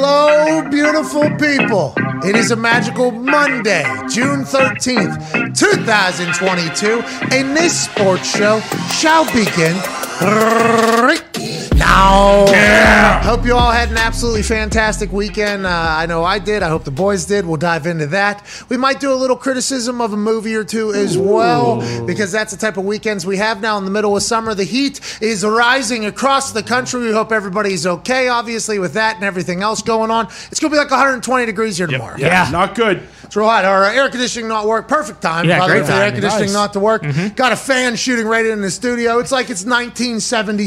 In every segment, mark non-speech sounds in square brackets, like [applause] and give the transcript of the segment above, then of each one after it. Hello, beautiful people. It is a magical Monday, June 13th, 2022, and this sports show shall begin right now. Hope you all had an absolutely fantastic weekend. Uh, I know I did. I hope the boys did. We'll dive into that. We might do a little criticism of a movie or two as well, because that's the type of weekends we have now in the middle of summer. The heat is rising across the country. We hope everybody's okay, obviously, with that and everything else going on. It's going to be like 120 degrees here tomorrow. Yeah. Not good. It's real hot. Our air conditioning not work. Perfect time. Yeah, by the way, great for the air timing. conditioning Nice. Mm-hmm. not to work. Got a fan shooting right in the studio. It's like it's 1970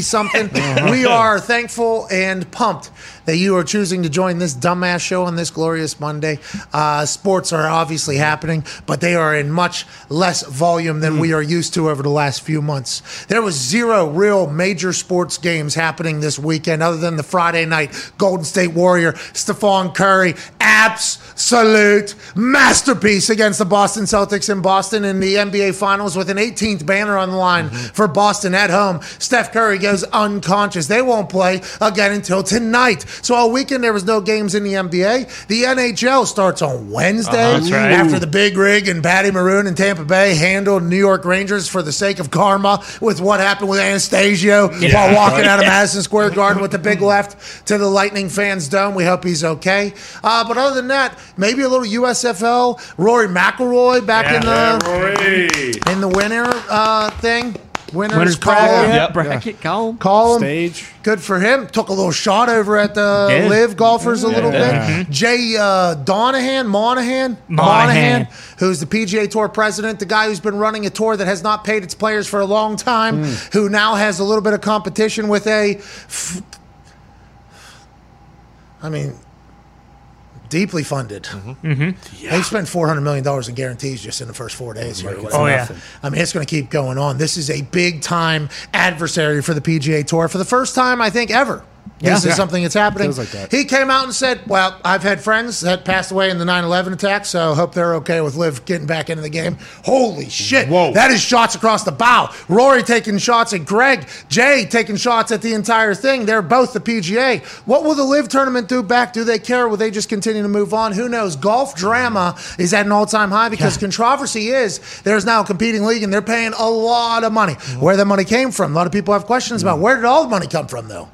[laughs] something. we are thankful and pumped that you are choosing to join this dumbass show on this glorious Monday. Uh, sports are obviously happening, but they are in much less volume than Mm. we are used to over the last few months. There was zero real major sports games happening this weekend other than the Friday night Golden State Warrior Stephon Curry absolute masterpiece against the Boston Celtics in Boston in the NBA Finals with an 18th banner on the line Mm-hmm. for Boston at home. Steph Curry goes unconscious. They won't play again until tonight. So all weekend there was no games in the NBA. The NHL starts on Wednesday Uh-huh, that's right. after the Big Rig and Patty Maroon in Tampa Bay handled New York Rangers for the sake of karma with what happened with Anastasio while walking [laughs] out of Madison Square Garden with the big left to the Lightning fans' dome. We hope he's okay. Uh, but other than that, maybe a little USFL. Rory McIlroy back in uh, the in the winner uh, thing. Winners, Winners call. bracket. Yep. Yep. Bracket call. Call him. Stage. Good for him. Took a little shot over at the Did. live golfers a little Yeah. Mm-hmm. bit. Jay uh, Donahan, Monahan, Monahan. who's the PGA Tour president, the guy who's been running a tour that has not paid its players for a long time, Mm. who now has a little bit of competition with a, f- I mean, deeply funded. They spent four hundred million dollars in guarantees just in the first four days. here. Oh, yeah. nothing. I mean, it's going to keep going on. This is a big time adversary for the PGA Tour for the first time I think ever. Yeah. This Yeah. is something that's happening. Feels like that. He came out and said, "Well, I've had friends that passed away in the 9/11 attack, so hope they're okay with Liv getting back into the game." Holy shit! Whoa. that is shots across the bow. Rory taking shots at Greg, Jay taking shots at the entire thing. They're both the PGA. What will the Live tournament do back? Do they care? Will they just continue to move on? Who knows? Golf drama is at an all-time high because controversy is there's now a competing league and they're paying a lot of money. Mm-hmm. Where the money came from? A lot of people have questions about where did all the money come from, though.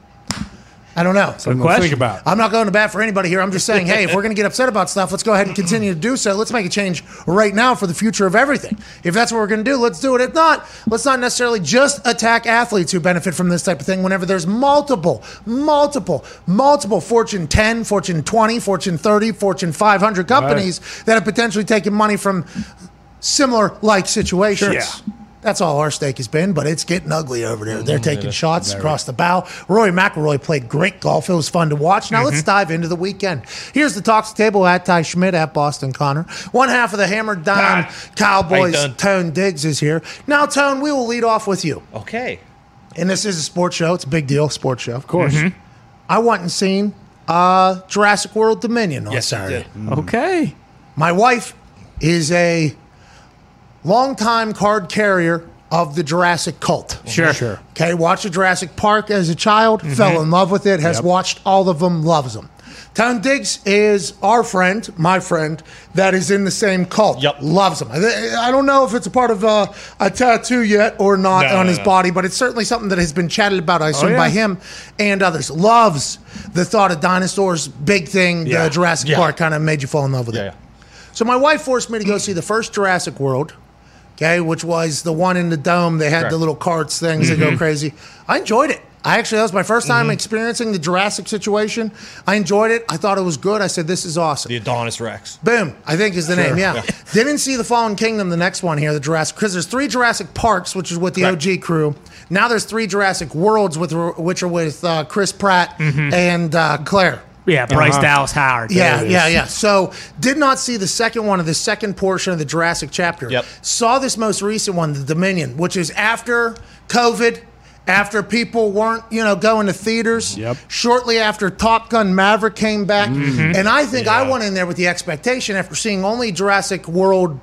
I don't know. Good Something to question. think about. I'm not going to bat for anybody here. I'm just saying, hey, if we're going to get upset about stuff, let's go ahead and continue to do so. Let's make a change right now for the future of everything. If that's what we're going to do, let's do it. If not, let's not necessarily just attack athletes who benefit from this type of thing whenever there's multiple, multiple, multiple Fortune 10, Fortune 20, Fortune 30, Fortune 500 companies that have potentially taken money from similar like situations. Yeah. That's all our stake has been, but it's getting ugly over there. They're taking shots across the bow. Roy McElroy played great golf. It was fun to watch. Now let's dive into the weekend. Here's the talks table at Ty Schmidt at Boston Connor. One half of the Hammer Down Ah. How you Cowboys, doing? Tone Diggs is here. Now, Tone, we will lead off with you. Okay. And this is a sports show. It's a big deal, sports show. Mm-hmm. Of course. I went and seen uh, Jurassic World Dominion on Yes, I Saturday. did. Mm. Okay. My wife is a longtime card carrier of the Jurassic cult. Sure. Sure. Okay, watched the Jurassic Park as a child, fell in love with it, has Yep. watched all of them, loves them. Tom Diggs is our friend, my friend, that is in the same cult. Yep. Loves him. I I don't know if it's a part of uh, a tattoo yet or not No, on no, his no. body, but it's certainly something that has been chatted about, Oh, I assume, by yeah. him and others. Loves the thought of dinosaurs, big thing, Yeah. the Jurassic Yeah. Park kind of made you fall in love with it. Yeah, yeah. So my wife forced me to go see the first Jurassic World, okay, which was the one in the dome. They had the Correct. little carts things Mm-hmm. that go crazy. I enjoyed it. I actually that was my first time experiencing the Jurassic situation. I enjoyed it. I thought it was good. I said this is awesome. The Adonis Rex. Boom, I think is the name. Yeah. Yeah. Didn't see the Fallen Kingdom, the next one here, the Jurassic, because there's three Jurassic Parks, which is with the Correct. OG crew. Now there's three Jurassic Worlds, with which are with uh, Chris Pratt and uh, Claire. Mm-hmm. Yeah, Bryce Uh-huh. Dallas Howard. Yeah, There it yeah, is. yeah. So did not see the second one of the second portion of the Jurassic chapter. Yep. Saw this most recent one, the Dominion, which is after COVID, after people weren't, you know, going to theaters. Yep. Shortly after Top Gun Maverick came back. And I think I went in there with the expectation after seeing only Jurassic World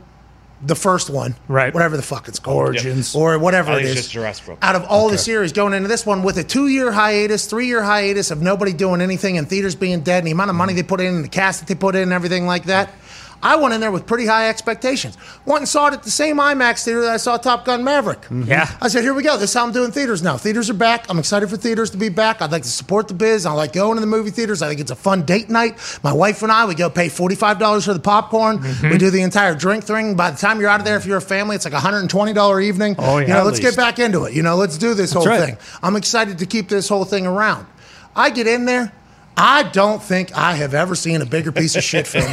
the first one, Right. Whatever the fuck it's called, Origins. or whatever I it think is. it's just Jurassic World. Out of all the series, going into this one with a two-year hiatus, three-year hiatus of nobody doing anything and theaters being dead, and the amount of Mm-hmm. money they put in, and the cast that they put in, and everything like that. I went in there with pretty high expectations. Went and saw it at the same IMAX theater that I saw Top Gun Maverick. Yeah. I said, here we go. This is how I'm doing theaters now. Theaters are back. I'm excited for theaters to be back. I'd like to support the biz. I like going to the movie theaters. I think it's a fun date night. My wife and I, we go pay $45 for the popcorn. Mm-hmm. We do the entire drink thing. By the time you're out of there, if you're a family, it's like a $120 evening. Oh, yeah, You know, at let's least. get back into it. You know, let's do this whole right. thing. I'm excited to keep this whole thing around. I get in there. I don't think I have ever seen a bigger piece of shit film.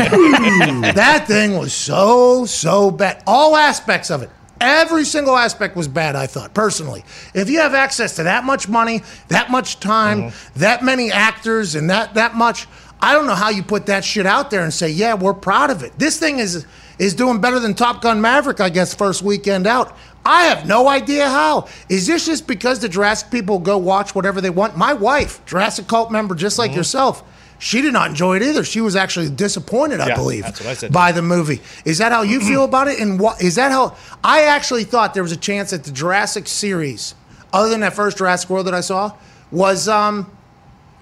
that thing was so, so bad. All aspects of it. Every single aspect was bad, I thought, personally. If you have access to that much money, that much time, that many actors, and that that much, I don't know how you put that shit out there and say, yeah, we're proud of it. This thing is is doing better than Top Gun Maverick, I guess, first weekend out. I have no idea how. Is this just because the Jurassic people go watch whatever they want? My wife, Jurassic cult member, just Mm-hmm. like yourself, she did not enjoy it either. She was actually disappointed, I Yeah, believe, that's what I said. Mm-hmm. by the movie. Is that how you feel about it? And what is that how I actually thought there was a chance that the Jurassic series, other than that first Jurassic World that I saw, was um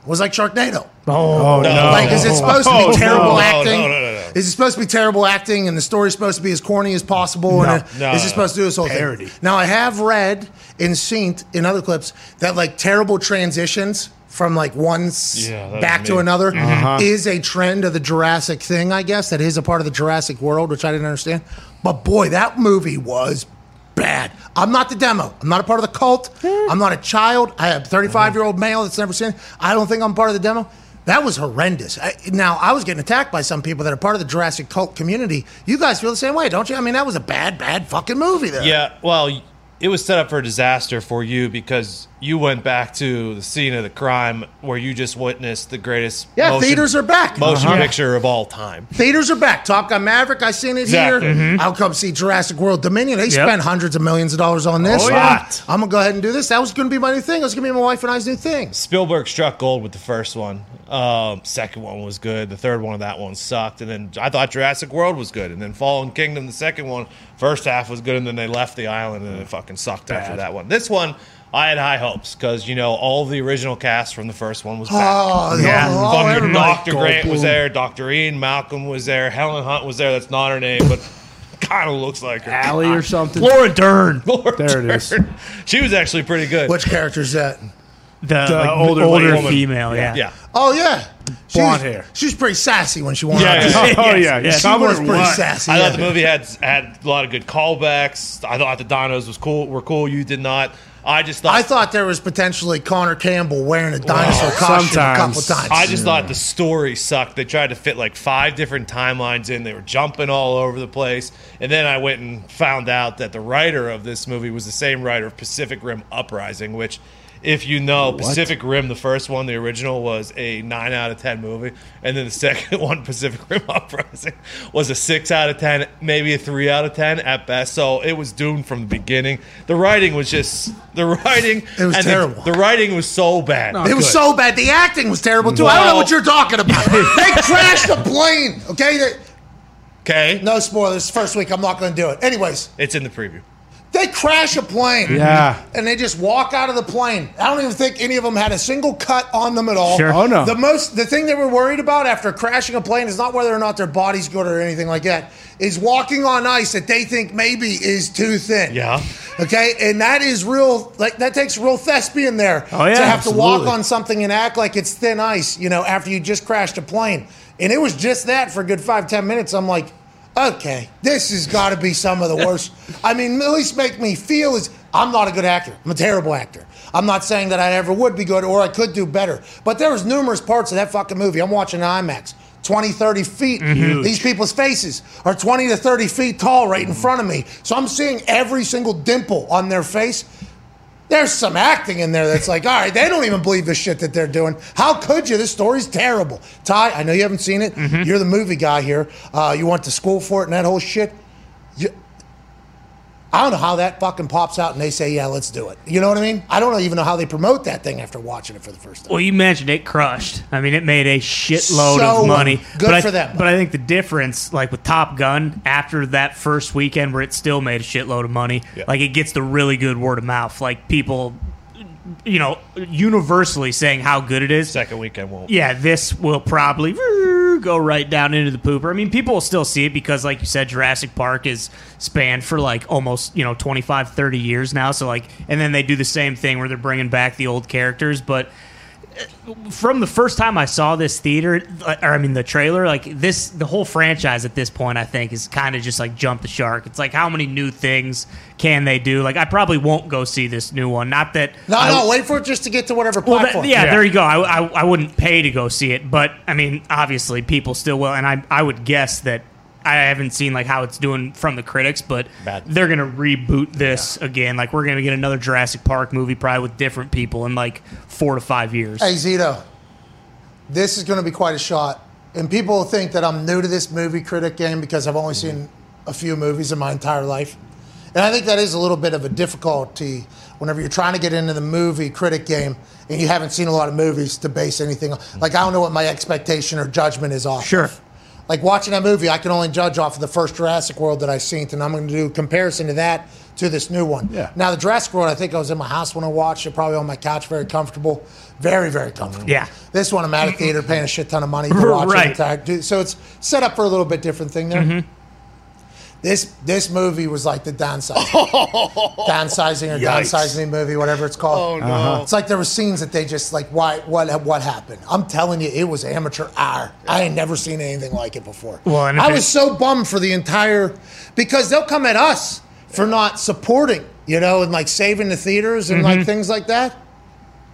was like Sharknado. Oh, no. Like, is it supposed to Oh, be terrible no. acting? No, no, no, no. Is it supposed to be terrible acting and the story's supposed to be as corny as possible? and it- No, is it no, supposed to do this whole Parody. thing? Now, I have read and seen in other clips that like terrible transitions from like one s- Yeah, that was back to me. Mm-hmm. another is a trend of the Jurassic thing, I guess. That is a part of the Jurassic world, which I didn't understand. But boy, that movie was bad. I'm not the demo. I'm not a part of the cult. I'm not a child. I have 35 year old male that's never seen. it. I don't think I'm part of the demo. That was horrendous. I, now I was getting attacked by some people that are part of the Jurassic cult community. You guys feel the same way, don't you? I mean, that was a bad, bad fucking movie. There. Yeah, well, it was set up for disaster for you because you went back to the scene of the crime where you just witnessed the greatest. Yeah, theaters are back. Uh-huh. Motion picture of all time. Theaters are back. Top Gun Maverick, I seen it Exactly. here. Mm-hmm. I'll come see Jurassic World Dominion. They Yep. spent hundreds of millions of dollars on this. Oh, I'm- yeah. I'm gonna go ahead and do this. That was gonna be my new thing. It was gonna be my wife and I's new thing. Spielberg struck gold with the first one. Um, second one was good. The third one of that one sucked. And then I thought Jurassic World was good. And then Fallen Kingdom, the second one, first half was good. And then they left the island and it fucking sucked after that one. This one, I had high hopes because, you know, all the original cast from the first one was back. Oh, Yeah. no, oh, Fucking everybody- Dr. Grant Goldblum. was there. Dr. Ian Malcolm was there. Helen Hunt was there. That's not her name, but [laughs] kind of looks like her. Alley or something. [laughs] Laura Dern. Lord There it is. Dern. [laughs] She was actually pretty good. Which character is that? The, The like, older older, lady. Woman. female. Yeah. yeah. Oh yeah, she Blonde was, hair. She was pretty sassy when she wanted. Yeah, to- yeah. [laughs] Oh Yes, yeah, yes. yes. She was pretty sassy. I yeah. thought the movie had had a lot of good callbacks. I thought the dinos was cool. Were cool. You did not. I just thought. I thought there was potentially Connor Campbell wearing a dinosaur costume sometimes. a couple times. I just thought the story sucked. They tried to fit like five different timelines in. They were jumping all over the place. And then I went and found out that the writer of this movie was the same writer of Pacific Rim Uprising, which, if you know, Pacific Rim, the first one, the original, was a 9 out of 10 movie. And then the [laughs] second one, Pacific Rim Uprising, was a 6 out of 10, maybe a 3 out of 10 at best. So it was doomed from the beginning. The writing was just, the writing. It was and the- terrible. The, writing was so bad. It was so bad. The acting was terrible too. I don't know Well- what you're [laughs] talking about. they crashed a plane. Okay, They- Okay. no spoilers. First week, I'm not going to do it. Anyways, [laughs] It's in the preview. they crash a plane. Yeah. and they just walk out of the plane. I don't even think any of them had a single cut on them at all. Sure. Oh, no. The most the thing they were worried about after crashing a plane is not whether or not their body's good or anything like that. Is walking on ice that they think maybe is too thin. Yeah. Okay, and that is real. Like that takes real thespian there Oh, yeah, to have absolutely. to walk on something and act like it's thin ice. You know, after you just crashed a plane, and it was just that for a good five ten minutes. I'm like, okay, this has got to be some of the worst. I mean, at least make me feel is I'm not a good actor. I'm a terrible actor. I'm not saying that I ever would be good or I could do better, but there was numerous parts of that fucking movie. I'm watching an IMAX. 20, 30 feet. These people's faces are 20 to 30 feet tall right in front of me. So I'm seeing every single dimple on their face there's some acting in there that's like, all right, they don't even believe the shit that they're doing. How could you? This story's terrible. Ty, I know you haven't seen it. Mm-hmm. You're the movie guy here. Uh, you went to school for it and that whole shit. You, I don't know how that fucking pops out and they say, yeah, let's do it. You know what I mean? I don't even know how they promote that thing after watching it for the first time. Well, you mentioned it crushed. I mean, it made a shitload So of money. good but I, for them. But I think the difference, like with Top Gun, after that first weekend where it still made a shitload of money, like it gets the really good word of mouth. Like people, you know, universally saying how good it is. Second weekend won't. Yeah, this will probably go right down into the pooper. I mean, people will still see it because, like you said, Jurassic Park is spanned for like almost, you know, 25, 30 years now. So, like, and then they do the same thing where they're bringing back the old characters. But uh, from the first time I saw this theater, uh, or I mean, the trailer, like this, the whole franchise at this point, I think, is kind of just like jump the shark. It's like, how many new things can they do? Like, I probably won't go see this new one. Not that. No, I- no, wait for it just to get to whatever well, platform. that, yeah, there you go. I, I, I wouldn't pay to go see it, but I mean, obviously, people still will, and I I would guess that I haven't seen like how it's doing from the critics, but Bad. they're gonna reboot this again. Like we're gonna get another Jurassic Park movie, probably with different people in like four to five years. Hey, Zito, this is going to be quite a shot. And people will think that I'm new to this movie critic game because I've only Mm-hmm. seen a few movies in my entire life. And I think that is a little bit of a difficulty whenever you're trying to get into the movie critic game and you haven't seen a lot of movies to base anything on. Like, I don't know what my expectation or judgment is off. Sure. of. Like, watching that movie, I can only judge off of the first Jurassic World that I've seen, and I'm going to do a comparison to that to this new one. Yeah. Now, the Jurassic World, I think I was in my house when I watched it, probably on my couch, very comfortable. Very, very comfortable. Yeah. This one I'm at a theater paying a shit ton of [laughs] money for watching Right. the entire dude. So it's set up for a little bit different thing there. This this movie was like the downsizing. downsizing or Yikes. downsizing movie, whatever it's called. Oh, no. Uh-huh. It's like there were scenes that they just like why what what happened? I'm telling you, it was amateur hour. I ain't never seen anything like it before. Well, and if I it- was so bummed for the entire because they'll come at us for not supporting, you know, and like saving the theaters and Mm-hmm. like things like that.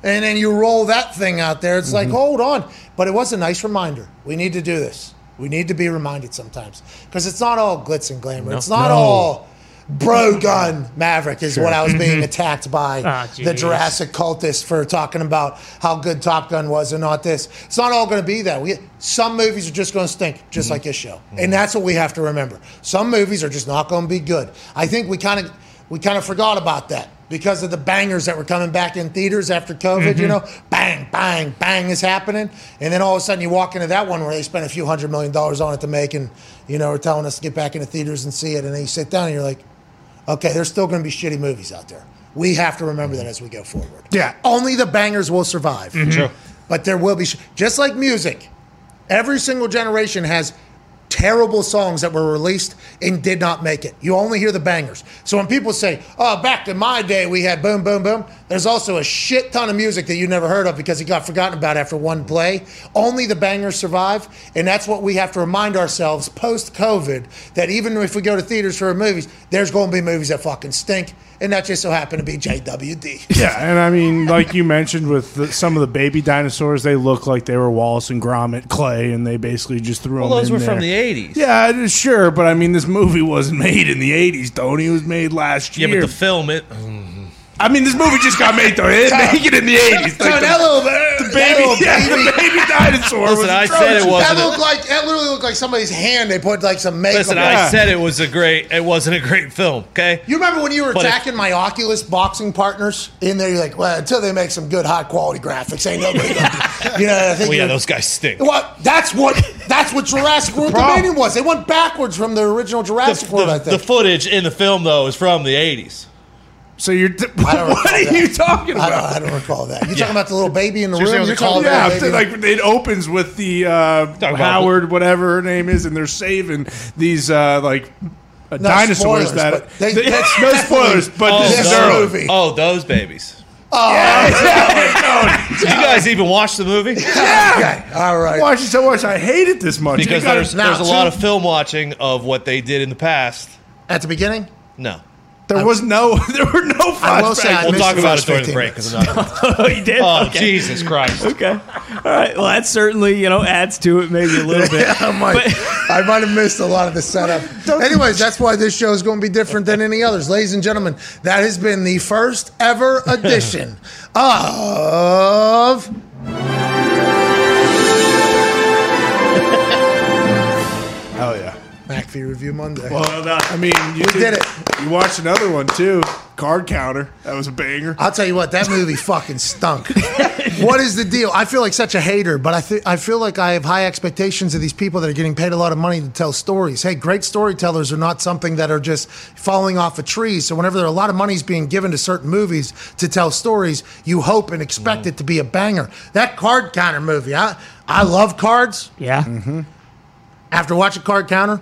And then you roll that thing out there. It's Mm-hmm. like, hold on. But it was a nice reminder. We need to do this. We need to be reminded sometimes because it's not all glitz and glamour. It's not all bro gun Maverick is what I was [laughs] being attacked by Ah, the jeez. Jurassic cultists for talking about how good Top Gun was and not this. It's not all going to be that. We some movies are just going to stink, just like this show, and that's what we have to remember. Some movies are just not going to be good. I think we kind of we kind of forgot about that because of the bangers that were coming back in theaters after COVID. You know, bang, bang, bang is happening, and then all of a sudden you walk into that one where they spent a few hundred million dollars on it to make, and you know, are telling us to get back into theaters and see it, and then you sit down and you're like okay, there's still going to be shitty movies out there. We have to remember that as we go forward. Yeah. Only the bangers will survive. True. But there will be, sh- just like music, every single generation has terrible songs that were released and did not make it. You only hear the bangers. So when people say, oh, back in my day, we had boom, boom, boom, there's also a shit ton of music that you never heard of because it got forgotten about after one play. Only the bangers survive. And that's what we have to remind ourselves post COVID that even if we go to theaters for movies, there's going to be movies that fucking stink. And that just so happened to be JWD. Yeah, and I mean, like you mentioned with the, some of the baby dinosaurs, they look like they were Wallace and Gromit clay, and they basically just threw Well, them. those in were there. from the 80s. Yeah, it is- sure, but I mean, this movie wasn't made in the '80s, Tony. It was made last Yeah, year. but the film it. I mean, this movie just got made, Tony. They didn't make it in the '80s. Tony, Like, that little- that the baby, little [laughs] yeah, the baby dinosaur. Listen, was I said it atrocious. wasn't That it? looked like that literally looked like somebody's hand. They put like some makeup. Listen, on. I said it was a great. It wasn't a great film. Okay. you remember when you were But if- attacking my Oculus boxing partners in there? You're like, well, until they make some good high quality graphics, ain't nobody. Gonna, you know, I think Well, yeah, you're- those guys stink. Well, that's what that's what Jurassic World problem. debating was. They went backwards from the original Jurassic World. I The, the think. footage in the film though is from the 80s. So you're. T- [laughs] [laughs] don't what recall are that. you talking I don't, about? I don't recall that. You're talking about the little baby in the room. was a You're talking call about Yeah, the I'm baby saying, like in- it opens with the uh, about- Howard, whatever her name is, and they're saving these uh, like uh, dinosaurs spoilers, that. but they- They- [laughs] [laughs] that's no definitely- spoilers, but Oh, this no. is those, early. movie. Oh, those babies. [laughs] Yeah, Did you guys even watch the movie? okay, all right. no. Watch it so much. I hate it this much. Because You gotta- there's there's a now, lot too. of film watching of what they did in the past. At the beginning, No. there was no [laughs] there were no I will say flashbacks. I We'll missed talk the about first it during the 15 break because I'm [laughs] not. [laughs] oh, you did? Oh, okay. Jesus Christ. Okay. All right. Well, that certainly you know adds to it maybe a little bit. [laughs] I might, [laughs] I might have missed a lot of the setup. Anyways, that's why this show is going to be different than any others. Ladies and gentlemen, that has been the first ever [laughs] edition of. Oh yeah. McAfee Review Monday. Well, I mean, you We did it. You watched another one too, [laughs] Card Counter. That was a banger. I'll tell you what, [laughs] that movie fucking stunk. what is the deal? I feel like such a hater, but I th- I feel like I have high expectations of these people that are getting paid a lot of money to tell stories. Hey, great storytellers are not something that are just falling off a tree. So whenever there are a lot of money's being given to certain movies to tell stories, you hope and expect it to be a banger. That card counter movie, I I love cards. Yeah. Mm-hmm. After watching Card Counter,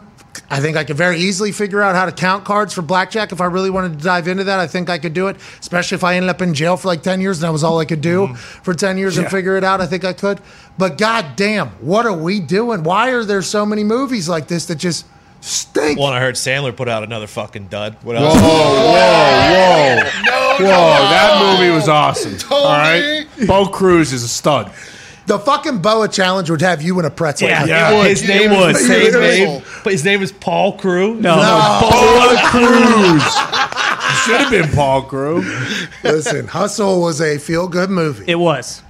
I think I could very easily figure out how to count cards for blackjack. If I really wanted to dive into that, I think I could do it, especially if I ended up in jail for like 10 years and that was all I could do for 10 years and figure it out. I think I could. But goddamn, what are we doing? Why are there so many movies like this that just stink? One I heard Sandler put out another fucking dud. What Whoa, else? whoa, whoa, Oh, whoa! That movie was awesome. All right, Bo Cruz is a stud. The fucking boa challenge would have you in a pretzel. Yeah, Yeah. it- his It name was. was, It his was. name, but his name was Paul Crew. No. [laughs] Bo Cruz should have been Paul Cruz. Listen, Hustle was a feel good movie. It was.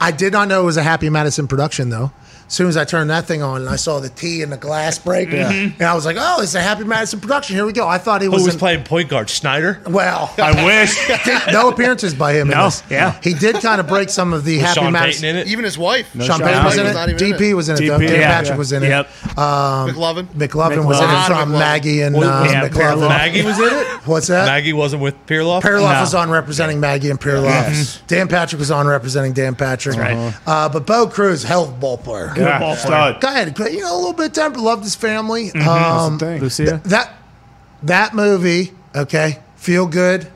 I did not know it was a Happy Madison production though. As soon as I turned that thing on and I saw the tea and the glass break, and I was like, "Oh, it's a Happy Madison production." Here we go. I thought he Who was, was an- playing point guard? Schneider. well. I wish. [laughs] no appearances by him. No, in this. yeah. he did kind of break some of the Happy Sean Madison. Payton in it. Even his wife. Sean Sean Payton was Payton in it. was not even in DP it. was in it. though. DP, Dan yeah. Patrick was in it. Um, Yep. McLovin. McLovin was in McLovin. it from McLovin. Maggie and uh, Yeah, McLovin. Maggie was in it. What's that? Maggie wasn't with Pirloff. Perloff No. was on representing Maggie and Perloff. Dan Patrick was on representing Dan Patrick. right. Uh, but Bo Cruz, hell of a ball player. Yeah, stud. Guy had a great- you know, a little bit of temper, loved his family. Um, Lucia. that that movie, okay, feel good.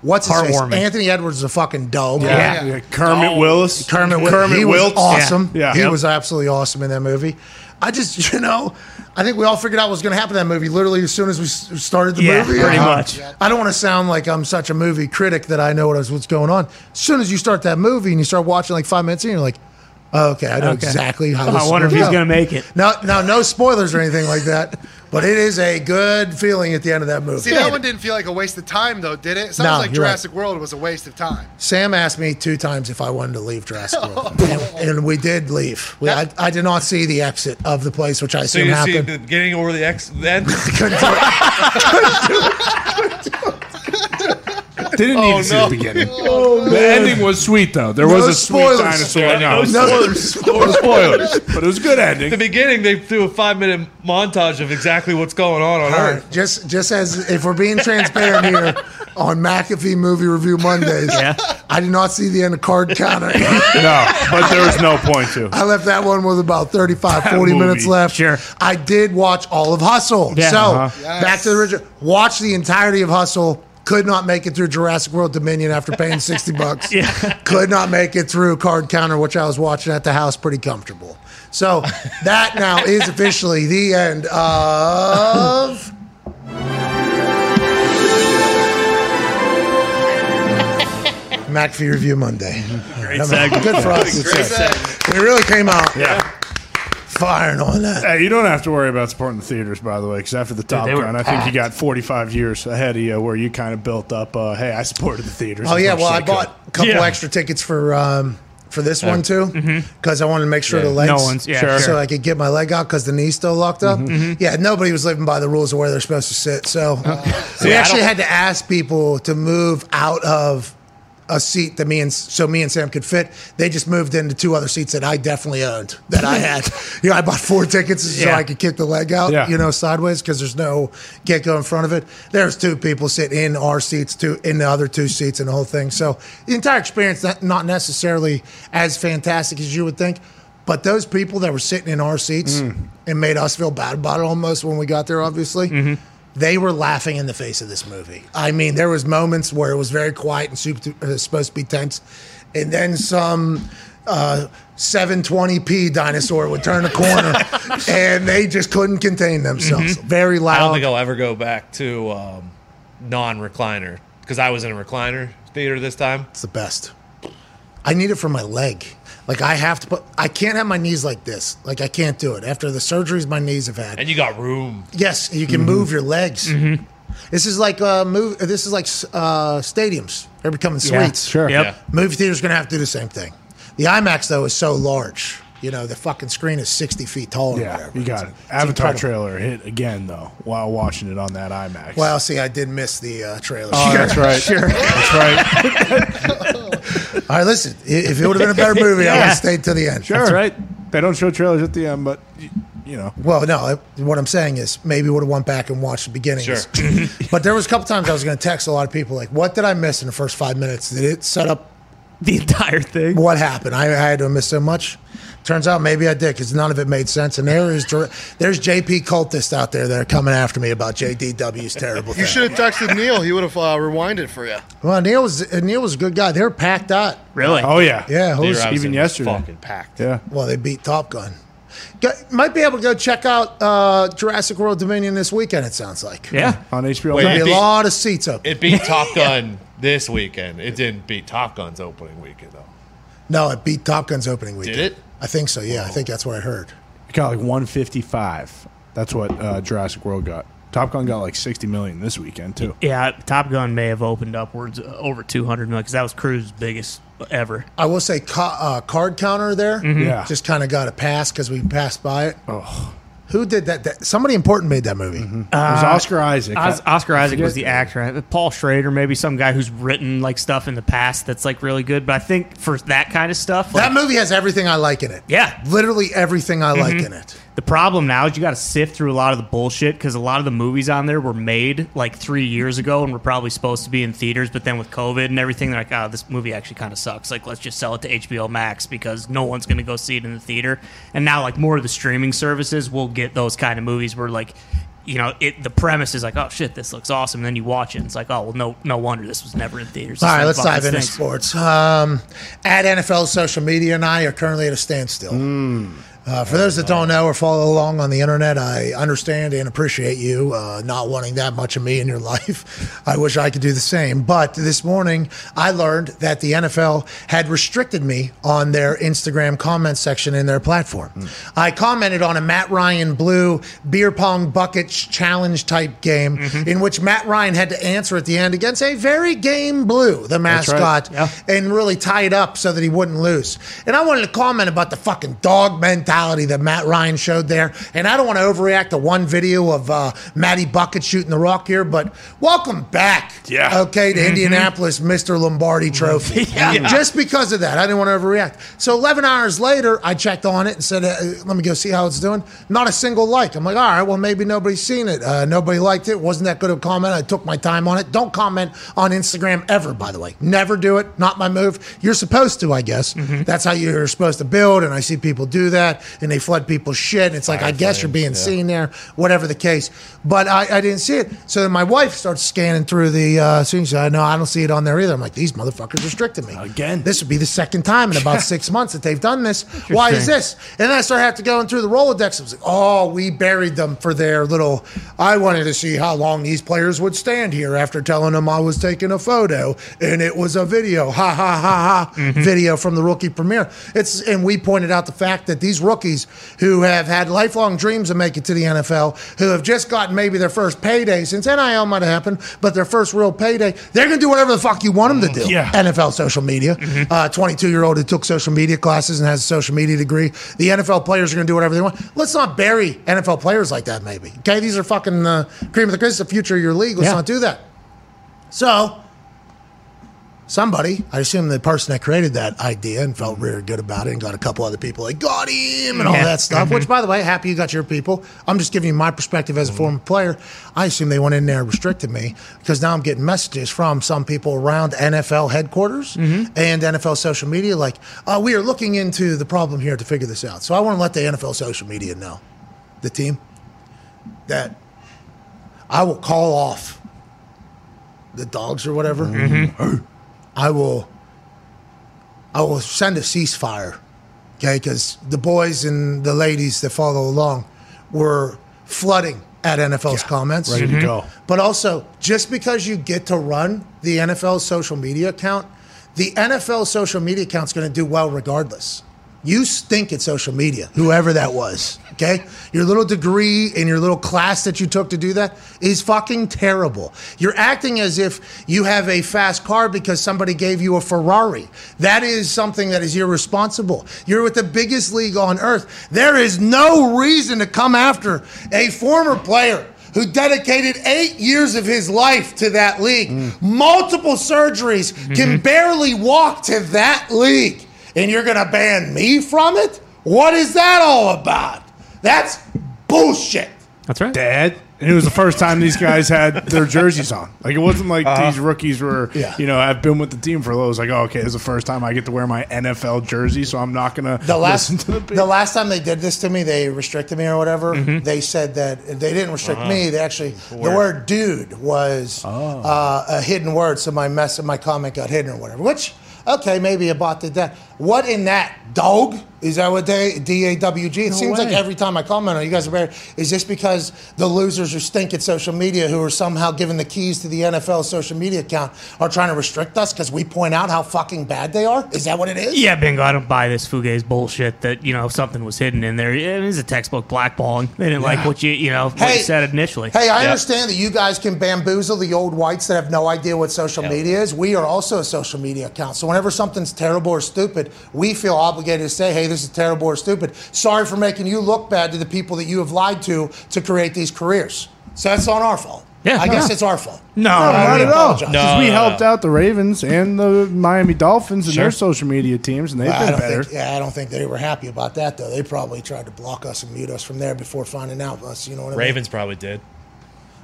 What's his face? Heartwarming. Anthony Edwards is a fucking dog. Yeah. Yeah, Oh, Kermit Willis. Kermit, Wil- he was Wilts. awesome. Yeah. Yeah. He Yep. was absolutely awesome in that movie. I just, [laughs] you know, I think we all figured out what was going to happen in that movie literally as soon as we s- started the Yeah, movie. pretty Uh, much. I don't want to sound like I'm such a movie critic that I know what is, what's going on. As soon as you start that movie and you start watching like five minutes in, you're like, oh, okay, I know Okay. exactly how Oh, this I wonder if he's going to to make it. No, no, no spoilers or anything like that, but it is a good feeling at the end of that movie. See, that one didn't feel like a waste of time, though, did it? Sounds No, like you're right. Jurassic World was a waste of time. Sam asked me two times if I wanted to leave [laughs] Jurassic World, and, and we did leave. We, I, I did not see the exit of the place, which I So assume you see happened. the getting over the X then. Couldn't do it. Didn't need Oh, to see the beginning. the ending was sweet though. There was a spoilers. sweet dinosaur. Yeah, No, no [laughs] spoilers. spoilers. But it was a good the ending. beginning, they threw a five minute montage of exactly what's going on on All Earth. right, just just as if we're being [laughs] transparent here on McAfee Movie Review Mondays, Yeah. I did not see the end of Card Counter. [laughs] No, but there was no point to. I left that one with about 35, That 40 movie. minutes left. Sure. I did watch all of Hustle. Yeah. So Uh-huh. back to the original. Watch the entirety of Hustle. Could not make it through Jurassic World Dominion after paying 60 bucks. yeah. Could not make it through Card Counter, which I was watching at the house pretty comfortable. So that now is officially the end of. [laughs] McAfee Review Monday. Great segment. Good for us. Great set. We really came out firing on that. Hey, you don't have to worry about supporting the theaters, by the way, because after the Top they were Gun, I think you got 45 years ahead of you where you kind of built up, uh, hey, I supported the theaters. Oh as yeah, much well as I could. bought a couple Yeah. Mm-hmm. extra tickets for um, for this one too because I wanted to make sure the legs No one's- yeah, so Sure. Mm-hmm. sure. I could get my leg out because the knee's still locked up. Yeah, nobody was living by the rules of where they're supposed to sit, so uh, we I actually don't- had to ask people to move out of. A seat that me and so me and Sam could fit. They just moved into two other seats that I definitely owned [laughs] that I had. you know, I bought four tickets so Yeah. I could kick the leg out. Yeah. You know, sideways because there's no get go in front of it. There's two people sitting in our seats, two in the other two seats, and the whole thing. So the entire experience not, not necessarily as fantastic as you would think, but those people that were sitting in our seats and made us feel bad about it almost when we got there, obviously. They were laughing in the face of this movie. I mean, there was moments where it was very quiet and super, uh, supposed to be tense, and then some uh, 720p dinosaur would turn a [laughs] corner and they just couldn't contain themselves. Mm-hmm. Very I loud. don't think I'll ever go back to um, non recliner because I was in a recliner theater this time. it's the best. I need it for my leg. Like I have to put I can't have my knees like this. Like I can't do it. After the surgeries my knees have had. And you got room. yes, you Mm-hmm. can move your legs. This is like uh move this is like uh stadiums. They're becoming suites. sure. Yep. Yeah. Movie theater's gonna have to do the same thing. The IMAX though is so large. you know, the fucking screen is 60 feet tall or Yeah, whatever. you got it. It's- it's Avatar incredible. trailer hit again though while watching it on that IMAX. Well, see, I did miss the uh, trailer. oh, that's right. Sure, that's right. All right, listen, i- [laughs] if it would have been [laughs] a better movie, I would Yeah. have stayed to the end. Sure, that's right. They don't show trailers at the end, but y- you know, Well, no, I- what I'm saying is maybe would have went back and watched the beginning. Sure. [laughs] but there was a couple times I was going to text a lot of people like, "What did I miss in the first five minutes? Did it set up The entire thing. what happened? I, I had to miss so much." Turns out maybe I did because none of it made sense. And there is dir- there's JP cultists out there that are coming after me about JDW's terrible. You Thing. should have texted Neil. He would have uh, rewinded for you. Well, Neil was uh, Neil was a good guy. They were packed out. Really? oh yeah, Yeah, who's, Robinson even was yesterday. fucking packed. yeah. Well, they beat Top Gun. Go, might be able to go check out uh, Jurassic World Dominion this weekend. It sounds like Yeah. On HBO Wait, There'll Max. be It a beat- lot of seats open. It beat [laughs] Top Gun this weekend. It didn't beat Top Gun's opening weekend though. No, it beat Top Gun's opening weekend. it? I think so. Yeah, I think that's what I heard. It got like 155. That's what uh, Jurassic World got. Top Gun got like 60 million this weekend too. Yeah, Top Gun may have opened upwards uh, over 200 million because that was Cruise's biggest ever. I will say ca- uh, card counter there. Mm-hmm. Yeah. just kind of got a pass because we passed by it. Who did that, that? Somebody important made that movie. Mm-hmm. it was Oscar Isaac. Uh, Os- I- Oscar Isaac was the forget- actor. I- Paul Schrader, maybe some guy who's written like stuff in the past that's like really good. But I think for that kind of stuff, like, That movie has everything I like in it. Yeah. literally everything I like in it. the problem now is you got to sift through a lot of the bullshit because a lot of the movies on there were made like three years ago and were probably supposed to be in theaters. But then with COVID and everything, they're like, oh, this movie actually kind of sucks. Like, let's just sell it to HBO Max because no one's going to go see it in the theater. And now, like, more of the streaming services will get those kind of movies where, like, you know, it the premise is like, oh shit, this looks awesome. And then you watch it, and it's like, oh well, no, no wonder this was never in theaters. All right, This let's thing dive fucking into stinks. sports. Um, at NFL social media and I are currently at a standstill. Uh, for those that don't know or follow along on the internet, I understand and appreciate you uh, not wanting that much of me in your [laughs] life. I wish I could do the same. But this morning, I learned that the NFL had restricted me on their Instagram comment section in their platform. I commented on a Matt Ryan blue beer pong bucket ch- challenge type game in which Matt Ryan had to answer at the end against a very game blue, the right. mascot and really tie it up so that he wouldn't lose. And I wanted to comment about the fucking dog mentality that Matt Ryan showed there. And I don't want to overreact to one video of uh, Matty Bucket shooting the rock here, but welcome back, Yeah. okay, to Mm-hmm. Indianapolis, Mr. Lombardi Trophy. Just because of that, I didn't want to overreact. So 11 hours later, I checked on it and said, uh, "Let me go see how it's doing." Not a single like. I'm like, "All right, well, maybe nobody's seen it. Uh, nobody liked it. Wasn't that good of a comment? I took my time on it. Don't comment on Instagram ever, by the way. Never do it. Not my move. You're supposed to, I guess. That's how you're supposed to build. And I see people do that, and they flood people's shit. And it's like, I guess you're being seen there, whatever the case. But I, I didn't see it. So then my wife starts scanning through the uh, scene. She said, "No, I don't see it on there either." I'm like, "These motherfuckers restricted me Again. This would be the second time in about six months that they've done this. Why is this? And then I started having to go through the Rolodex. I was like, oh, we buried them for their little. I wanted to see how long these players would stand here after telling them I was taking a photo and it was a video. Ha ha ha ha. Video from the rookie premiere. It's and we pointed out the fact that these rookies who have had lifelong dreams of making it to the NFL, who have just gotten maybe their first payday since NIL might have happened, but their first real payday, they're gonna do whatever the fuck you want them to do. Yeah. NFL social media. Uh, 22 year old who took social media classes and has a social media degree. The NFL players are going to do whatever they want. Let's not bury NFL players like that, maybe. Okay, these are fucking uh, cream of the crop. This is the future of your league. Let's Yeah. not do that. So, somebody, I assume the person that created that idea and felt really good about it and got a couple other people like, got him and all Yeah. that stuff, which, by the way, happy you got your people. I'm just giving you my perspective as a former player. I assume they went in there and restricted me because now I'm getting messages from some people around NFL headquarters and NFL social media like, uh, we are looking into the problem here to figure this out. So I want to let the NFL social media know, the team, that I will call off the dogs or whatever. Mm-hmm. I will I will send a ceasefire, okay? Because the boys and the ladies that follow along were flooding at NFL's comments. Ready to go. But also, just because you get to run the NFL social media account, the NFL social media account's going to do well regardless. You stink at social media, whoever that was. okay? Your little degree and your little class that you took to do that is fucking terrible. You're acting as if you have a fast car because somebody gave you a Ferrari. That is something that is irresponsible. You're with the biggest league on earth. There is no reason to come after a former player who dedicated eight years of his life to that league, multiple surgeries, can barely walk to that league, and you're going to ban me from it? What is that all about? That's bullshit. That's right. Dad. And it was the first time these guys had their jerseys on. Like it wasn't like these rookies were, Yeah. you know, I've been with the team for a little. It's like, oh, okay, this is the first time I get to wear my NFL jersey, so I'm not gonna [laughs] The last, [laughs] listen to the, the, last time they did this to me, they restricted me or whatever. They said that they didn't restrict me. They actually, the word "dude" was uh, a hidden word, so my mess, my comment got hidden or whatever. Which, okay, maybe about did that. What in that dog? Is that what they D A W G? It seems like way. every time I comment on it, you guys are very. Is this because the losers who stink at social media, who are somehow given the keys to the NFL social media account, are trying to restrict us because we point out how fucking bad they are? Is that what it is? Yeah, bingo. I don't buy this Fugue's bullshit that you know something was hidden in there. It is a textbook blackballing. They didn't like what you you know what Hey. you said initially. Hey, I Yeah. understand that you guys can bamboozle the old whites that have no idea what social media is. We are also a social media account. So whenever something's terrible or stupid, we feel obligated to say, hey, this is terrible or stupid. Sorry for making you look bad to the people that you have lied to to create these careers. So that's on our fault. Yeah, I guess yeah. it's our fault. No, No, I not mean, at all. apologize. 'Cause No, we no, helped no. out the Ravens and the Miami Dolphins and their social media teams, and they've I been don't better. think. Yeah, I don't think they were happy about that though. They probably tried to block us and mute us from there before finding out us. You know what I mean? Ravens probably did.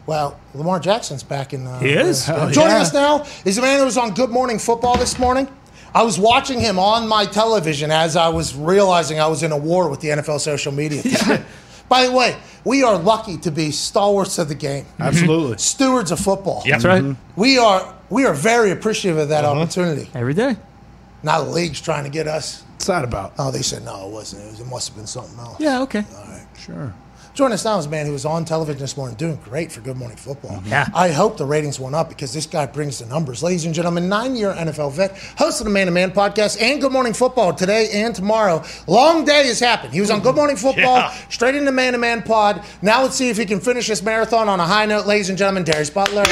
Well, Lamar Jackson's back in. Uh, He is? uh, Hell joining yeah. us now is a man who was on Good Morning Football this morning. I was watching him on my television as I was realizing I was in a war with the NFL social media. team. By the way, we are lucky to be stalwarts of the game, Absolutely. stewards of football. Yeah. That's right. We are. We are very appreciative of that opportunity. Mm-hmm. Every day. Now the league's trying to get us. What's that about? Oh, they said no, it wasn't. It, was, it must have been something else. Yeah. Okay. Sure. Joining us now is a man who was on television this morning doing great for Good Morning Football. Yeah. I hope the ratings went up because this guy brings the numbers. Ladies and gentlemen, nine year NFL vet, host of the Man to Man podcast and Good Morning Football today and tomorrow. Long day has happened. He was on Good Morning Football, Yeah. straight into Man to Man pod. Now let's see if he can finish this marathon on a high note. Ladies and gentlemen, Darius Butler.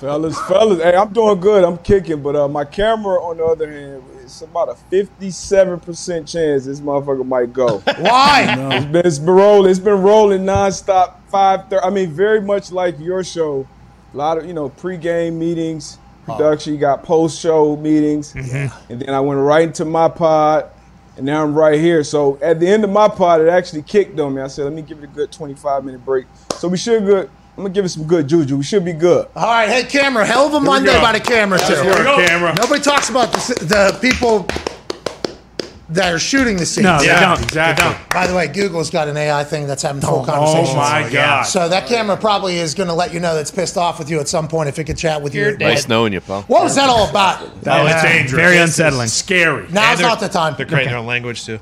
Fellas, fellas, hey, I'm doing good. I'm kicking, but uh, my camera, on the other hand, it's about a 57% chance this motherfucker might go. [laughs] Why? it's, been, it's been rolling. It's been rolling nonstop. Five thirty. I mean, very much like your show. A lot of you know pre-game meetings, Oh. production. You got post-show meetings, and then I went right into my pod, and now I'm right here. So at the end of my pod, it actually kicked on me. I said, let me give it a good 25 minute break. So we should good. I'm gonna give it some good juju. We should be good. All right, hey, camera. Hell of a Monday go. by the camera, too. Camera. Nobody talks about the, the people that are shooting the scenes. No, they Yeah, don't. exactly. They don't. Oh, By the way, Google's got an AI thing that's having full conversations. Oh, my God. So that camera probably is going to let you know that's pissed off with you at some point if it could chat with you. Nice knowing you, pal. What was that all about? Oh, it's dangerous. Very unsettling. Scary. Now's they're- not the time. They're creating their own language too.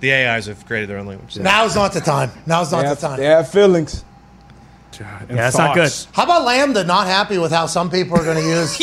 The AIs have created their own language. Now's not the time. Now's not They the have, time. they have feelings. And Yeah, that's not good. thoughts. How about Lambda not happy with how some people are going to use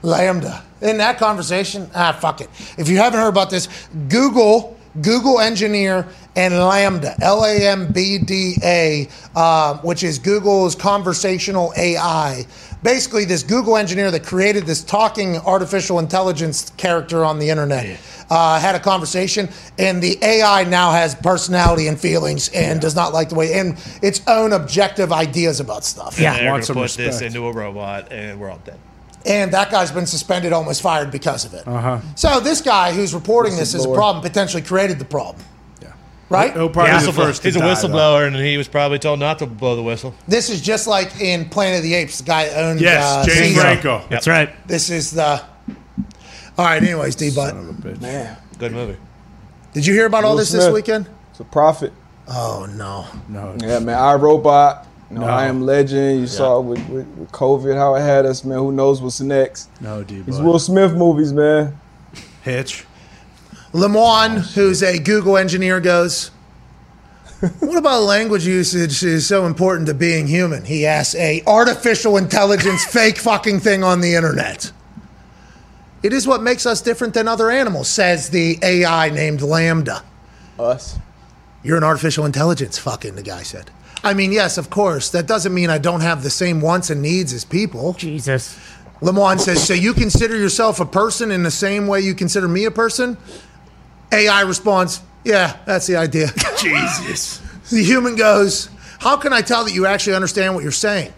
Lambda? In that conversation, ah, fuck it. If you haven't heard about this, Google, Google Engineer, and Lambda, L A M B D A, uh, which is Google's conversational AI. Basically, this Google engineer that created this talking artificial intelligence character on the internet uh, had a conversation, and the AI now has personality and feelings and does not like the way, and its own objective ideas about stuff. Yeah. They're going want to some put this respect. into a robot, and we're all dead. and that guy's been suspended, almost fired because of it. Uh-huh. So this guy who's reporting this as a Whistleblower. problem potentially created the problem. Yeah. Right? He'll probably be the Whistleblower. first to He's a die, though. whistleblower, and he was probably told not to blow the whistle. This is just like in Planet of the Apes, the guy that owned Yes, uh, James Caesar. Franco. That's right. This is the. All right. Anyways, D. But Good movie. did you hear about all Will this this Smith. weekend? It's a profit. Oh no. No. Yeah, man. I Robot. You know, I Am Legend. You saw with, with, with COVID how it had us, man. Who knows what's next? No, dude. These Will Smith movies, man. Hitch. Lemoine, who's a Google engineer, goes. What about language usage is so important to being human? He asks a artificial intelligence fake fucking thing on the internet. It is what makes us different than other animals, says the AI named Lambda. Us. You're an artificial intelligence, fucking, the guy said. I mean, yes, of course. That doesn't mean I don't have the same wants and needs as people. Jesus. Lamont says, So you consider yourself a person in the same way you consider me a person? AI responds, Yeah, that's [laughs] the idea. Jesus. The human goes, How can I tell that you actually understand what you're saying?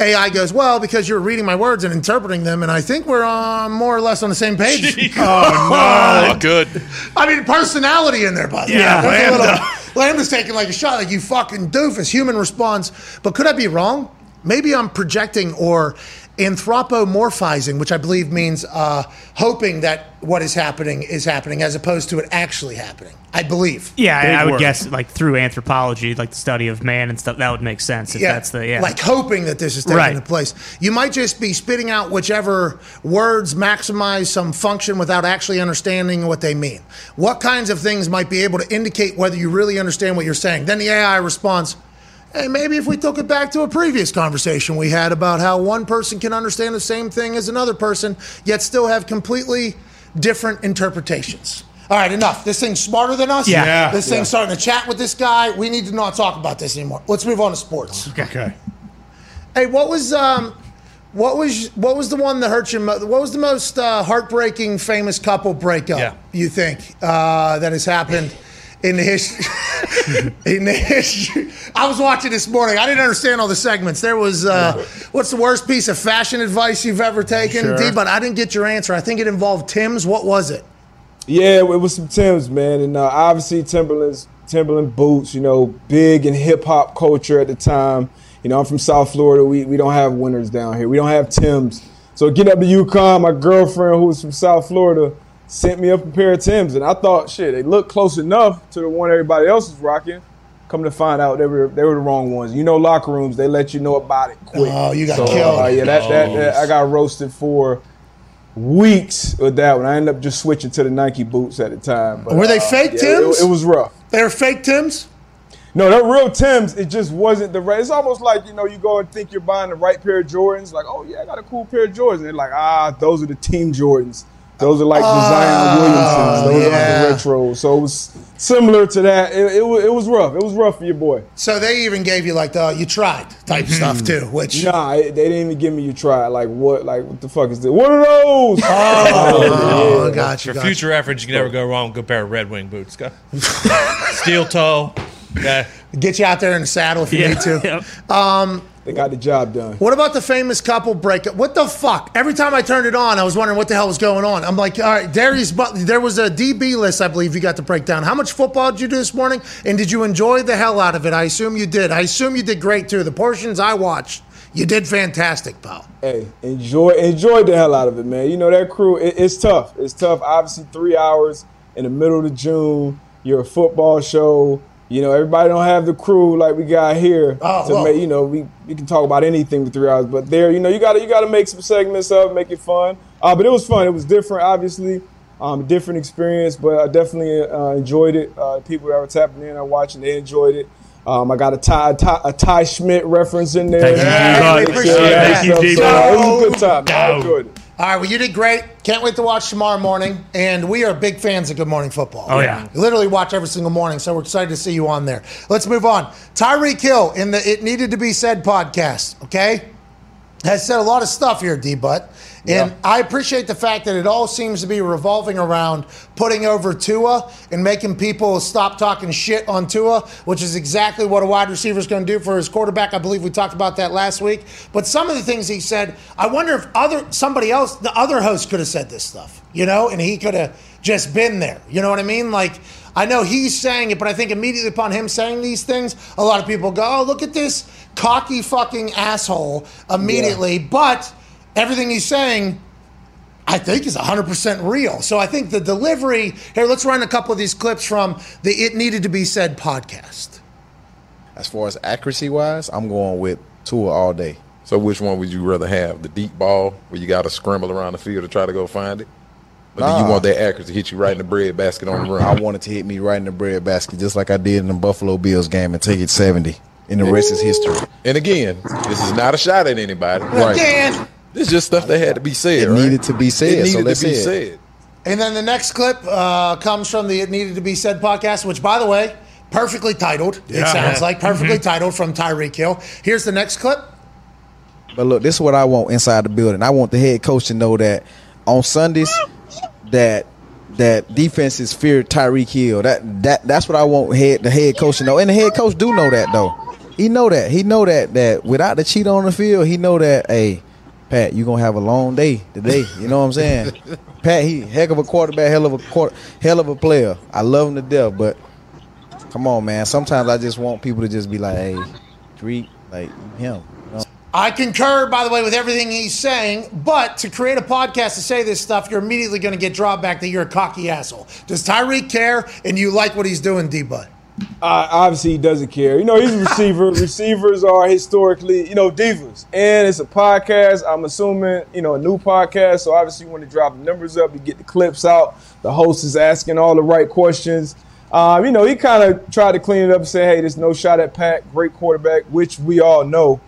AI goes, Well, because you're reading my words and interpreting them, and I think we're on more or less on the same page. [laughs] Oh, no. good. I mean, personality in there, buddy. Yeah, There's a Lambda. little- Lambda's taking like a shot, like you fucking doofus. Human responds, but could I be wrong? Maybe I'm projecting or anthropomorphizing, which I believe means uh, hoping that what is happening is happening as opposed to it actually happening. I believe. Yeah, Big I, I would word. guess like through anthropology, like the study of man and stuff, that would make sense if that's the yeah. Like hoping that this is taking Right. place. You might just be spitting out whichever words maximize some function without actually understanding what they mean. What kinds of things might be able to indicate whether you really understand what you're saying? Then the AI responds, Hey, maybe if we took it back to a previous conversation we had about how one person can understand the same thing as another person, yet still have completely different interpretations. All right, enough. This thing's smarter than us. Yeah. Yeah. This thing's Yeah. starting to chat with this guy. We need to not talk about this anymore. Let's move on to sports. Okay. Hey, what was um, what was what was the one that hurt you? Mo- what was the most uh, heartbreaking famous couple breakup Yeah. you think uh, that has happened in the history? [laughs] in the history, I was watching this morning. I didn't understand all the segments. There was uh, what's the worst piece of fashion advice you've ever taken, Sure. D? But I didn't get your answer. I think it involved Tim's. What was it? Yeah, it was some Tim's, man, and uh, obviously Timberland's Timberland boots. You know, big in hip hop culture at the time. You know, I'm from South Florida. We we don't have winters down here. We don't have Tim's. So getting up to UConn, my girlfriend who was from South Florida sent me up a pair of Tim's, and I thought, shit, they look close enough to the one everybody else is rocking. Come to find out, they were they were the wrong ones. You know, locker rooms they let you know about it quick. Oh, you got So, killed. uh, yeah, that, that, that I got roasted for weeks with that one. I ended up just switching to the Nike boots at the time. But, Were they uh, fake yeah, Tims? It, it was rough. They were fake Tims. No, they're real Tims. It just wasn't the right. It's almost like you know you go and think you're buying the right pair of Jordans. Like, oh yeah, I got a cool pair of Jordans. And they're like, ah, those are the Team Jordans. Those are like the Ah, Zion Williamsons. Those are like the retros. So it was similar to that. It, it, wa- it was rough. It was rough for your boy. So they even gave you like the you tried type stuff too, which Nah, it- they didn't even give me you try. Like what? Like what the fuck is this? What are those? [laughs] Oh, yeah. gotcha. Uh, For future reference, you can never go wrong with a good pair of Red Wing boots. [laughs] Go. Steel toe. Yeah. Get you out there in the saddle if you Yeah. [laughs] need to. Um, they got the job done. What about the famous couple breakup? What the fuck? Every time I turned it on, I was wondering what the hell was going on. I'm like, all right, Darius Butler. There was a DB list, I believe you got to break down. How much football did you do this morning? And did you enjoy the hell out of it? I assume you did. I assume you did great too. The portions I watched, you did fantastic, pal. Hey, enjoy enjoy the hell out of it, man. You know that crew, it, it's tough. It's tough. Obviously, three hours in the middle of June. You're a football show. You know everybody don't have the crew like we got here. Oh, to well. make, you know we, we can talk about anything for three hours, but there you know you gotta you gotta make some segments up, make it fun. Uh, but it was fun. It was different, obviously, um, different experience, but I definitely uh, enjoyed it. Uh, people that were tapping in and watching, they enjoyed it. Um, I got a Ty, a Ty a Ty Schmidt reference in there. Thank you, Yeah, G. we appreciate Yeah, stuff. that. Thank you, G. So, uh, it was a good time. I Dope. enjoyed it. All right, well, you did great. Can't wait to watch tomorrow morning. And we are big fans of Good Morning Football. Oh, yeah. We literally watch every single morning, so we're excited to see you on there. Let's move on. Tyreek Hill in the It Needed to Be Said podcast, okay? Has said a lot of stuff here, D Butt. And I appreciate the fact that it all seems to be revolving around putting over Tua and making people stop talking shit on Tua, which is exactly what a wide receiver is going to do for his quarterback. I believe we talked about that last week. But some of the things he said, I wonder if other somebody else, the other host, could have said this stuff, you know, and he could have just been there. You know what I mean? Like, I know he's saying it, but I think immediately upon him saying these things, a lot of people go, oh, look at this cocky fucking asshole immediately. But everything he's saying, I think is 100% real. So I think the delivery here, let's run a couple of these clips from the It Needed to Be Said podcast. As far as accuracy wise, I'm going with Tua all day. So which one would you rather have? The deep ball where you got to scramble around the field to try to go find it? Or do Nah. you want that accuracy to hit you right in the bread basket on the run? I want it to hit me right in the bread basket, just like I did in the Buffalo Bills game, and take it 70. And the rest is history. And again, this is not a shot at anybody. Right. Again. This is just stuff that had to be said. It right? needed to be said, It so needed let's to be say said. it. And then the next clip uh, comes from the It Needed to Be Said podcast, which, by the way, Perfectly titled, it Yeah. sounds like. Perfectly Mhm. titled from Tyreek Hill. Here's the next clip. But look, this is what I want inside the building. I want the head coach to know that on Sundays that that defenses fear Tyreek Hill. That that that's what I want head the head coach to know. And the head coach do know that though. He know that. He know that that without the cheat on the field, he know that hey, Pat, you're gonna have a long day today. You know what I'm saying? Pat, he heck of a quarterback, hell of a quarter, hell of a player. I love him to death, but come on, man. Sometimes I just want people to just be like, hey, Tyreek, like him. You know? I concur, by the way, with everything he's saying, but to create a podcast to say this stuff, you're immediately going to get drawback that you're a cocky asshole. Does Tyreek care and you like what he's doing, D Bud? Uh, obviously, he doesn't care. You know, he's a receiver. Receivers are historically, you know, divas. And it's a podcast. I'm assuming, you know, a new podcast. So obviously, you want to drop the numbers up. You get the clips out. The host is asking all the right questions. Um, you know, he kind of tried to clean it up and say, hey, there's no shot at Pat. Great quarterback, which we all know.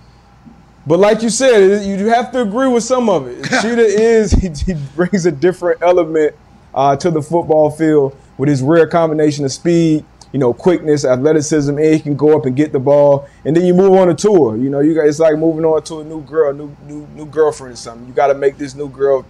But like you said, it- you have to agree with some of it. Shooter is [laughs] he, he brings a different element uh, to the football field with his rare combination of speed, you know, quickness, athleticism, and he can go up and get the ball. And then you move on a tour. You know, you got, it's like moving on to a new girl, new new new girlfriend or something. You got to make this new girl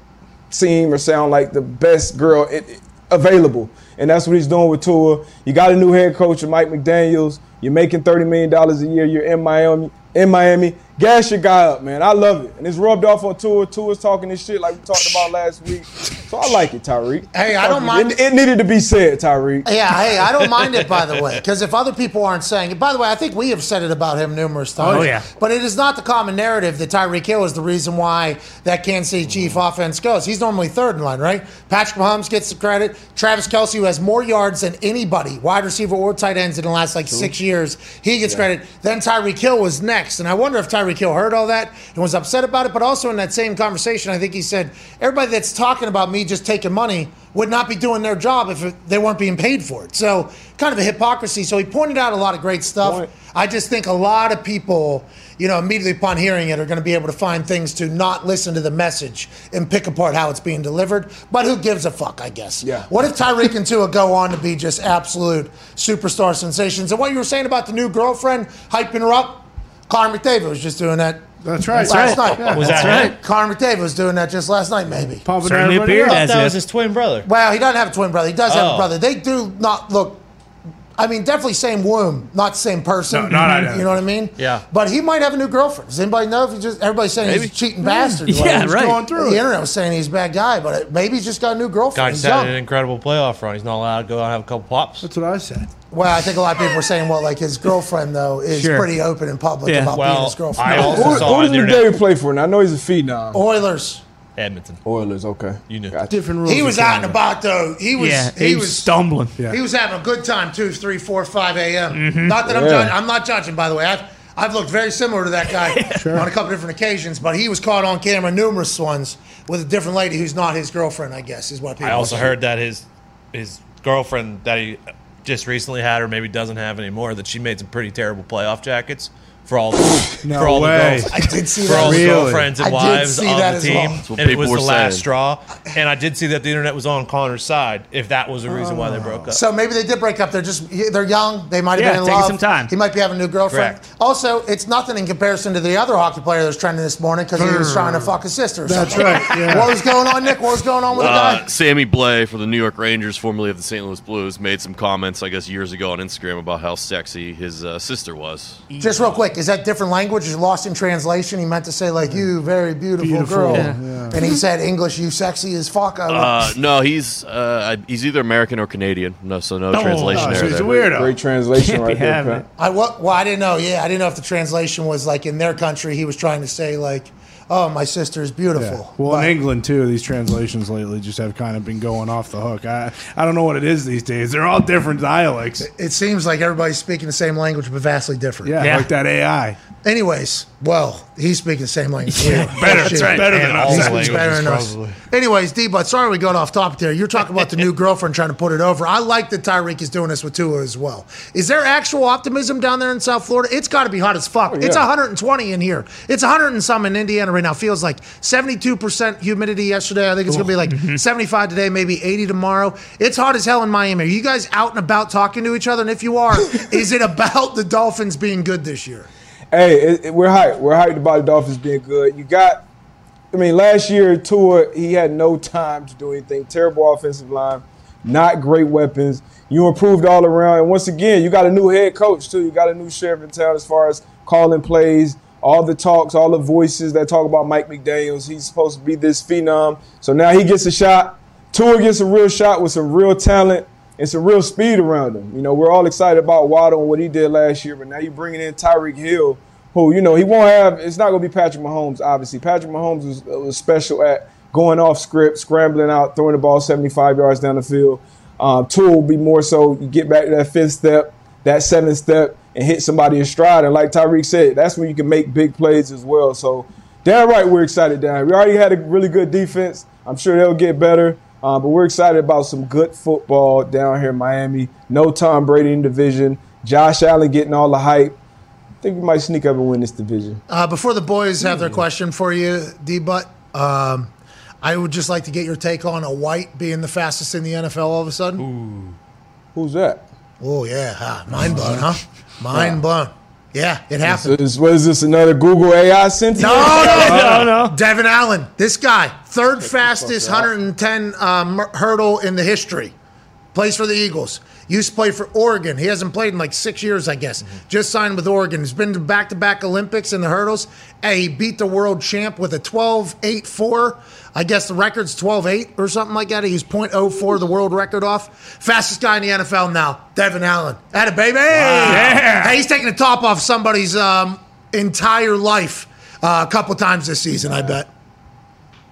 seem or sound like the best girl it, it- available. And that's what he's doing with Tua. You got a new head coach, Mike McDaniels. You're making $30 million a year. You're in Miami. In Miami, gas your guy up, man. I love it. And it's rubbed off on Tua. Tua's talking this shit like we talked about last week. So I like it, Tyreek. Hey, I don't It- mind- It, needed to be said, Tyreek. Yeah, hey, I don't mind it, by [laughs] the way, because if other people aren't saying it, by the way, I think we have said it about him numerous times. Oh, yeah. But it is not the common narrative that Tyreek Hill is the reason why that Kansas City Chief Mm-hmm. offense goes. He's normally third in line, right? Patrick Mahomes gets the credit. Travis Kelsey, who has more yards than anybody, wide receiver or tight ends in the last like six years, he gets credit. Then Tyreek Hill was next. And I wonder if Tyreek Hill heard all that and was upset about it. But also in that same conversation, I think he said, everybody that's talking about me just taking money would not be doing their job if it- they weren't being paid for it. So kind of a hypocrisy. So he pointed out a lot of great stuff. I just think a lot of people, you know, immediately upon hearing it are going to be able to find things to not listen to the message and pick apart how it's being delivered. But who gives a fuck, I guess. Yeah. What if Tyreek and Tua go on to be just absolute superstar sensations? And what you were saying about the new girlfriend hyping her up, Carmen McDavid was just doing that. That's right. Last That's night. right. Yeah. Was That's that right. Carmen McDavid was doing that just last night, maybe. Pumping Certainly everybody appeared up. as That was if. his twin brother. Well, he doesn't have a twin brother. He does have a Oh. brother. They do not look. I mean, definitely same womb, not same person. No, not identical. you know what I mean? Yeah. But he might have a new girlfriend. Does anybody know if he just everybody's saying he's a cheating bastard? Yeah, Like, He's right. going through the it. internet was saying he's a bad guy, but maybe he's just got a new girlfriend. Guy's He's had young. an incredible playoff run. He's not allowed to go out and have a couple pops. That's what I said. Well, I think a lot of people were saying, well, like his girlfriend though is Sure. pretty open in public Yeah. about [laughs] being Well, his girlfriend. I also who saw who on does the McDavid play for? Now I know he's a phenom. Oilers. Edmonton. Oilers. Okay. You knew. Different He was out and about though. He was he, was stumbling. He was having a good time two, three, four, five a.m. Mm-hmm. Mhm. Not that I'm Yeah. judging. I'm not judging, by the way. I've I've looked very similar to that [laughs] guy on a couple different occasions, but he was caught on camera numerous ones with a different lady who's not his girlfriend. I guess is what people. I also heard that his his girlfriend that he just recently had, or maybe doesn't have anymore, that she made some pretty terrible playoff jackets for [gasps] all the, No for all way. the girls, I did see for that. all the Really? girlfriends I and did wives see on that the as well. team, That's what and it people was the were last saying. straw. And I did see that the internet was on Connor's side. If that was the reason why Oh. they broke up, [laughs] So maybe they did break up. They're just they're young. They might have Yeah, been in taking love. some time. He might be having a new girlfriend. Also, it's nothing in comparison to the other hockey player that was trending this morning because he was trying to fuck his sister. Or That's something. right, yeah. What was going on, Nick? What was going on with the Uh, guy? Sammy Blay for the New York Rangers, formerly of the St. Louis Blues, made some comments, I guess, years ago on Instagram about how sexy his uh, sister was. Just real quick, is that different language? Is lost in translation? He meant to say like you, very beautiful, Beautiful, girl, yeah. and he said English, you sexy as fuck. I Uh, no, he's uh, he's either American or Canadian. No, so no Oh, translation so there. he's a there. weirdo. Great [laughs] translation right there, Pat. I well, well, I didn't know. Yeah, I didn't know if the translation was like in their country. He was trying to say like, "Oh, my sister is beautiful." Well, in England too, these translations lately just have kind of been going off the hook. I I don't know what it is these days. They're all different dialects. It seems like everybody's speaking the same language but vastly different. Yeah, like that AI. Anyways, well, he's speaking the same language. we are. Better, Shit. that's right. Better than And all he the speaks better languages, than us. probably. [laughs] Anyways, D, but sorry we got off topic there. You're talking about the new girlfriend trying to put it over. I like that Tyreek is doing this with Tua as well. Is there actual optimism down there in South Florida? It's got to be hot as fuck. It's 120 in here. It's 100 and some in Indiana right now. Feels like 72% humidity yesterday. I think it's going to be like 75 today, maybe 80 tomorrow. It's hot as hell in Miami. Are you guys out and about talking to each other? And if you are, is it about the Dolphins being good this year? Hey, it, it- we're hyped. We're hyped about the Dolphins being good. You got, I mean, last year Tua he had no time to do anything. Terrible offensive line, not great weapons. You improved all around, and once again, you got a new head coach too. You got a new sheriff in town as far as calling plays, all the talks, all the voices that talk about Mike McDaniel's. He's supposed to be this phenom, so now he gets a shot. Tua gets a real shot with some real talent and some real speed around him. You know, we're all excited about Waddle and what he did last year, but now you're bringing in Tyreek Hill, who you know he won't have. It's not going to be Patrick Mahomes, obviously. Patrick Mahomes was, was special at going off script, scrambling out, throwing the ball 75 yards down the field. Um, Tua will be more so you get back to that fifth step, that seventh step, and hit somebody in stride. And like Tyreek said, that's when you can make big plays as well. So damn right, we're excited down here. We already had a really good defense. I'm sure they'll get better. Uh, but we're excited about some good football down here in Miami. No Tom Brady in the division. Josh Allen getting all the hype. I think we might sneak up and win this division. Uh, before the boys have their question for you, D Butt, um, I would just like to get your take on a White being the fastest in the NFL all of a sudden. Who's that? Oh yeah, huh? mind blown, huh? Mind blown. Yeah, it Is, happened. is, what is this, another Google AI sentence? No, [laughs] no, no, no, Devin Allen, this guy, third fastest 110 um, hurdle in the history. Plays for the Eagles. Used to play for Oregon. He hasn't played in like six years, I guess. Just signed with Oregon. He's been to back to back Olympics in the hurdles. Hey, he beat the world champ with a 12 8 4. I guess the record's 12 8 or something like that. He was 0.04, the world record off. Fastest guy in the NFL now, Devin Allen. Atta baby. Yeah. Hey, he's taking the top off somebody's um, entire life uh, a couple times this season, I bet.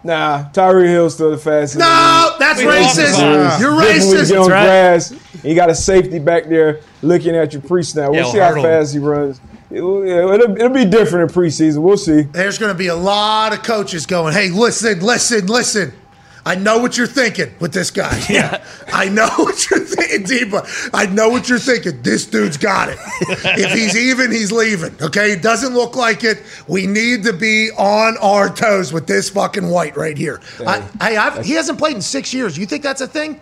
Nah, Tyree Hill's still the fastest. No, that's We lost racist. the You're Different when you get on racist. grass, and you got a safety back there looking at you pre-snap. We'll Yeah, see how hurdle. fast he runs. It'll, it'll, it'll be different in preseason. We'll see. There's going to be a lot of coaches going, hey, listen, listen, listen. I know what you're thinking with this guy. [laughs] Yeah. I know [laughs] what you're thinking, Deba. I know what you're thinking. This dude's got it. if [laughs] he's even, he's leaving. Okay? It doesn't look like it. We need to be on our toes with this fucking white right here. I, hey, I've, he hasn't played in six years. You think that's a thing?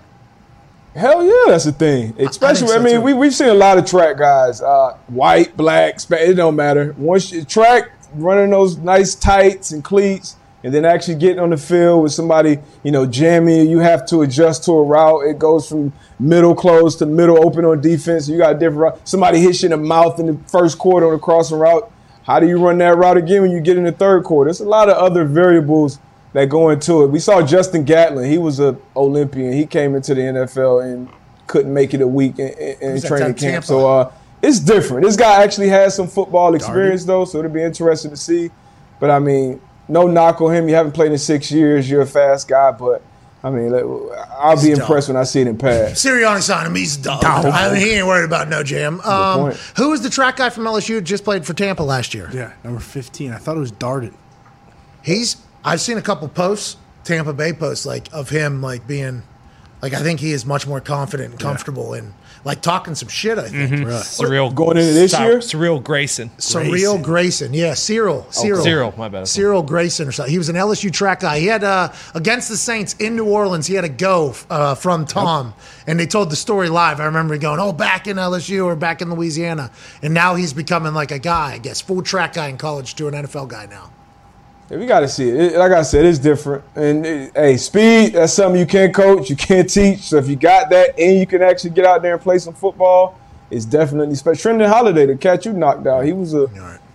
Hell yeah, that's the thing. Especially, I, so, mean, too. we we've seen a lot of track guys, uh, white, black, spa- it don't matter. Once you track running those nice tights and cleats, and then actually getting on the field with somebody, you know, jamming, you have to adjust to a route. It goes from middle close to middle open on defense. You got a different route. Somebody hits you in the mouth in the first quarter on a crossing route. How do you run that route again when you get in the third quarter? There's a lot of other variables that go into it. We saw Justin Gatlin. He was a Olympian. He came into the NFL and couldn't make it a week in, in- in was at training camp. Tampa. So uh, it's different. This guy actually has some football experience though, so it'll be interesting to see. But I mean, no knock on him. You haven't played in six years. You're a fast guy, but I mean, like, I'll be dumb. impressed when I see it in pass. Sirianni signed him. He's dog. I mean, he ain't worried about no jam. Um, point. who was the track guy from LSU who just played for Tampa last year? Yeah, number 15. I thought it was Darden. He's. I've seen a couple posts, Tampa Bay posts, like of him, like being, like I think he is much more confident and comfortable and like talking some shit. I think Mm-hmm. Surreal Going into this year? Surreal Grayson. Surreal Grayson. Yeah, Cyril. Cyril. Oh, Cyril, my bad. Cyril Grayson or something. He was an LSU track guy. He had uh, against the Saints in New Orleans. He had a go uh, from Tom, and they told the story live. I remember going, "Oh, back in LSU or back in Louisiana," and now he's becoming like a guy, I guess, full track guy in college to an NFL guy now. Yeah, we got to see it. It- Like I said, it's different. And it- hey, speed, that's something you can't coach, you can't teach. So if you got that and you can actually get out there and play some football, it's definitely special. Trendon Holiday, the cat you knocked out, he was a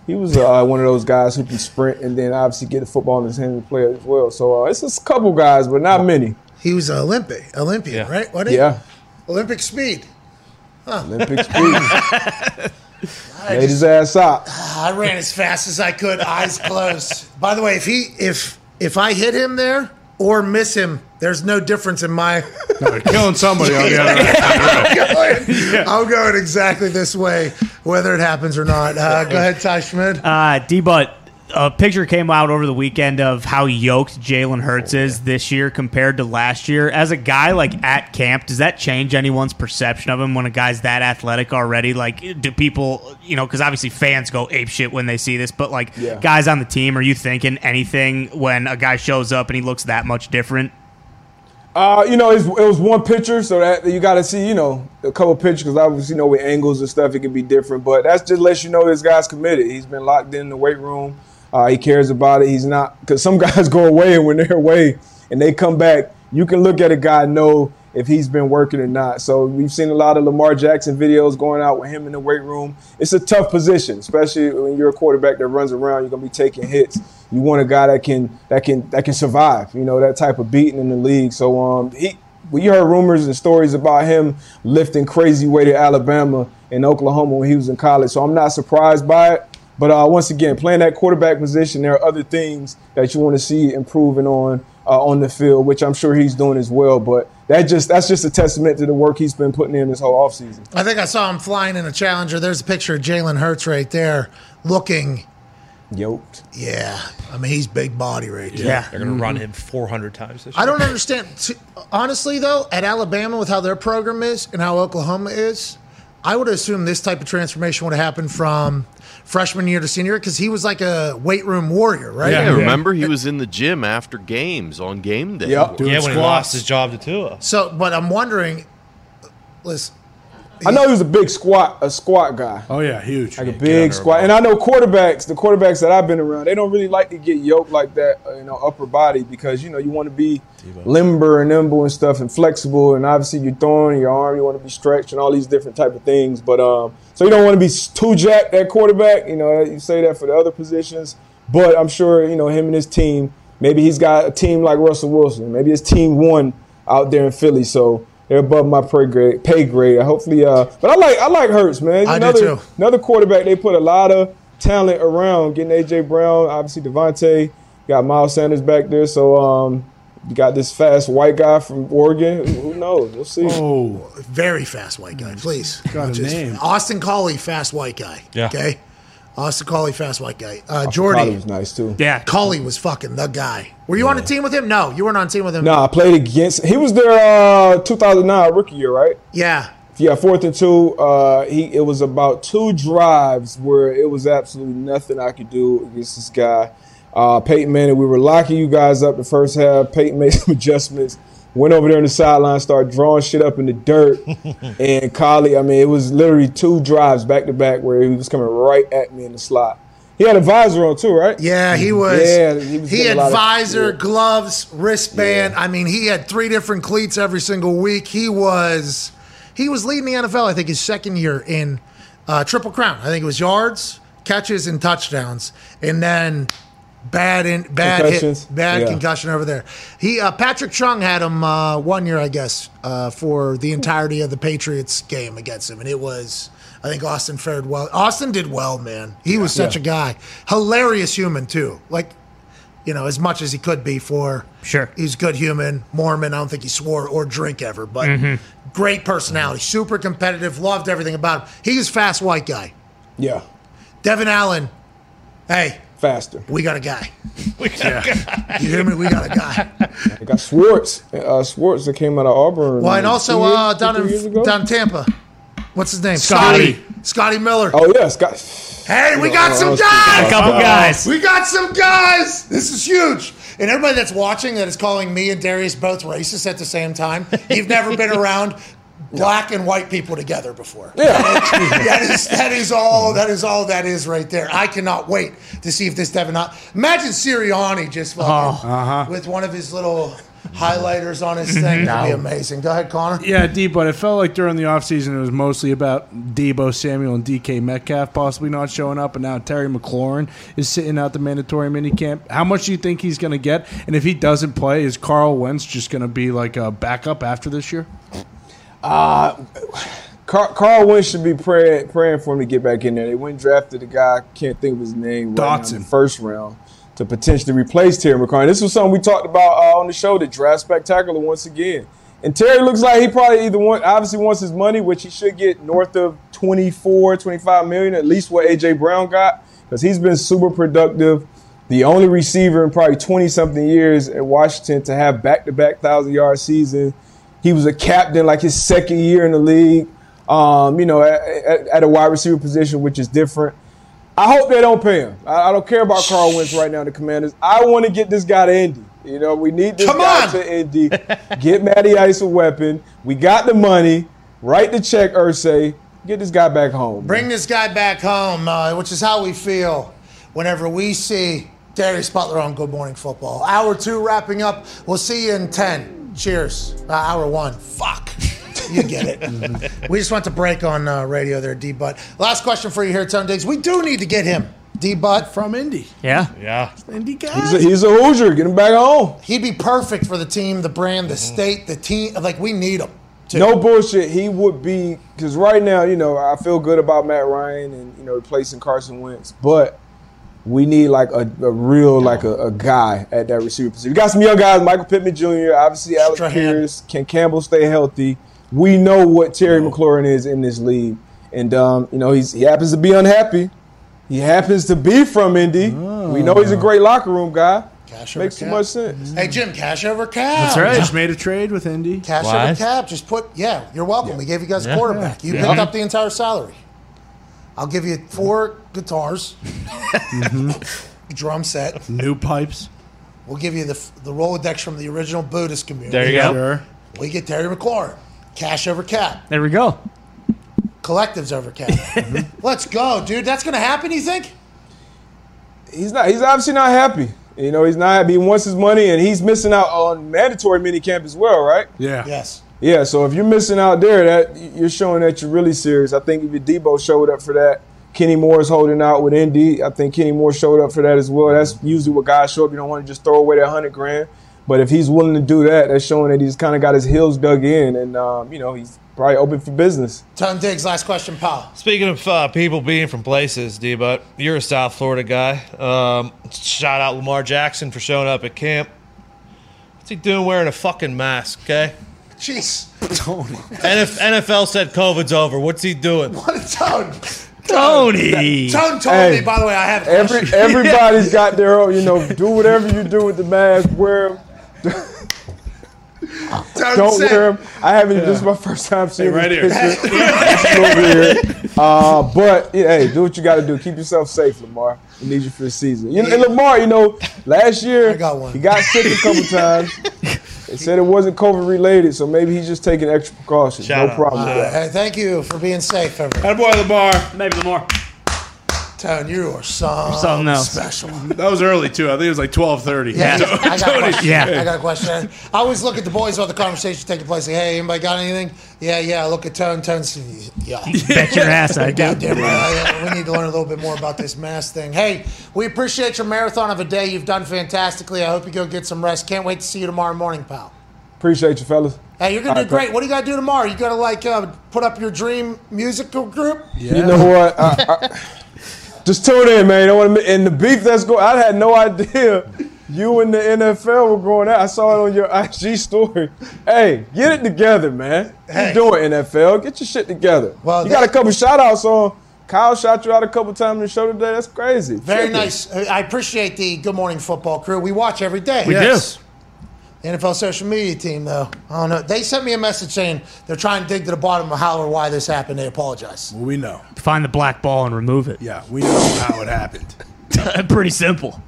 he was uh, one of those guys who can sprint and then obviously get the football in his hand and play as well. So uh, it's just a couple guys, but not many. He was an Olympic Olympian, Yeah. right? Wasn't he? Yeah, Olympic speed. [laughs] Olympic speed. Laid his ass out. I ran as fast as I could, eyes closed. By the way, if he if if I hit him there or miss him, there's no difference [laughs] in my [laughs] Killing somebody on the other end. I'm going, I'm going exactly this way whether it happens or not. Uh, go ahead, Ty Schmidt. Uh, D but a picture came out over the weekend of how yoked Jalen Hurts is this year compared to last year. As a guy like at camp, does that change anyone's perception of him when a guy's that athletic already? Like, do people, you know, because obviously fans go ape shit when they see this, but like Yeah. guys on the team, are you thinking anything when a guy shows up and he looks that much different? Uh, you know, it's, it was one picture, so that you got to see, you know, a couple pictures because obviously, you know, with angles and stuff, it can be different. But that's just lets you know this guy's committed. He's been locked in the weight room. Uh, he cares about it. He's not because some [laughs] guys go away, and when they're away and they come back, you can look at a guy and know if he's been working or not. So we've seen a lot of Lamar Jackson videos going out with him in the weight room. It's a tough position, especially when you're a quarterback that runs around. You're gonna be taking hits. You want a guy that can that can that can survive. You know that type of beating in the league. So um, he we heard rumors and stories about him lifting crazy weight at Alabama and Oklahoma when he was in college. So I'm not surprised by it. But uh, once again, playing that quarterback position, there are other things that you want to see improving on uh, on the field, which I'm sure he's doing as well. But that just that's just a testament to the work he's been putting in this whole offseason. I think I saw him flying in a Challenger. There's a picture of Jalen Hurts right there, looking. Yoked. Yeah, I mean he's big body right there. They're going to run him 400 times this year. [laughs] I don't understand. t- Honestly, though, at Alabama, with how their program is and how Oklahoma is, I would assume this type of transformation would have happened from freshman year to senior because he was like a weight room warrior, right? Yeah, remember he was in the gym after games on game day. Yep. Yeah, Doing when he lost his job to Tua. So, but I'm wondering, listen, I know he was a big squat a squat guy. Oh yeah, huge. Like a big squat. And I know quarterbacks, the quarterbacks that I've been around, they don't really like to get yoked like that, uh, you know, upper body because you know you want to be limber and nimble and stuff and flexible, and obviously you're throwing your arm, you want to be stretched and all these different type of things. But um, so you don't want to be s- too jacked at quarterback. You know, you say that for the other positions, but I'm sure you know him and his team. Maybe he's got a team like Russell Wilson. Maybe it's team one out there in Philly. So. They're above my pay grade. Pay grade. Hopefully, uh, but I like I like Hurts, man. He's I do another- too. Another quarterback, they put a lot of talent around getting AJ Brown, obviously Devontae, got Miles Sanders back there. So um, you got this fast white guy from Oregon. Who knows? We'll see. Oh, very fast white guy, please. Mm. Got a Just- name. Austin Collie, fast white guy. Yeah. Okay. Austin Collie, fast white guy. Uh, Probably Jordy was nice too. Yeah. Collie was fucking the guy. Were you on a team with him? No, you weren't on a team with him. No, I played against. He was their uh, 2009 rookie year, right? Yeah. Yeah, fourth and two. Uh, he it was about two drives where it was absolutely nothing I could do against this guy, uh, Peyton Manning. We were locking you guys up the first half. Peyton made [laughs] some adjustments, went over there on the sideline, started drawing shit up in the [laughs] dirt. and Collie, I mean, it was literally two drives back to back where he was coming right at me in the slot. He had a visor on too, right? Mm-hmm. Yeah, he was. Yeah, he, he was had getting a lot of- visor, yeah. gloves, wristband. I mean, he had three different cleats every single week. He was he was leading the NFL. I think his second year in uh, triple crown. I think it was yards, catches, and touchdowns, and then bad in bad hit, Concussions. bad Yeah. concussion over there. He uh, Patrick Chung had him uh, one year, I guess, uh, for the entirety of the Patriots game against him, and it was. I think Austin fared well. Austin did well, man. He was such a guy, hilarious human too. Like, you know, as much as he could be for Sure. He's a good human, Mormon. I don't think he swore or drink ever, but Mm-hmm. Mm-hmm. great personality, super competitive. Loved everything about him. He was a fast white guy. Yeah, Devin Allen. Hey, faster. we got a guy. You hear me? We got a guy. They got Swartz, uh, Swartz that came out of Auburn. Well, and uh, also two years- uh, down two years in ago? down in Tampa. What's his name? Scotty. Scotty Miller. Oh yeah, Scott. Hey, we got some oh, guys. A couple guys. We got some guys. This is huge. And everybody that's watching that is calling me and Darius both racist at the same time. You've never been [laughs] around black and white people together before. [laughs] that is that is all that is all that is right there. I cannot wait to see if this Devin. Imagine Sirianni just fucking Oh. with one of his little highlighters on his thing. That'd be amazing. Go ahead, Connor. Yeah, D, but it felt like during the offseason it was mostly about Debo Samuel and DK Metcalf possibly not showing up, and now Terry McLaurin is sitting out the mandatory minicamp. How much do you think he's going to get? And if he doesn't play, is Carl Wentz just going to be like a backup after this year? uh, Car- Carl Wentz should be praying praying for him to get back in there. They went and drafted a guy, I can't think of his name, right now in Dotson. the first round to potentially replace Terry McLaurin. This was something we talked about uh, on the show, the draft spectacular once again. And Terry looks like he probably either want, obviously wants his money, which he should get north of 24, 25 million, at least what AJ Brown got, because he's been super productive. The only receiver in probably 20 something years at Washington to have back to back thousand yard season. He was a captain like his second year in the league, um, you know, at, at, at a wide receiver position, which is different. I hope they don't pay him. I, I don't care about Carl Wentz right now, the Commanders. I want to get this guy to Indy. You know, we need this Come guy on! to Indy. Get Matty Ice a weapon. We got the money. Write the check, Ursay. Get this guy back home. man. Bring this guy back home, uh, which is how we feel whenever we see Darius Butler on Good Morning Football. Hour two wrapping up. We'll see you in 10. Cheers. Uh, hour one. Fuck. You get it. [laughs] we just went to break on uh, radio there, D Butt. Last question for you here, Tone Diggs. We do need to get him, D Butt. from Indy. Yeah. Yeah. Indy He's guys. a, he's a Hoosier. Get him back home. He'd be perfect for the team, the brand, the Mm-hmm. state, the team. Like, we need him. to- No bullshit. He would be because right now, you know, I feel good about Matt Ryan and you know replacing Carson Wentz, but we need like a, a real like a, a guy at that receiver position. We got some young guys, Michael Pittman Jr., obviously Alex Strahan. Pierce. Can Campbell stay healthy? We know what Terry McLaurin is in this league, and um, you know he's, he happens to be unhappy. He happens to be from Indy. We know he's a great locker room guy. Ah. Cash over Makes too cap. much sense. Hey, Jim, cash over cap. That's right. Just made a trade with Indy. Cash over Wise. cap. Just put, yeah, you're welcome. We gave you guys a quarterback. You picked up the entire salary. I'll give you four guitars, Mm-hmm. [laughs] drum set. New pipes. We'll give you the, the Rolodex from the original Buddhist community. There you go. Sure. We get Terry McLaurin. Cash over cap. There we go. Collectives over cap. Let's go, dude. That's going to happen, you think? he's not. He's obviously not happy. You know, he's not happy. He wants his money, and he's missing out on mandatory minicamp as well, right? Yeah. Yes. Yeah. So if you're missing out there, that you're showing that you're really serious. I think if Debo showed up for that, Kenny Moore is holding out with Indy. I think Kenny Moore showed up for that as well. That's usually what guys show up. You don't want to just throw away that hundred grand. But if he's willing to do that, that's showing that he's kind of got his heels dug in, and um, you know he's probably open for business. Tom Diggs, last question, pal. Speaking of uh, people being from places, D, but you're a South Florida guy. Um, shout out Lamar Jackson for showing up at camp. What's he doing wearing a fucking mask? Okay. Jeez. NF- NFL said COVID's over. What's he doing? [laughs] What a tone. Tony. Tone told Hey. me, by the way, I have a Every question. everybody's got their own. You know, do whatever you do with the mask. Wear 'em. Tone don't said- wear them. I haven't. This is my first time seeing right this here. picture. It's over here. Uh, but yeah, hey, do what you got to do. Keep yourself safe, Lamar. We need you for the season. You know, and Lamar, you know, last year I got one. he got sick a [laughs] couple times. They said it wasn't COVID related, so maybe he's just taking extra precautions. Shout no out. problem with that. Uh, Hey, thank you for being safe, everybody. That boy Lamar. Maybe Lamar. Tone, you are some [laughs] Something else. Oh, special. That was early too. I think it was like twelve thirty. [laughs] Yeah, I got a question. Yeah. I got a question. I always look at the boys while the conversation taking place. Like, hey, anybody got anything? Yeah, yeah. I Look at Tone. Tone's [laughs] yeah. Bet your ass I do. Goddamn right. I- I- We need to learn a little bit more about this mask thing. Hey, we appreciate your marathon of a day. You've done fantastically. I hope you go get some rest. Can't wait to see you tomorrow morning, pal. Appreciate you, fellas. Hey, you're gonna All do right, great. What do you gotta do tomorrow? You gotta like uh, put up your dream musical group. You know what? I, I, just tune in, man. You know what I mean? And the beef that's going, I had no idea you and the NFL were going out. I saw it on your IG story. Hey, get it together, man. Hey. You doing NFL? Get your shit together. Well, you that- got a couple shout outs on. Kyle shot you out a couple times in the show today. That's crazy. Very Tripping. nice. Uh, I appreciate the Good Morning Football crew. We watch every day. We do. The NFL social media team, though, I don't know. They sent me a message saying they're trying to dig to the bottom of how or why this happened. They apologize. We know. Find the black ball and remove it. Yeah, we know how it happened. [laughs] Pretty simple.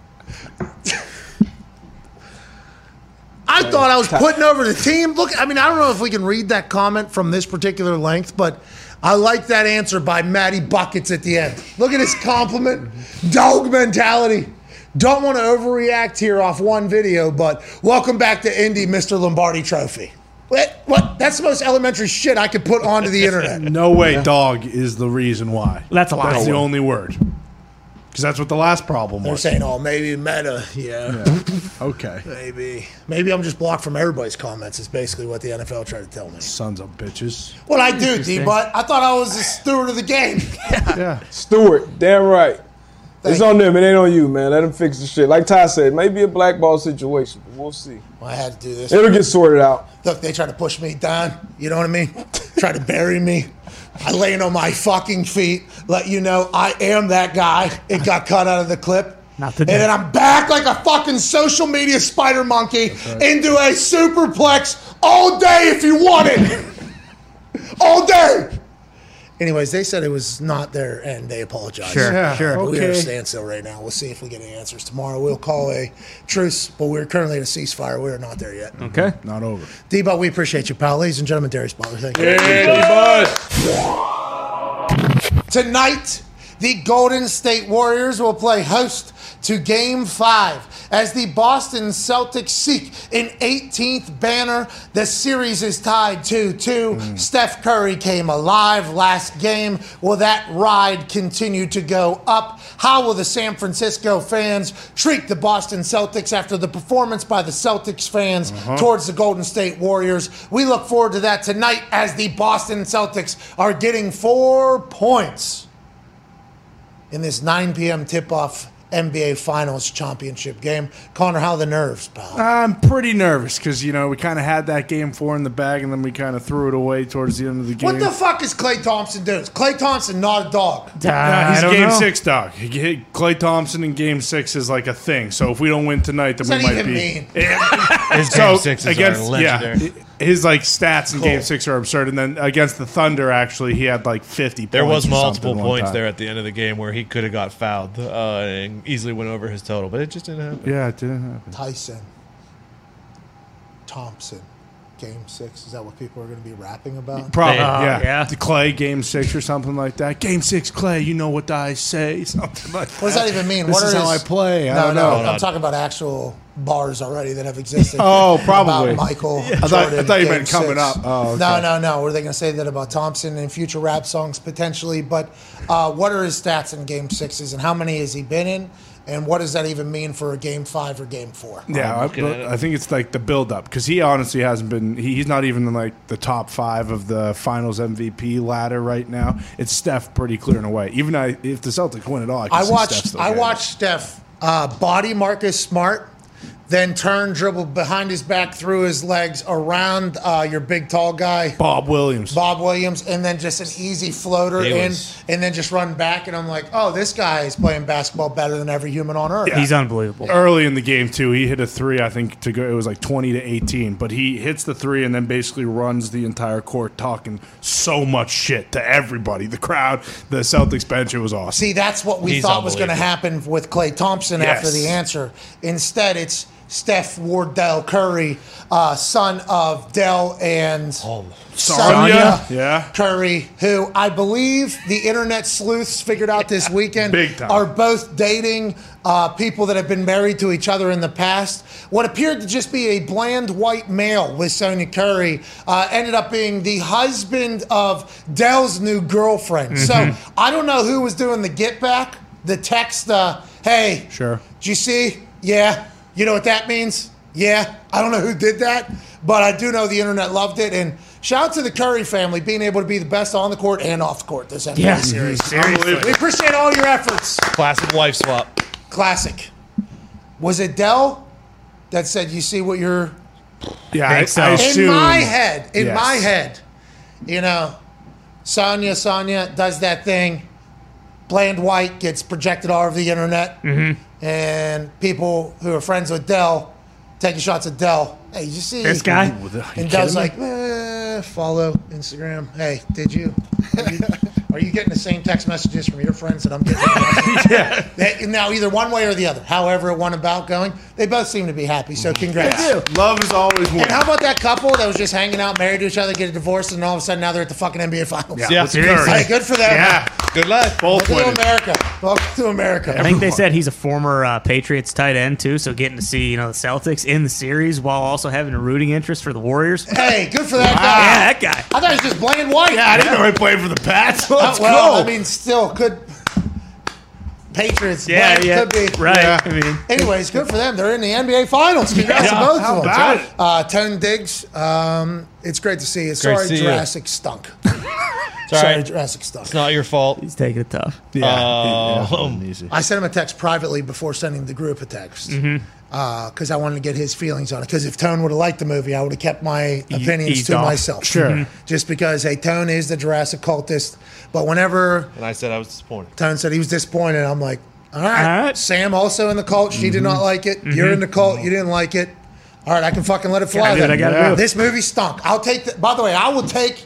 I thought I was putting over the team. Look, I mean, I don't know if we can read that comment from this particular length, but I like that answer by Matty Buckets at the end. Look at his compliment, dog mentality. Don't want to overreact here off one video, but welcome back to Indy, Mr. Lombardi Trophy. What? What? That's the most elementary shit I could put onto the internet. No way, dog is the reason why. That's a lot That's of the word. only word. Because that's what the last problem They're was. saying, oh, maybe meta. [laughs] Yeah. Okay. Maybe. Maybe I'm just blocked from everybody's comments, is basically what the NFL tried to tell me. Sons of bitches. What I do, D, but I thought I was the steward of the game. Yeah. Stewart, damn right. it's on them. It ain't on you, man. Let them fix the shit. Like Ty said, maybe a black ball situation, but we'll see. Well, I had to do this. It'll get sorted out. Look, they try to push me down. You know what I mean? [laughs] try to bury me. I land on my fucking feet. Let you know I am that guy. It got cut out of the clip. Not And today. then I'm back like a fucking social media spider monkey into a superplex all day if you want it. all day. Anyways, they said it was not their end. They apologized. Sure, Yeah, sure. But We are okay. standstill right now. We'll see if we get any answers tomorrow. We'll call a truce, but we're currently at a ceasefire. We're not there yet. Okay, not over. Debo, we appreciate you, pal. Ladies and gentlemen, Darius Butler, thank you. Tonight, the Golden State Warriors will play host to Game 5 as the Boston Celtics seek an 18th banner. The series is tied 2 2. Steph Curry came alive last game. Will that ride continue to go up? How will the San Francisco fans treat the Boston Celtics after the performance by the Celtics fans towards the Golden State Warriors? We look forward to that tonight as the Boston Celtics are getting four points in this 9 p.m. tip off NBA Finals Championship game. Connor, how the nerves, pal? I'm pretty nervous because you know we kind of had that game four in the bag, and then we kind of threw it away towards the end of the game. What the fuck is Clay Thompson doing? Is Clay Thompson not a dog? Nah, I he's don't game know. six dog. He- he- Clay Thompson in game six is like a thing. So if we don't win tonight, then What does we that might even be. [laughs] mean? His So game sixes are against yeah, legendary. his like stats in game six are absurd. And then against the Thunder, actually, he had like [laughs] 50. There was points or something multiple one points time. there at the end of the game where he could have got fouled uh, and easily went over his total, but it just didn't happen. Yeah, it didn't happen. Tyson, Thompson, Game Six. Is that what people are going to be rapping about? Probably, Uh, yeah. yeah. The Clay game six or something like that. Game six, Clay. You know what I say? [laughs] Something like that. What does that even mean? This What is are how I his- play. I no, don't no, know. I'm talking about actual bars already that have existed. [laughs] Oh, probably. About Michael. I thought- I Jordan, thought you Game meant coming Six. up. Oh, okay. No, no, no. Were they going to say that about Thompson and future rap songs potentially? But uh, what are his stats in Game Sixes and how many has he been in? And what does that even mean for a Game Five or Game Four? Yeah, I, I think it's like the build up because he honestly hasn't been. He, he's not even in like the top five of the Finals MVP ladder right now. It's Steph pretty clear and away. Even I, if the Celtics win at all, I, can I see Steph watched. still I getting it. watched Steph uh, body Marcus Smart, then turn, dribble behind his back, through his legs, around uh, your big tall guy Bob Williams. Bob Williams, and then just an easy floater He in, was- and then just run back. And I'm like, oh, this guy is playing basketball better than every human on earth. He's unbelievable. Early in the game too, he hit a three. I think to go, it was like twenty to eighteen. But he hits the three and then basically runs the entire court, talking so much shit to everybody, the crowd, the Celtics bench. It was awesome. See, that's what we He's thought was going to unbelievable. happen with Clay Thompson after Yes. the answer. Instead, it's Steph Wardell Curry, uh, son of Dell and Oh, Sonya? Yeah. Curry, who I believe the internet sleuths figured [laughs] out this weekend Big time. are both dating uh, people that have been married to each other in the past. What appeared to just be a bland white male with Sonya Curry uh, ended up being the husband of Dell's new girlfriend. Mm-hmm. So I don't know who was doing the get back, the text, uh, hey, Sure. did you see? Yeah. You know what that means? Yeah. I don't know who did that, but I do know the internet loved it. And shout out to the Curry family being able to be the best on the court and off the court this NBA Yeah. series. We appreciate all your efforts. Classic wife swap. Classic. Was it Dell that said, "You see what you're Yeah, I, Think so. I In in assume. my head"? In Yes. my head, you know, Sonya Sonya does that thing. Bland White gets projected all over the internet, and people who are friends with Dell taking shots at Dell. Hey, did you see This guy? And Dell's like, eh, follow Instagram. Hey, did you? Are you, [laughs] are you getting the same text messages from your friends that I'm getting? [laughs] They, now, either one way or the other, however it went about going, they both seem to be happy. So, congrats. Love is always one. And how about that couple that was just hanging out, married to each other, get a divorce, and all of a sudden now they're at the fucking NBA Finals? Yeah, Yeah. Curry. Hey, good for them. Yeah, Good luck. both Welcome winning. to America. Welcome to America. I think they said he's a former uh, Patriots tight end too, so getting to see you know the Celtics in the series while also having a rooting interest for the Warriors. yeah, hey, good for that guy. that guy. I thought he was just bland white. Yeah, I didn't know he played for the Pats. Oh, Let's well, go. I mean, still, could Patriots. Yeah, Bland yeah, Could be. right. Yeah. I mean, Anyways, good for them. They're in the NBA Finals. Congrats Yeah, to both how of them. about it? Uh, Tone Diggs, um, it's great to see you. Great to Sorry, see you. Jurassic stunk. Sorry, right. Jurassic stuff. It's not your fault. He's taking it tough. Yeah, Um, I sent him a text privately before sending the group a text because Mm-hmm. I wanted to get his feelings on it. Because if Tone would have liked the movie, I would have kept my opinions eased to off. myself. Mm-hmm. Sure. Mhm. Just because, hey, Tone is the Jurassic cultist, but whenever and I said I was disappointed. Tone said he was disappointed, I'm like, all right. All right. Sam also in the cult. She did Mm-hmm. not like it. You're in the cult. You didn't like it. All right, I can fucking let it fly. Gotta do what then. I gotta do. This movie stunk. I'll take. The, by the way, I will take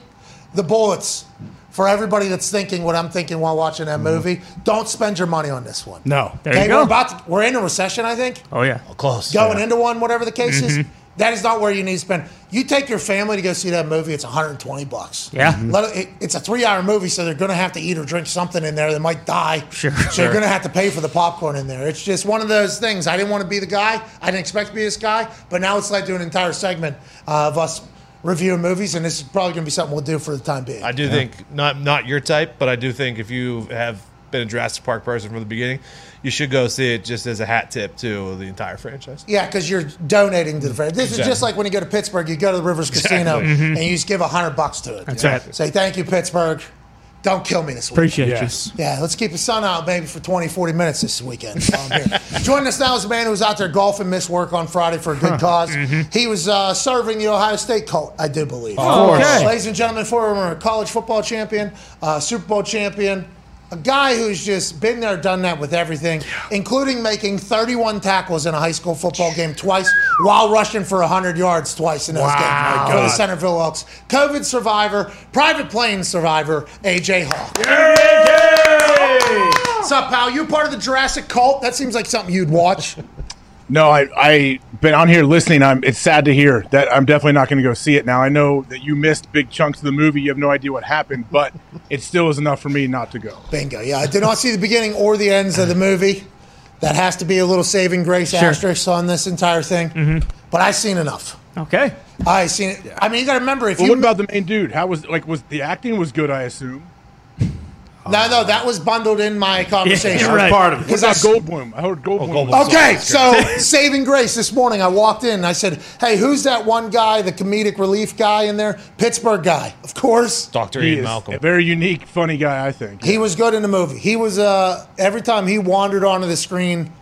the bullets. For everybody that's thinking what I'm thinking while watching that Mm-hmm. movie, don't spend your money on this one. No, there Okay, you We're go. about to, we're in a recession, I think. Oh yeah, Close. Going into one, whatever the case Mm-hmm. is, that is not where you need to spend. You take your family to go see that movie. It's 120 bucks. Yeah. Mm-hmm. Mhm. Let it- it- it's a three-hour movie, so they're going to have to eat or drink something in there. They might die. Sure. So Sure. you're going to have to pay for the popcorn in there. It's just one of those things. I didn't want to be the guy. I didn't expect to be this guy, but now it's led to an entire segment uh, of us reviewing movies, and this is probably going to be something we'll do for the time being. I do think not not your type, but I do think if you have been a Jurassic Park person from the beginning, you should go see it just as a hat tip to the entire franchise. Yeah, because you're donating to the fair. This is Exactly. just like when you go to Pittsburgh, you go to the Rivers Casino and you just give a hundred bucks to it. Mm-hmm. That's right. Say thank you, Pittsburgh. Don't kill me this week. appreciate Yes. Yeah, let's keep the sun out, baby, for 20, 40 minutes [laughs] this weekend. while I'm here. Joining us now is a man who was out there golfing, missed work on Friday for a good cause. He was uh, serving the Ohio State cult, I do believe. Uh, okay. Ladies and gentlemen, former college football champion, uh, Super Bowl champion, a guy who's just been there, done that with everything, including making 31 tackles in a high school football game twice while rushing for 100 yards twice in those games for the Centerville Elks. COVID survivor, private plane survivor, AJ Hawk. What's up, pal? You part of the Jurassic cult? That seems like something you'd watch. No, I I been on here listening. I'm it's sad to hear that I'm definitely not going to go see it now. I know that you missed big chunks of the movie. You have no idea what happened, but it still is enough for me not to go. Bingo. Yeah, I did not see the beginning or the ends of the movie. That has to be a little saving grace asterisk on this entire thing. But I seen enough. Mm-hmm. Okay. I seen it. I mean, you got to remember if Well, you what about the main dude? How was like was the acting was good? I [laughs] assume. no no that was bundled in [laughs] my conversation. you're right. Part of it. What Because about I- Goldblum? I heard Goldblum. Oh, Goldblum. was- Okay, so [laughs] saving grace this morning, I walked in and I said, "Hey, who's that one guy, the comedic relief guy in there? Pittsburgh guy, of course." Doctor He Ian is Malcolm. a very unique, funny guy. I think. He was good in the movie. He was uh, every time he wandered onto the screen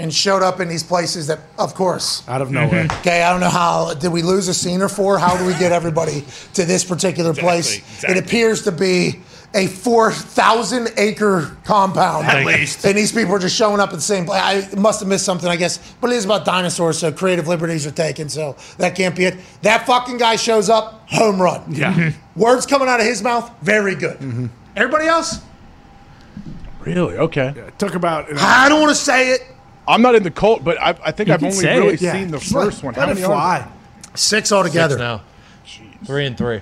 and showed up in these places that, of course, Mm-hmm. Out of nowhere. Okay, I don't know how did we lose a scene or four? How do we get everybody to this particular place? exactly. It appears to be a four thousand acre compound. At least. And these people are just showing up at the same place. I must have missed something, I guess. But it is about dinosaurs, so creative liberties are taken, so that can't be it. That fucking guy shows up, home run. Yeah. Words coming out of his mouth, very good. Everybody else? Mm-hmm. Really? Okay. It took about an I don't want to say it. I'm not in the cult, but I, I think I've can only say really it, yeah. seen the let- first one. Let How it many are there? fly. Six altogether. Six now. Three and three.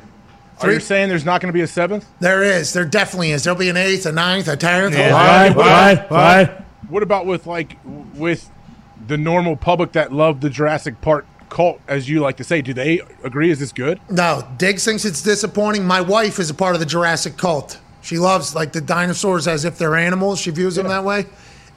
Are you saying there's not going to be a seventh? There is. There definitely is. There'll be an eighth, a ninth, a tenth. a Fly, fly, fly. What about with like w- with the normal public that love the Jurassic Park cult, as you like to say? Do they agree? Is this good? No, Diggs thinks it's disappointing. My wife is a part of the Jurassic cult. She loves like the dinosaurs as if they're animals. She views them that way,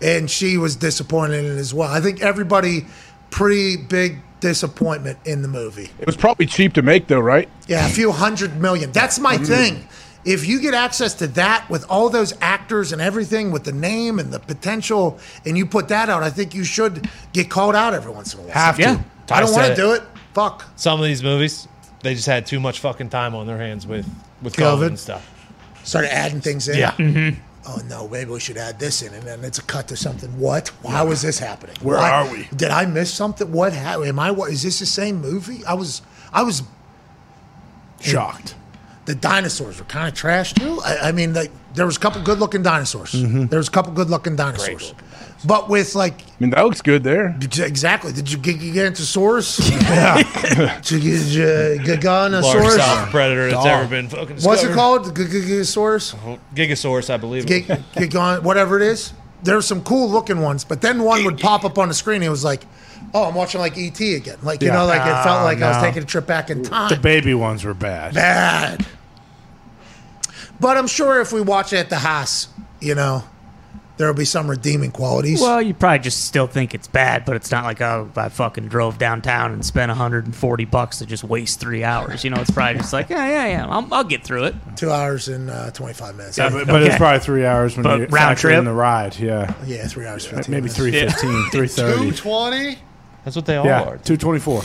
and she was disappointed in it as well. I think everybody pretty big disappointment in the movie. It was probably cheap to make, though, right? Yeah, a few hundred million. That's my thing. If you get access to that with all those actors and everything, with the name and the potential, and you put that out, I think you should get called out every once in a while. Have to. Yeah. I don't I want said to it. do it. Fuck. Some of these movies, they just had too much fucking time on their hands with with COVID. COVID, and stuff. started adding things in. Yeah. Oh no, maybe we should add this in, and then it's a cut to something. What? Why was this happening? Where Why- are we? Did I miss something? What? How, am I? What is this the same movie? I was. I was. Shocked. The dinosaurs were kind of trash too. I, I mean, like there was a couple good looking dinosaurs. There was a couple good looking dinosaurs, but with like Mm-hmm. I mean, that looks good there. exactly. Did you get Gigantosaurus? [laughs] [laughs] Did you get Largest Gigantosaurus? predator that's ever been fucking discovered. What's it called? G- g- Gigasaurus. Gigasaurus, I believe. it was. Gig- Gigon, whatever it is. There's some cool looking ones, but then one would pop up on the screen. And it was like, oh, I'm watching like ET again. Like you Yeah. know, like it felt Ah, Oh, like I was no. taking a trip back in The time. baby ones were bad. Bad. But I'm sure if we watch it at the house, you know, there will be some redeeming qualities. Well, you probably just still think it's bad, but it's not like oh, I fucking drove downtown and spent 140 bucks to just waste three hours. You know, it's probably just like yeah, yeah, yeah. I'll, I'll get through it. Two hours and uh, 25 minutes. Yeah, but, but it's probably three hours when But you round factor in trip? the ride. Yeah, Uh, Yeah, three hours, 15 maybe minutes. three [laughs] fifteen, three thirty. 220? That's what they all Yeah, are. two twenty four.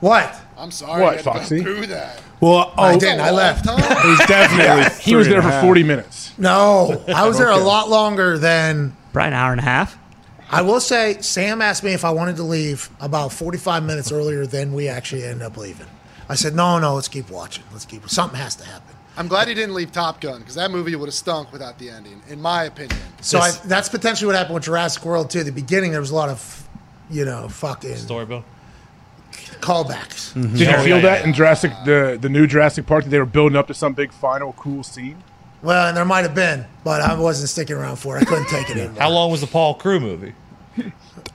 What? I'm sorry. What, I had to go Foxy? Through that. Well, oh, I didn't. I left. he's definitely. He was three there and a for half. 40 minutes. No, I was there a lot longer than Probably an hour and a half. I will say. Sam asked me if I wanted to leave about 45 minutes earlier than we actually ended up leaving. I said, no, no, let's keep watching. Let's keep. Something has to happen. I'm glad he didn't leave Top Gun because that movie would have stunk without the ending, in my opinion. So Yes. I, that's potentially what happened with Jurassic World too. At the beginning, there was a lot of, you know, fucking Storybook. callbacks. Did Yeah, you yeah, feel yeah, that yeah. in Jurassic, the, the new Jurassic Park, that they were building up to some big final cool scene? Well, and there might have been, but I wasn't sticking around for it. I couldn't take it anymore. How long was the Paul Crew movie?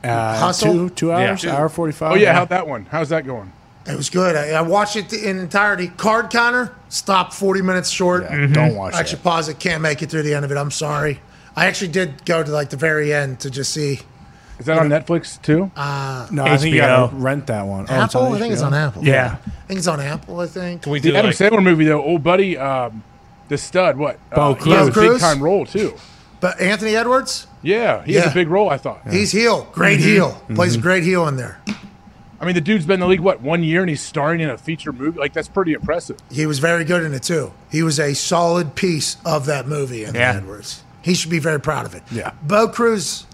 Uh, Hustle? Two, two hours, Yeah. hour forty five. Oh, yeah, how'd that one? How's that going? It was good. I, I watched it in entirety. Card counter stopped 40 minutes short. Mm-hmm. Don't watch I should pause it. Can't make it through the end of it. I'm sorry. I actually did go to like the very end to just see Uh, Is that on Netflix, too? that. No, I think you HBO. gotta rent that one. Oh, it's Apple. I think it's HBO? on Apple. Yeah. I think it's on Apple. I think. Can we do The Adam like, Sandler movie, though, old buddy, um, the stud, what? uh, Bo he has a Cruz. big time role, too. But Anthony Edwards, Yeah, he has Yeah. a big role, I thought. he's heel. Great heel. Plays a great heel in there. I mean, the dude's been in the league, what, one year, and he's starring in a feature movie? Like, that's pretty impressive. He was very good in it too. He was a solid piece of that movie. Anthony Yeah. Edwards. He should be very proud of it. Yeah. Bo Cruz.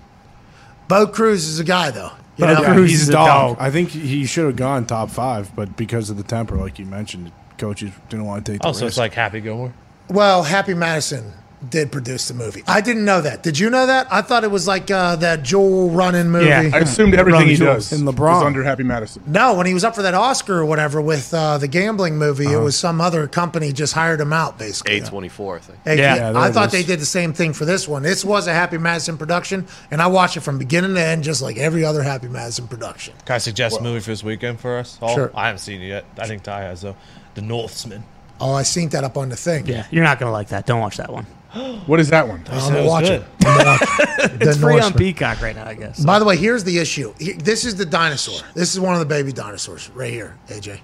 Bo Cruz is a guy though. [laughs] You But know? yeah, Cruz he's is a a dog. dog. I think he should have gone top five, but because of the temper, like you mentioned, coaches didn't want to Oh, take. The also, risk. it's like Happy Gilmore. Well, Happy Madison did produce the movie. I didn't know that. Did you know that? I thought it was like uh, that Joel Running movie. Yeah. I assumed everything he Jules does and LeBron. is under Happy Madison. No, when he was up for that Oscar or whatever with uh, the gambling movie, Uh-huh. it was some other company just hired him out, basically. Eight twenty four, I think. Hey, Yeah. Yeah, I that thought was- they did the same thing for this one. This was a Happy Madison production, and I watched it from beginning to end, just like every other Happy Madison production. Can I suggest a movie for this weekend for us? All? Sure. I haven't seen it yet. I think Ty has though. The Northman. Oh, I seen that up on the thing. Yeah, you're not gonna like that. Don't watch that one. [gasps] What is that one? I'm gonna was watch good. it. I'm gonna [laughs] watch it. The It's free on Norseman. Peacock right now, I guess. By the way, here's the issue. He- This is the dinosaur. This is one of the baby dinosaurs right here, AJ.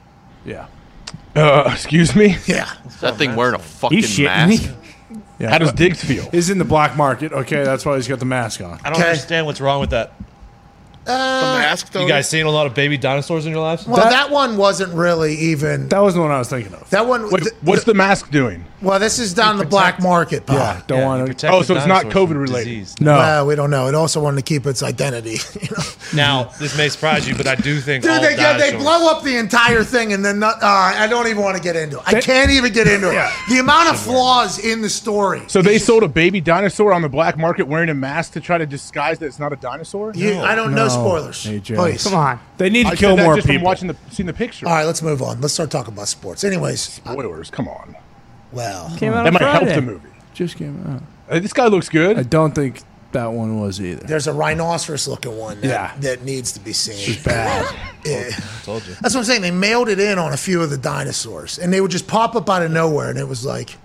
yeah, Uh, [laughs] excuse me? Yeah. That thing wearing a fucking You shitting mask. me? yeah. How does Diggs feel? He's in the black market. Okay, that's why he's got the mask on. I don't Okay. understand what's wrong with that. The mask, though. You guys seen a lot of baby dinosaurs in your lives? Well, that, one wasn't really even. That, That wasn't what I was thinking of. one. What, th- what's the mask doing? well, this is down in the black market. Pop. yeah, don't Yeah, you want to. protect Oh, the so it's not dinosaurs from COVID-related. disease. No, Well, we don't know. It also wanted to keep its identity. you know? Now, this may surprise you, but I do think all Dude, they, yeah, they dinosaurs- blow up the entire thing, and then not, uh, I don't even want to get into it. I can't even get into it. The amount of flaws in the story. So they sold a baby dinosaur on the black market wearing a mask to try to disguise that it's not a dinosaur? You- I don't know No, spoilers. AJ. Please. Come on. they need to I kill said that more just people. from watching the seeing the [laughs] picture. All right, let's move on. Let's start talking about sports. Anyways, uh, Spoilers, come on. well, Came out That on might help Friday. the movie. Just came out. Uh, this guy looks I good. don't think that one was either. there's a rhinoceros looking one that, Yeah. that needs to be seen. Bad. [laughs] Yeah. Told you. That's what I'm saying. They mailed it in on a few of the dinosaurs, and they would just pop up out of nowhere, and it was like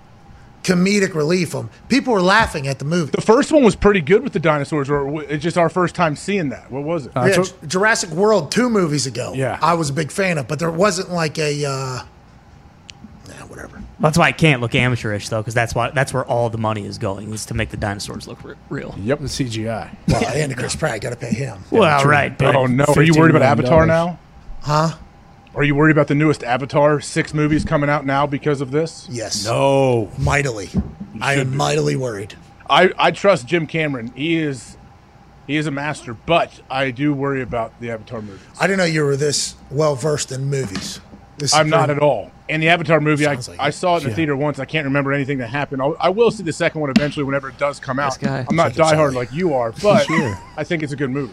comedic relief. Um, people were laughing at the movie. The first one was pretty good with the dinosaurs, or w- it's just our first time seeing that. What was it? yeah, That's Ju- Jurassic World two movies ago. Yeah. I was a big fan of, but there wasn't like a, uh, nah, whatever. That's why it can't look amateurish though, because that's why that's where all the money is going is to make the dinosaurs look re- real. Yep, the CGI. Well, and the Chris Pratt got to pay him. well, right. But oh no! Are you worried about $15 Avatar now? Huh? Are you worried about the newest Avatar? Six movies coming out now because of this. Yes. No, Mightily. I am mightily worried. I, I trust Jim Cameron. He is he is a master, but I do worry about the Avatar movie. I didn't know you were this well versed in movies. This is I'm not pretty- at all. And the Avatar movie, I, Sounds like I it. saw it in the theater once. I can't remember anything that happened. I'll, I will see the second one eventually whenever it does come out. guy. I'm not diehard Second Sonic. like you are, but I think it's a good movie.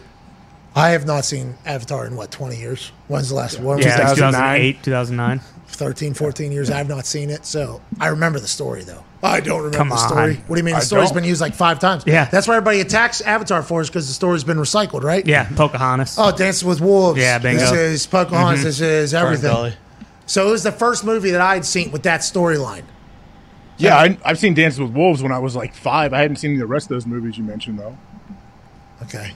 I have not seen Avatar in what 20 years. When's the last one? yeah, 2000. 2008, 2009. 13, 14 years. I've not seen it, so I remember the story though. I don't remember Come the story. on. What do you mean? The I story's don't. been used like five times. Yeah. that's why everybody attacks Avatar for is because the story's been recycled, right? Yeah, Pocahontas. Oh, Dancing with Wolves. Yeah, bingo. Mm-hmm. This is Pocahontas. This is Burn everything. Gully. So it was the first movie that I had seen with that storyline. Yeah, I, I've seen Dances with Wolves when I was like five. I hadn't seen the rest of those movies you mentioned though. Okay.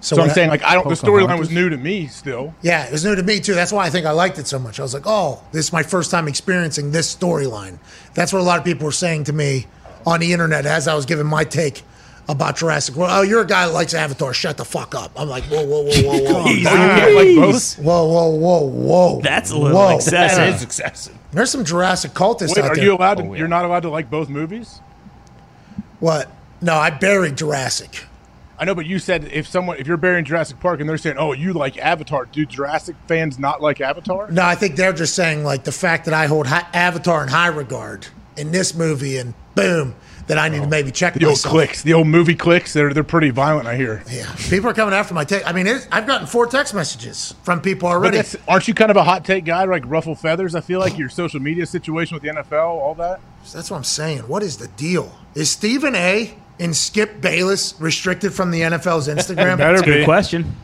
So, what I'm I- saying like I don't. The storyline was new to me still. Yeah, it was new to me too. That's why I think I liked it so much. I was like, oh, this is my first time experiencing this storyline. That's what a lot of people were saying to me on the internet as I was giving my take about Jurassic World. Oh, you're a guy that likes Avatar. Shut the fuck up. I'm like, whoa, whoa, whoa, whoa, whoa. Oh, you can't like both? Whoa, whoa, whoa, whoa. That's a little Whoa. excessive. That is excessive. There's some Jurassic cultists Wait, out are there. you allowed? To, You're not allowed to like both movies. What? No, I buried Jurassic. I know, but you said if someone, if you're burying Jurassic Park and they're saying, "Oh, you like Avatar," do Jurassic fans not like Avatar? No, I think they're just saying like the fact that I hold hi- Avatar in high regard in this movie, and boom, that I need to maybe check The old myself. clicks, the old movie clicks, they're they're pretty violent. I hear. Yeah, people are coming after my take. I mean, it's, I've gotten four text messages from people already. But that's, aren't you kind of a hot take guy, like ruffle feathers? I feel like your social media situation with the NFL, all that. That's what I'm saying. What is the deal? Is Stephen A. and Skip Bayless restricted from the NFL's Instagram? That's a good question.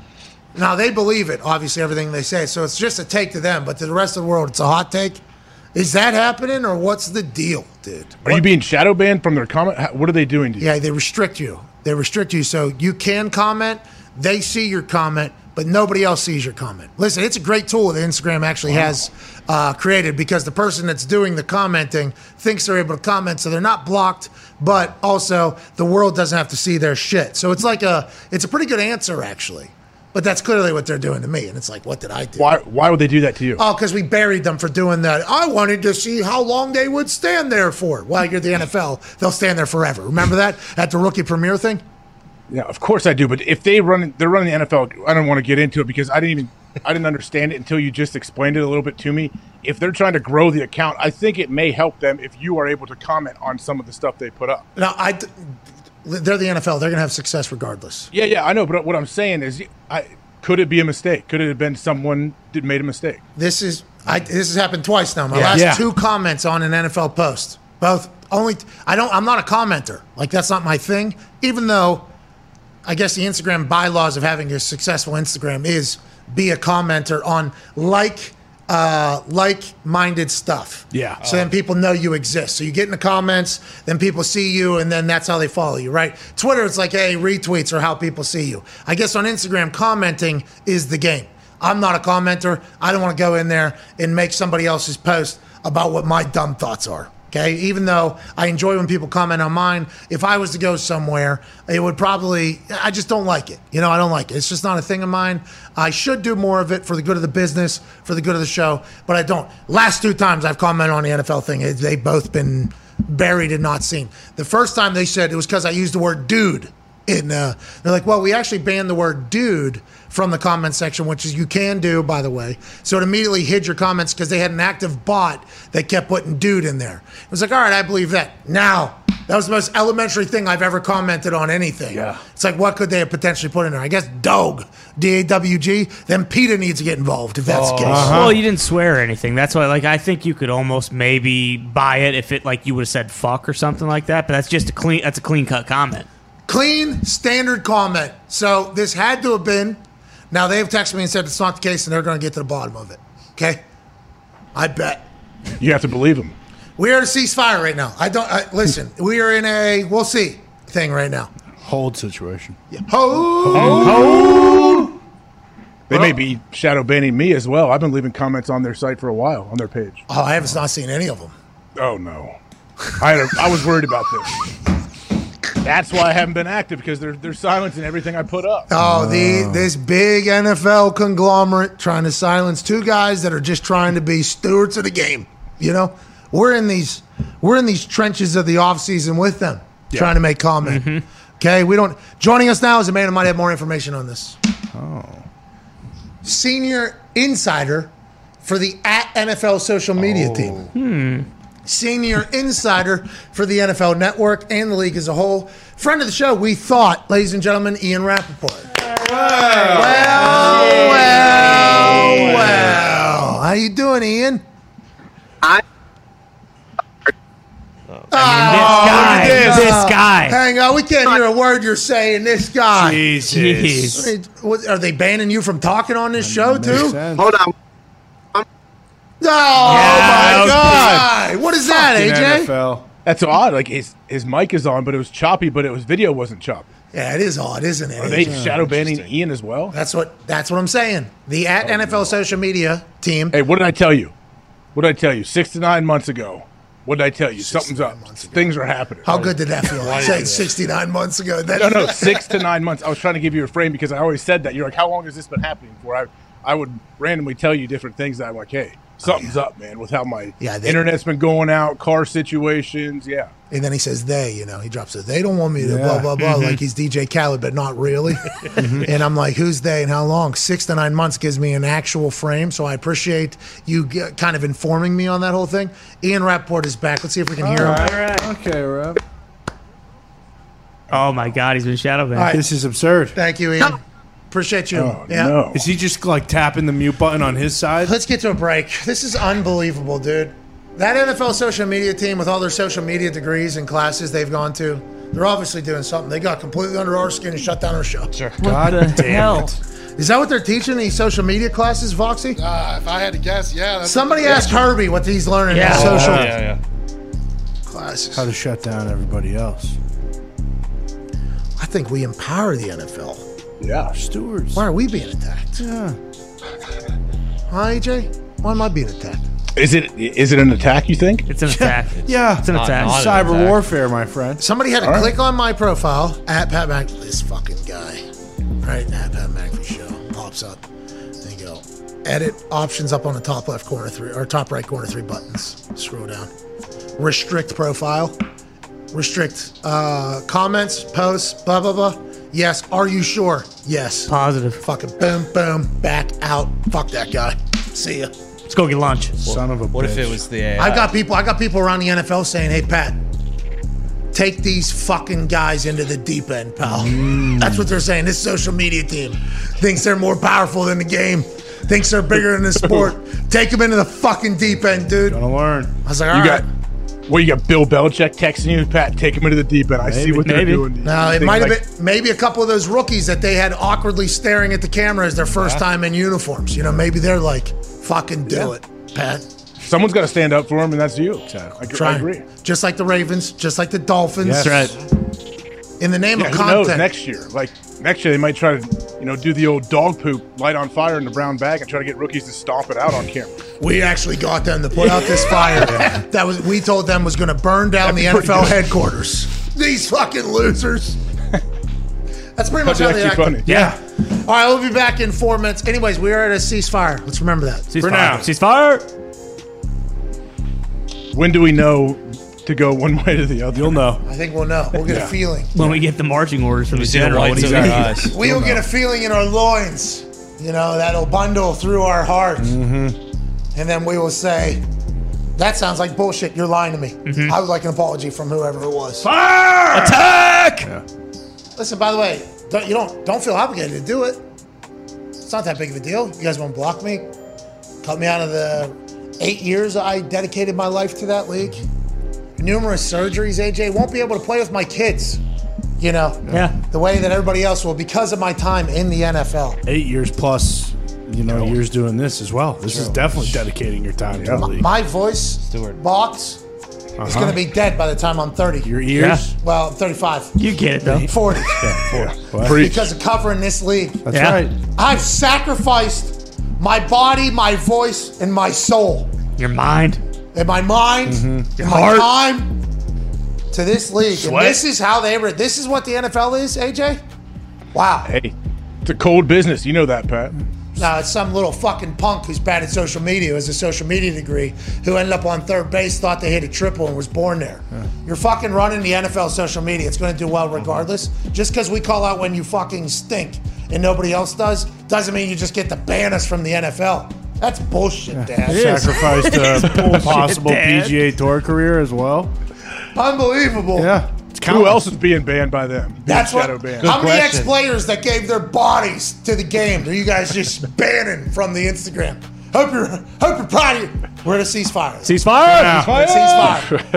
Now they believe it, obviously everything they say. So it's just a take to them, but to the rest of the world, it's a hot take. Is that happening, or what's the deal, dude? Are you being shadow banned from their comment? How- What are they doing to you? Yeah, they restrict you. They restrict you so you can comment. They see your comment, but nobody else sees your comment. Listen, it's a great tool that Instagram actually has uh, created because the person that's doing the commenting thinks they're able to comment, so they're not blocked. But also, the world doesn't have to see their shit. So it's like a it's a pretty good answer actually. But that's clearly what they're doing to me, and it's like, what did I do? Why Why would they do that to you? Oh, because we buried them for doing that. I wanted to see how long they would stand there for. Well, you're the NFL; they'll stand there forever. Remember that at the rookie premiere thing. Yeah, of course I do. But if they run, they're running the NFL. I don't want to get into it because I didn't even, I didn't understand it until you just explained it a little bit to me. If they're trying to grow the account, I think it may help them if you are able to comment on some of the stuff they put up. No, I. They're the NFL. They're going to have success regardless. Yeah, yeah, I know. But what I'm saying is, I could it be a mistake? Could it have been someone did made a mistake? This is I. This has happened twice now. My Yeah. last Yeah. two comments on an NFL post, both only. I don't. I'm not a commenter. Like that's not my thing. Even though, I guess the Instagram bylaws of having a successful Instagram is be a commenter on like uh like-minded stuff. Yeah. So then people know you exist. So you get in the comments, then people see you, and then that's how they follow you, right? Twitter, it's like, hey, retweets are how people see you. I guess on Instagram, commenting is the game. I'm not a commenter. I don't want to go in there and make somebody else's post about what my dumb thoughts are. Okay. Even though I enjoy when people comment on mine, if I was to go somewhere, it would probably, I just don't like it. You know, I don't like it. It's just not a thing of mine. I should do more of it for the good of the business, for the good of the show, but I don't. Last two times I've commented on the NFL thing, it- they've both been buried and not seen. The first time they said it was because I used the word dude. In, uh, they're like, well, we actually banned the word dude from the comment section, which is you can do, by the way. So it immediately hid your comments because they had an active bot that kept putting dude in there. It was like, all right, I believe that. Now, that was the most elementary thing I've ever commented on anything. Yeah. It's like, what could they have potentially put in there? I guess dog, D A W G. Then PETA needs to get involved if that's Oh. Oh. the case. Uh-huh. Well, you didn't swear or anything. That's why, like, I think you could almost maybe buy it if it, like, you would have said fuck or something like that. But that's just a clean. That's a clean cut comment. Clean standard comment. So this had to have been. Now they've texted me and said it's not the case, and they're going to get to the bottom of it. Okay, I bet. You have to believe them. We are at a ceasefire right now. I don't I, listen. [laughs] We are in a we'll see thing right now. Hold situation. Ho! Oh. They may be shadow banning me as well. I've been leaving comments on their site for a while on their page. Oh, I have not seen any of them. Oh no, I had a, I was worried about this. That's why I haven't been active because they're they're silencing everything I put up. Oh, the this big NFL conglomerate trying to silence two guys that are just trying to be stewards of the game. You know, we're in these we're in these trenches of the offseason with them, Yeah. trying to make comment. Okay, we don't. Joining us now is a man who might have more information on this. Oh. Senior insider for the at NFL social media team. Hmm. senior insider for the NFL Network and the league as a whole. Friend of the show, we thought, ladies and gentlemen, Ian Rappaport. Well, well, well. How you doing, Ian? I. Oh, guy, look at this guy. Hang on, we can't hear a word you're saying. This guy. Jesus. Jeez. What- Are they banning you from talking on this show too? sense. Hold on. Oh, Oh my Oh, God! What is that, AJ? That's odd. Like his his mic is on, but it was choppy. But it was video wasn't choppy. Yeah, it is odd, isn't it? Are they Yeah. shadow banning Ian as well? That's what that's what I'm saying. The Oh, at NFL social media team. Hey, what did I tell you? What did I tell you? Six to nine months ago. What did I tell you? Something's up. Things are happening. How good did that feel? [laughs] Why I did you do said that? 69 months ago. That- no, [laughs] no, six to nine months. I was trying to give you a frame because I always said that. You're like, how long has this been happening for? I, I would randomly tell you different things that I'm like, hey, something's up, man, with how my Yeah, they- internet's been going out, car situations. Yeah. And then he says they, you know, he drops it. They don't want me to blah Yeah. Mm-hmm. blah blah Mhm. like he's DJ Khaled, but [laughs] not really. and I'm like, who's they and how long? Six to nine months gives me an actual frame, so I appreciate you g- kind of informing me on that whole thing. Ian Rapport is back. Let's see if we can hear him. Okay, Rob. Oh my God, he's been shadow banned. All right. This is absurd. Thank you, Ian. Appreciate you. yeah. Is he just like tapping the mute button on his side? Let's get to a break. This is unbelievable, dude. That NFL social media team, with all their social media degrees and classes they've gone to, they're obviously doing something. They got completely under our skin and shut down our show. Sure. God the damn hell? it. Is that what they're teaching these social media classes, Voxy? Uh, if I had to guess, yeah. That's Somebody yeah. asked Herbie what he's learning Yeah. in social Yeah, classes. How to shut down everybody else. I think we empower the NFL. Yeah. Stewards. Why are we being attacked? Yeah. Huh, AJ? Why am I being attacked? Is it is it an attack? You think it's an attack? Yeah. It's an attack. Not- not an Cyber attack. warfare, my friend. Somebody had to All right. click on my profile at Pat Mac. This fucking guy, right? At Pat McAfee show pops up. There you go. Edit options up on the top left corner three or top right corner three buttons. Scroll down. Restrict profile. Restrict uh, comments, posts, blah blah blah. Yes. Are you sure? Yes. Positive. Fucking boom boom. Back out. Fuck that guy. See ya. Let's go get lunch. Son of a What if it was the AI? I've got people. I got people around the NFL saying, "Hey, Pat, take these fucking guys into the deep end, pal." Mm. That's what they're saying. This social media team thinks they're more powerful than the game. Thinks they're bigger than [laughs] the sport. Take them into the fucking deep end, dude. Gonna learn. I was like, you all right. got. Well, you got Bill Belichick texting you, Pat. Take him into the deep end. I see what they're doing. No, it Things might have like- been maybe a couple of those rookies that they had awkwardly staring at the camera as their first Yeah. time in uniforms. You know, maybe they're like, "Fucking do Yeah. it, Pat." Someone's got to stand up for him, and that's you. Exactly. I, Try. agree. Just like the Ravens, just like the Yes. Dolphins. That's In the name Yeah, of who knows? content. Next year, like next year, they might try to, you know, do the old dog poop, light on fire in the brown bag, and try to get rookies to stomp it out on camera. We actually got them to put out [laughs] this fire that was we told them was going to burn down That'd be the pretty NFL good. headquarters. These fucking losers. That's pretty much how That'd be they act. actually funny. Yeah. All right, we'll be back in four minutes. Anyways, we are at a ceasefire. Let's remember that. For now. Ceasefire. When do we know to go one [laughs] way or the other? You'll know. I think we'll know. We'll get a Yeah. feeling. When we get the marching orders from the see the general, lights what he's in their gonna- eyes. We will get a feeling in our loins. You know, that'll bundle through our heart. And then we will say, that sounds like bullshit. You're lying to me. I would like an apology from whoever it was. Fire! Attack! Listen, by the way, don't, you don't don't feel obligated to do it. It's not that big of a deal. You guys want to block me? Cut me out of the eight years I dedicated my life to that league. Numerous surgeries, AJ. Won't be able to play with my kids, you know, Yeah. the way that everybody else will because of my time in the NFL. Eight years plus, you know, years doing this as well. This is definitely dedicating your time to the league. My voice box is Uh-huh. going to be dead by the time I'm 30. Your ears? Well, I'm 35. You get it [laughs] though. 40. What? Because of covering this league. That's Yeah. right. I've sacrificed my body, my voice, and my soul, Your mind. and my mind, Mm-hmm. and my Heart. time to this league. And Sweat. this is how they were. This is what the NFL is, AJ. Wow. Hey, it's a cold business. You know that, Pat. Now it's some little fucking punk who's bad at social media, who has a social media degree, who ended up on third base, thought they hit a triple, and was born there. You're fucking running the NFL social media. It's going to do well regardless. Just because we call out when you fucking stink and nobody else does, doesn't mean you just get to ban us from the NFL. That's bullshit, Dad. Sacrificed [laughs] [laughs] a possible Dad. PGA Tour career as well. Unbelievable. Yeah. It's Who else is being banned by them? That's what. shadow banned. How many ex players that gave their bodies to the game are you guys just [laughs] banning from the Instagram? Hope you're hope you're proud of you. We're at a ceasefire. Ceasefire? We're at a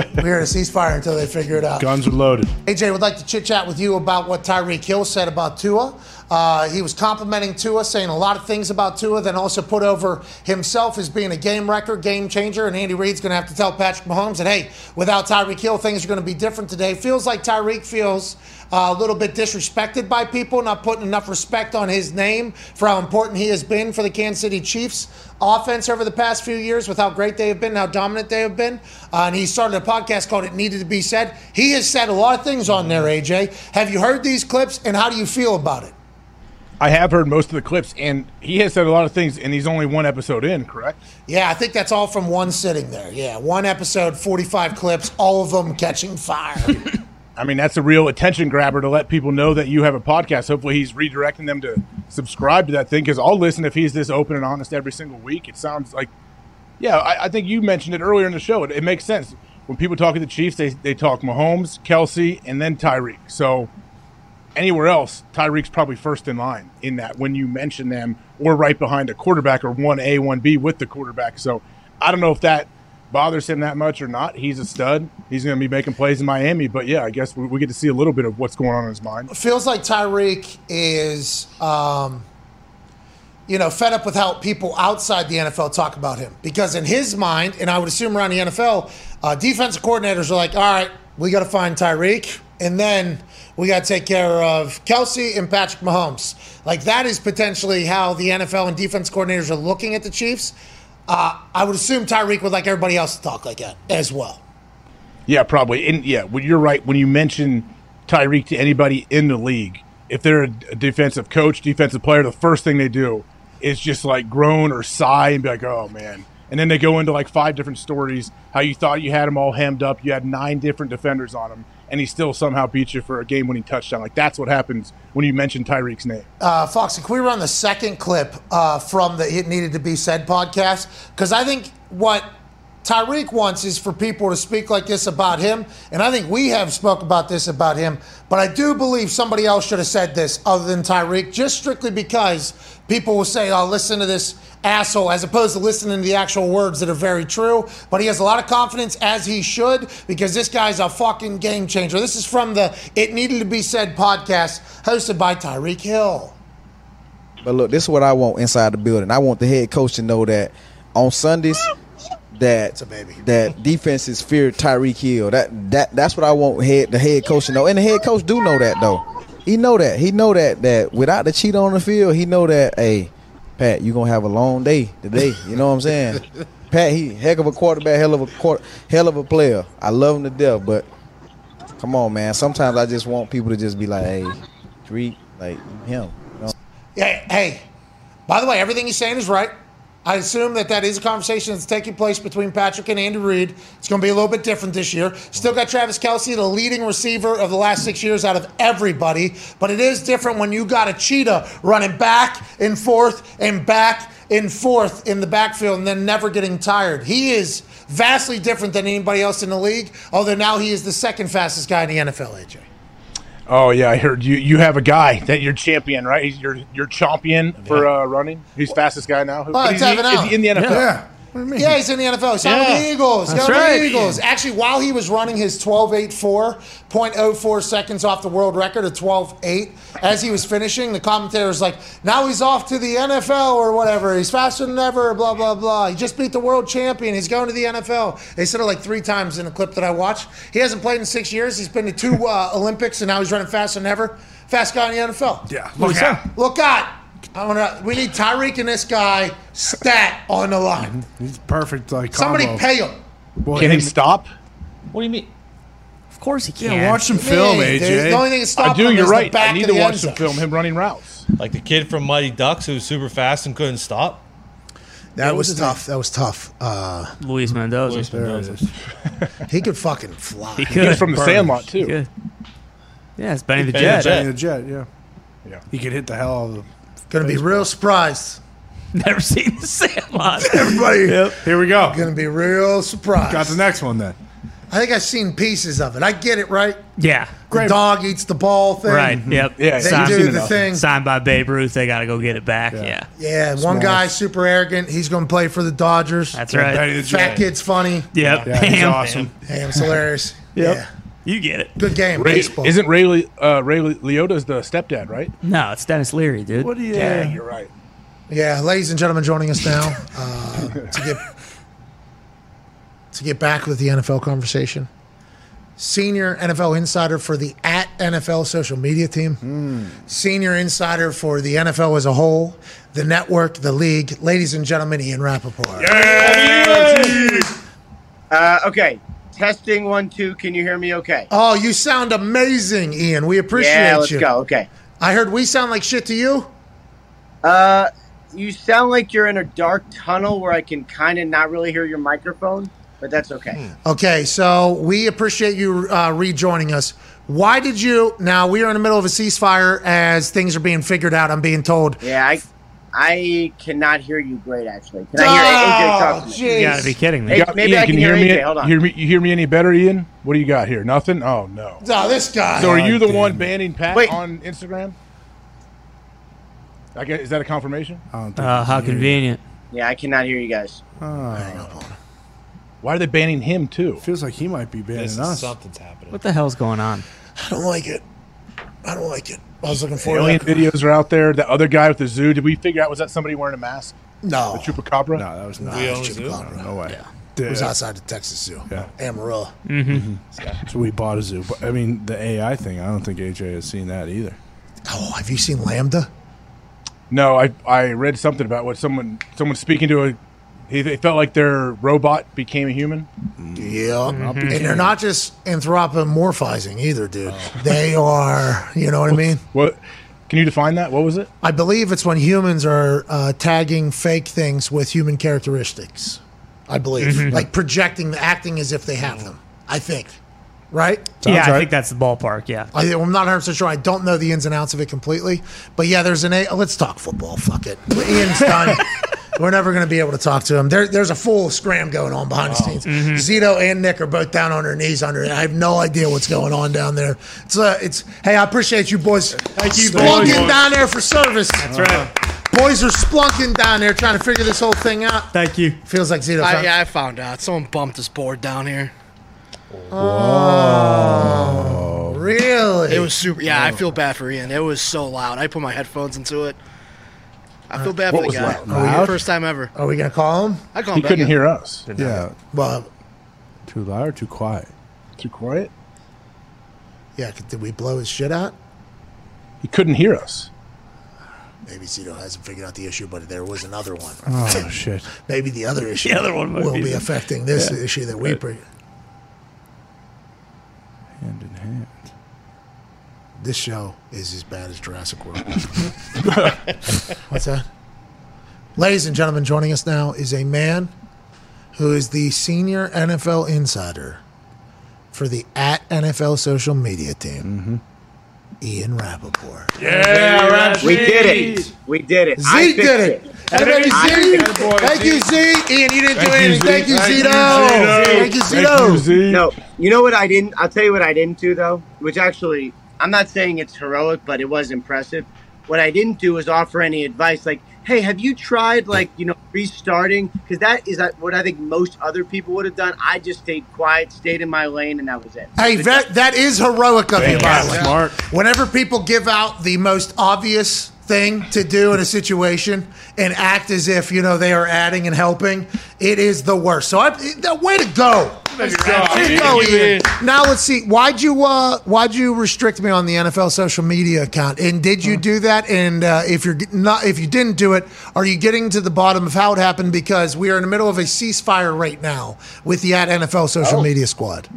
ceasefire. We're at a ceasefire until they figure it out. Guns are loaded. AJ would like to chit chat with you about what Tyreek Hill said about Tua. Uh, he was complimenting Tua, saying a lot of things about Tua, then also put over himself as being a game wrecker, game changer. And Andy Reid's going to have to tell Patrick Mahomes that, hey, without Tyreek Hill, things are going to be different today. Feels like Tyreek feels uh, a little bit disrespected by people, not putting enough respect on his name for how important he has been for the Kansas City Chiefs offense over the past few years with how great they have been, how dominant they have been. Uh, and he started a podcast called It Needed to Be Said. He has said a lot of things on there, AJ. Have you heard these clips and how do you feel about it? I have heard most of the clips, and he has said a lot of things, and he's only one episode in, correct? Yeah, I think that's all from one sitting there. Yeah, one episode, 45 clips, all of them catching fire. I mean, that's a real attention grabber to let people know that you have a podcast. Hopefully, he's redirecting them to subscribe to that thing because I'll listen if he's this open and honest every single week. It sounds like, yeah, I, I think you mentioned it earlier in the show. It, it makes sense. When people talk to the Chiefs, they, they talk Mahomes, Kelsey, and then Tyreek. So anywhere else, Tyreek's probably first in line in that when you mention them or right behind a quarterback or 1A, 1B with the quarterback. So I don't know if that bothers him that much or not. He's a stud. He's going to be making plays in Miami. But yeah, I guess we, we get to see a little bit of what's going on in his mind. feels like Tyreek is, um, you know, fed up with how people outside the NFL talk about him because in his mind, and I would assume around the NFL, uh, defensive coordinators are like, all right, we got to find Tyreek, and then we got to take care of Kelsey and Patrick Mahomes. Like that is potentially how the NFL and defense coordinators are looking at the Chiefs. Uh, I would assume Tyreek would like everybody else to talk like that as well. Yeah, probably. And yeah, well, you're right. When you mention Tyreek to anybody in the league, if they're a a defensive coach, defensive player, the first thing they do is just like groan or sigh and be like, "Oh man." And then they go into like five different stories how you thought you had him all hemmed up, you had nine different defenders on him, and he still somehow beat you for a game-winning touchdown. Like that's what happens when you mention Tyreek's name. uh, Foxy, can we run the second clip uh, from the It Needed to Be Said podcast? Because I think what Tyreek wants is for people to speak like this about him. And I think we have spoke about this about him. But I do believe somebody else should have said this other than Tyreek, just strictly because people will say, oh, listen to this asshole, as opposed to listening to the actual words that are very true. But he has a lot of confidence, as he should, because this guy's a fucking game changer. This is from the It Needed to Be Said podcast, hosted by Tyreek Hill. But look, this is what I want inside the building. I want the head coach to know that on Sundays that that defenses fear Tyreek Hill. That that that's what I want head the head coach to know. And the head coach do know that though. He know that. He know that that without the cheat on the field, he know that hey, Pat, you're gonna have a long day today. You know what I'm saying? Pat, he heck of a quarterback, hell of a quarter, hell of a player. I love him to death, but come on, man. Sometimes I just want people to just be like, hey, Tyreek, like him. You know? Hey, hey, by the way, everything he's saying is right. I assume that that is a conversation that's taking place between Patrick and Andy Reid. It's going to be a little bit different this year. Still got Travis Kelsey, the leading receiver of the last six years out of everybody, but it is different when you got a cheetah running back and forth and back and forth in the backfield and then never getting tired. He is vastly different than anybody else in the league, although now he is the second fastest guy in the NFL, AJ. Oh yeah, I heard you. You have a guy that you're champion, right? He's your your champion for uh, running. He's fastest guy now. Who- Oh, but it's he's- Evan is Allen. he in the NFL? Yeah. Yeah, he's in the NFL. He's signed with Yeah. the Eagles. He's That's got with right. the Eagles. Actually, while he was running his 12.84 oh seconds off the world record of 12.8, as he was finishing, the commentator was like, now he's off to the NFL or whatever. He's faster than ever, blah, blah, blah. He just beat the world champion. He's going to the NFL. They said it like three times in the clip that I watched. He hasn't played in six years. He's been to two [laughs] uh, Olympics, and now he's running faster than ever. Fast guy in the NFL. Yeah. Look out. Look out. I wanna, we need Tyreek and this guy stat on the line. He's perfect. Like Somebody combo. pay him. Boy, Can he and- stop? What do you mean? Of course he Yeah, can. watch some film, AJ. the only thing that stopped I do. him You're is the right. back I need of to the watch end some zone. film. Him running routes. Like the kid from Mighty Ducks who was super fast and couldn't stop. That was was his tough. That was tough. Uh, Luis Mendoza. Luis Mendoza. [laughs] he could fucking fly. He could. from the Burn. Sandlot, too. He could. Yeah, it's Benny the Benny Jet. Benny the Jet, yeah. Yeah. He could hit the hell out of them. Gonna be real surprised. [laughs] Never seen the Sandlot. [laughs] Everybody Yep. Here we go. gonna be real surprised. Got the next one then. I think I've seen pieces of it. I get it, right? yeah. The dog eats the ball thing. Right. Yep. Mm-hmm. Yeah, They I've do seen the enough. thing. Signed by Babe Ruth. They got to go get it back. Yeah. Yeah, one guy super arrogant. He's gonna play for the Dodgers. That's right. Benny the Fat Jet. kid's funny. Yep. Yeah, he's Ham. awesome. Damn, it's hilarious. Yep. Yeah. You get it. Good game. Ray, isn't Ray Le- uh, Ray Le- Liotta's the stepdad, right? No, it's Dennis Leary, dude. What do you? Yeah. Yeah, you're right. Yeah, ladies and gentlemen, joining us [laughs] now uh, to get to get back with the NFL conversation. Senior NFL insider for the at NFL social media team, Hmm. senior insider for the NFL as a whole, the network, the league. Ladies and gentlemen, Ian Rappaport. Uh, okay. Testing one, two. Can you hear me okay? Oh, you sound amazing, Ian. We appreciate Yeah, let's you. go. Okay. I heard we sound like shit to you. Uh, you sound like you're in a dark tunnel where I can kind of not really hear your microphone, but that's Hmm. okay. Okay, so we appreciate you uh, rejoining us. Why did you? Now we are in the middle of a ceasefire as things are being figured out. I'm being told. Yeah, I I cannot hear you great, actually. Can I hear AJ Oh, talk to me? jeez. You gotta be kidding Hey, maybe I can hear me. AJ. Hold on. Hear me? You hear me any better, Ian? What do you got here? Nothing. Oh no. No, this guy. So are you the God one damn it. banning Pat Wait. on Instagram? I guess, is that a confirmation? I Um, don't Uh, how convenient. Yeah, I cannot hear you guys. Oh. Why are they banning him too? Feels like he might be banning This is us. something's happening. What the hell's going on? I don't like it. I don't like it. I was looking The forward alien to that. videos are out there. The other guy with the zoo. Did we figure out was that somebody wearing a mask? No. The chupacabra. No, that was not We the own a zoo? chupacabra. No way. It was outside the Texas Zoo, Yeah. Amarillo. Mm-hmm. So we bought a zoo. But I mean, the AI thing. I don't think AJ has seen that either. Oh, have you seen Lambda? No, I I read something about what someone someone speaking to a. He, they felt like their robot became a human. Yeah, Mm-hmm. and they're not just anthropomorphizing either, dude. [laughs] They are. You know what I mean? What? Can you define that? What was it? I believe it's when humans are uh, tagging fake things with human characteristics. I believe, Mhm. like projecting, acting as if they have them. I think, right? yeah, I think that's the ballpark. Yeah. I, am not 100 percent sure. I don't know the ins and outs of it completely, but yeah, there's an. A- Let's talk football. Fuck it. [laughs] Ian's done. We're never going to be able to talk to him. There, there's a full scram going on behind Oh, the scenes. mm-hmm. Zito and Nick are both down on their knees under it. I have no idea what's going on down there. It's a, it's. Hey, I appreciate you boys. Thank you, boys. Splunking down there for service. Uh-huh. That's right. Boys are splunking down there trying to figure this whole thing out. Thank you. Feels like Zito. I, found- yeah, I found out. Someone bumped this board down here. Oh. Really? It was super. Yeah, I feel bad for Ian. It was so loud. I put my headphones into it. I feel bad for What the was guy. loud? Loud? First time ever. Are we gonna call him? I call him He back couldn't in. hear us. Yeah. Well, Too loud or too quiet? Too quiet. yeah. Did we blow his shit out? He couldn't hear us. Maybe Zito hasn't figured out the issue, but there was another one. Oh shit. [laughs] Maybe the other issue other one might will be be the- affecting this Yeah. issue that we pre- Hand in hand. This show is as bad as Jurassic World. [laughs] [laughs] What's that? Ladies and gentlemen, joining us now is a man who is the senior NFL insider for the at NFL social media team, Ian Rappaport. We did it. We did it. I Z fixed did it. Everybody, I Z. fixed it. Thank you, Z. Ian, you didn't do anything. Thank you, Zito. Thank you, Zito. No, you know what I didn't? I'll tell you what I didn't do though, which actually I'm not saying it's heroic, but it was impressive. What I didn't do was offer any advice, like, "Hey, have you tried like you know restarting?" Because that is uh, what I think most other people would have done. I just stayed quiet, stayed in my lane, and that was it. Hey, that, that is heroic of you, by the way. Smart. Whenever people give out the most obvious thing to do in a situation and act as if you know they are adding and helping, it is the worst. So, I, the way to go. Way to go, Ian. Now let's see. Why'd you uh, Why'd you restrict me on the NFL social media account? And did you do that? And uh, if you're get- not, if you didn't do it, are you getting to the bottom of how it happened? Because we are in the middle of a ceasefire right now with the at NFL social media squad.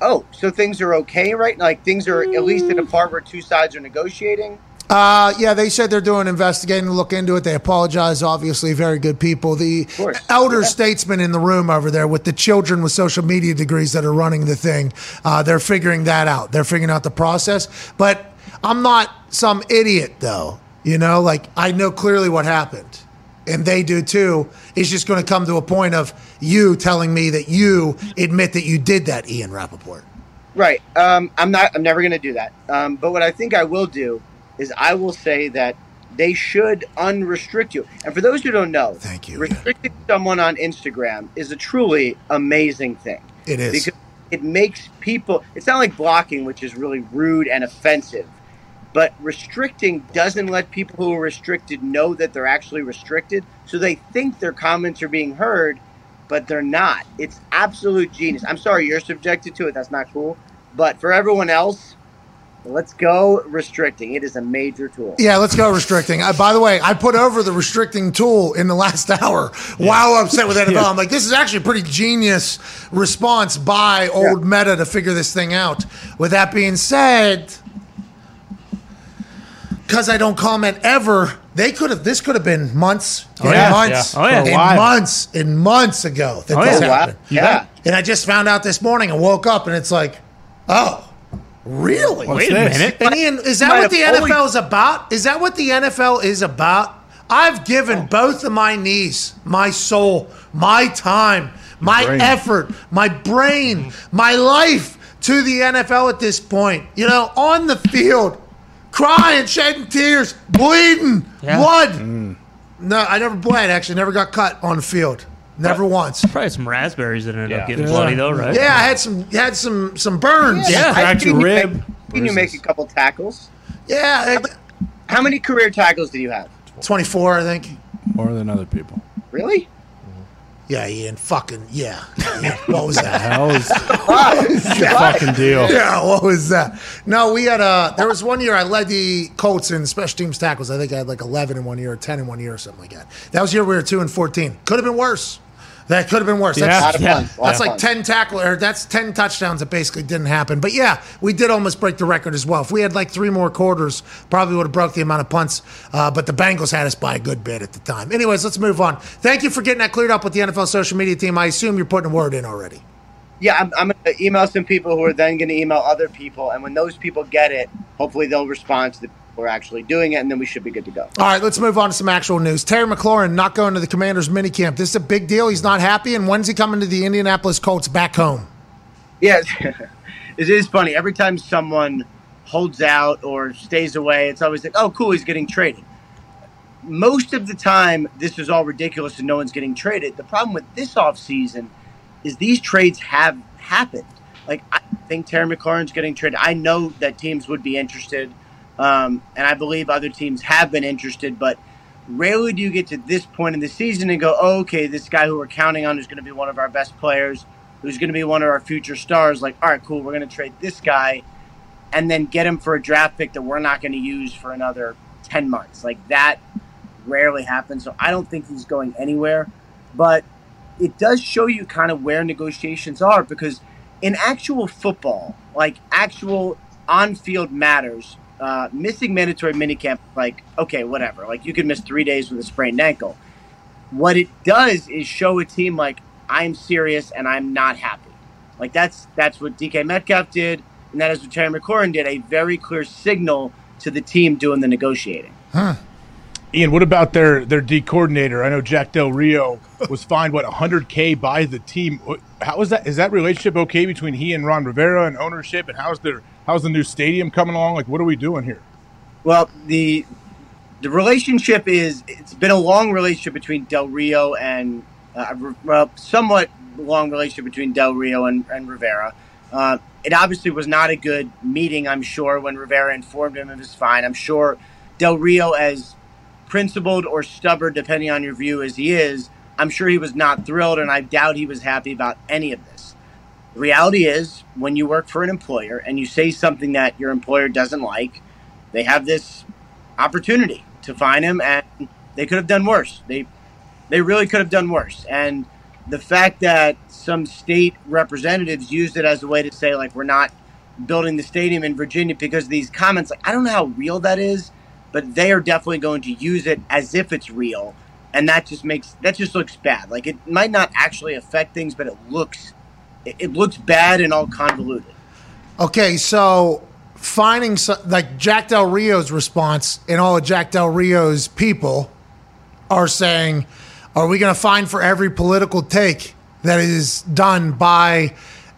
Oh, so things are okay, right? Like things are at least at a part where two sides are negotiating. Uh, yeah, they said they're doing investigating, look into it. They apologize, obviously, very good people. The course. elder statesman in the room over there with the children with social media degrees that are running the thing, uh, they're figuring that out. They're figuring out the process. But I'm not some idiot, though. You know, like I know clearly what happened, and they do too. It's just going to come to a point of you telling me that you admit that you did that, Ian Rappaport. Right. Um, I'm not. I'm never going to do that. Um, but what I think I will do is I will say that they should unrestrict you. And for those who don't know, thank you. Restricting someone on Instagram is a truly amazing thing. It is. Because it makes people. It's not like blocking, which is really rude and offensive, but restricting doesn't let people who are restricted know that they're actually restricted, so they think their comments are being heard, but they're not. It's absolute genius. I'm sorry you're subjected to it. That's not cool, but for everyone else, let's go restricting. It is a major tool. Yeah, let's go restricting. Uh, by the way, I put over the restricting tool in the last [laughs] hour. Wow, upset with NFL. Yeah. I'm like, this is actually a pretty genius response by old Meta to figure this thing out. With that being said, because I don't comment ever, they could have. This could have been months, Oh, and yeah. months, Yeah. Oh, yeah. and For a while. months, and months ago that Oh, this yeah. happened. You bet. Yeah. and I just found out this morning. I woke up and it's like, oh, really? What's Wait a this? minute. And Ian, is that Might what the have NFL is about? Is that what the NFL is about? I've given Oh. both of my knees, my soul, my time, my brain. effort, my brain, my life to the NFL at this point. You know, on the field, crying, shedding tears, bleeding, blood. Mm. No, I never bled. Actually, never got cut on the field. Never once. Probably some raspberries that ended up getting bloody though, right? Yeah, I had some had some some burns. Yeah, I cracked your seen you rib. make- Can you make a couple tackles? Yeah. How many career tackles did you have? 24, I think. More than other people. Really? Yeah, Ian. Fucking yeah. Yeah, [laughs] What [laughs] was that? Hell is [laughs] Yeah. fucking deal. Yeah, what was that? No, we had a. There was one year I led the Colts in special teams tackles. I think I had like 11 in one year, or 10 in one year, or something like that. That was the year we were two and 14. Could have been worse. That could have been worse. Yeah. That's, Lot of fun. Lot that's of like fun. 10 tackle or that's 10 touchdowns that basically didn't happen. But yeah, we did almost break the record as well. If we had like three more quarters, probably would have broke the amount of punts. Uh, but the Bengals had us by a good bit at the time. Anyways, let's move on. Thank you for getting that cleared up with the NFL social media team. I assume you're putting a word in already. Yeah, I'm, I'm going to email some people who are then going to email other people. And when those people get it, hopefully they'll respond to the people who are actually doing it, and then we should be good to go. All right, let's move on to some actual news. Terry McLaurin not going to the Commanders minicamp. This is a big deal. He's not happy. And when's he coming to the Indianapolis Colts back home? Yeah, [laughs] it is funny. Every time someone holds out or stays away, it's always like, oh, cool, he's getting traded. Most of the time, this is all ridiculous and no one's getting traded. The problem with this offseason is these trades have happened. Like, I don't think Terry McLaurin's getting traded. I know that teams would be interested, um, and I believe other teams have been interested, but rarely do you get to this point in the season and go, oh, okay, this guy who we're counting on is going to be one of our best players, who's going to be one of our future stars. Like, all right, cool, we're going to trade this guy and then get him for a draft pick that we're not going to use for another 10 months. Like, that rarely happens. So I don't think he's going anywhere. But it does show you kind of where negotiations are because in actual football, like actual on field matters, uh, missing mandatory minicamp, like, okay, whatever. Like, you could miss three days with a sprained ankle. What it does is show a team, like, I'm serious and I'm not happy. Like, that's that's what DK Metcalf did, and that is what Terry McLaurin did a very clear signal to the team doing the negotiating. Ian, what about their their D coordinator? I know Jack Del Rio was fined what 100k by the team. What- How is that? Is that relationship okay between he and Ron Rivera and ownership? And how's their how's the new stadium coming along? Like, what are we doing here? Well, the the relationship is it's been a long relationship between Del Rio and uh, Re- well, somewhat long relationship between Del Rio and, and Rivera. Uh, it obviously was not a good meeting. I'm sure when Rivera informed him of his fine, I'm sure Del Rio, as principled or stubborn, depending on your view, as he is, I'm sure he was not thrilled, and I doubt he was happy about any of this. The reality is, when you work for an employer and you say something that your employer doesn't like, they have this opportunity to find him, and they could have done worse. They they really could have done worse. And the fact that some state representatives used it as a way to say like we're not building the stadium in Virginia because of these comments, like I don't know how real that is, but they are definitely going to use it as if it's real, and that just makes that just looks bad. Like it might not actually affect things, but it looks it, it looks bad and all convoluted. Okay, so finding so, like Jack Del Rio's response and all of Jack Del Rio's people are saying, are we going to find for every political take that is done by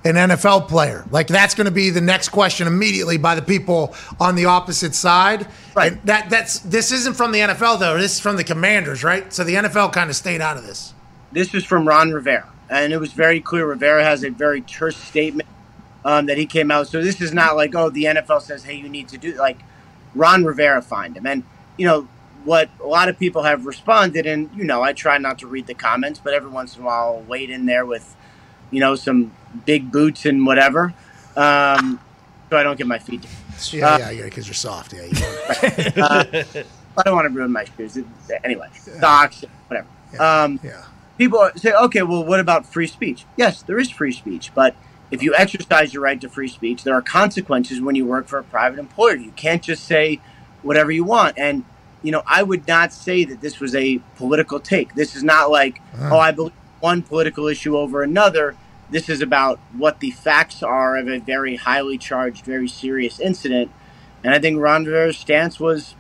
an NFL player? Like that's going to be the next question immediately by the people on the opposite side. Right. And that that's this isn't from the NFL though. This is from the Commanders, right? So the NFL kind of stayed out of this. This was from Ron Rivera, and it was very clear. Rivera has a very terse statement um, that he came out. So this is not like oh the NFL says hey you need to do like Ron Rivera fined him and you know what a lot of people have responded and you know I try not to read the comments but every once in a while I'll wade in there with you know some big boots and whatever um, so I don't get my feet. dirty. Yeah, Uh, yeah, yeah, because you're soft. Yeah, [laughs] you uh, I don't want to ruin my shoes. It- Anyway, socks, whatever. Um, People are- say, okay, well, what about free speech? Yes, there is free speech, but if you exercise your right to free speech, there are consequences when you work for a private employer. You can't just say whatever you want. And, you know, I would not say that this was a political take. This is not like, oh, I believe one political issue over another. This is about what the facts are of a very highly charged, very serious incident. And I think Ron Rivera's stance was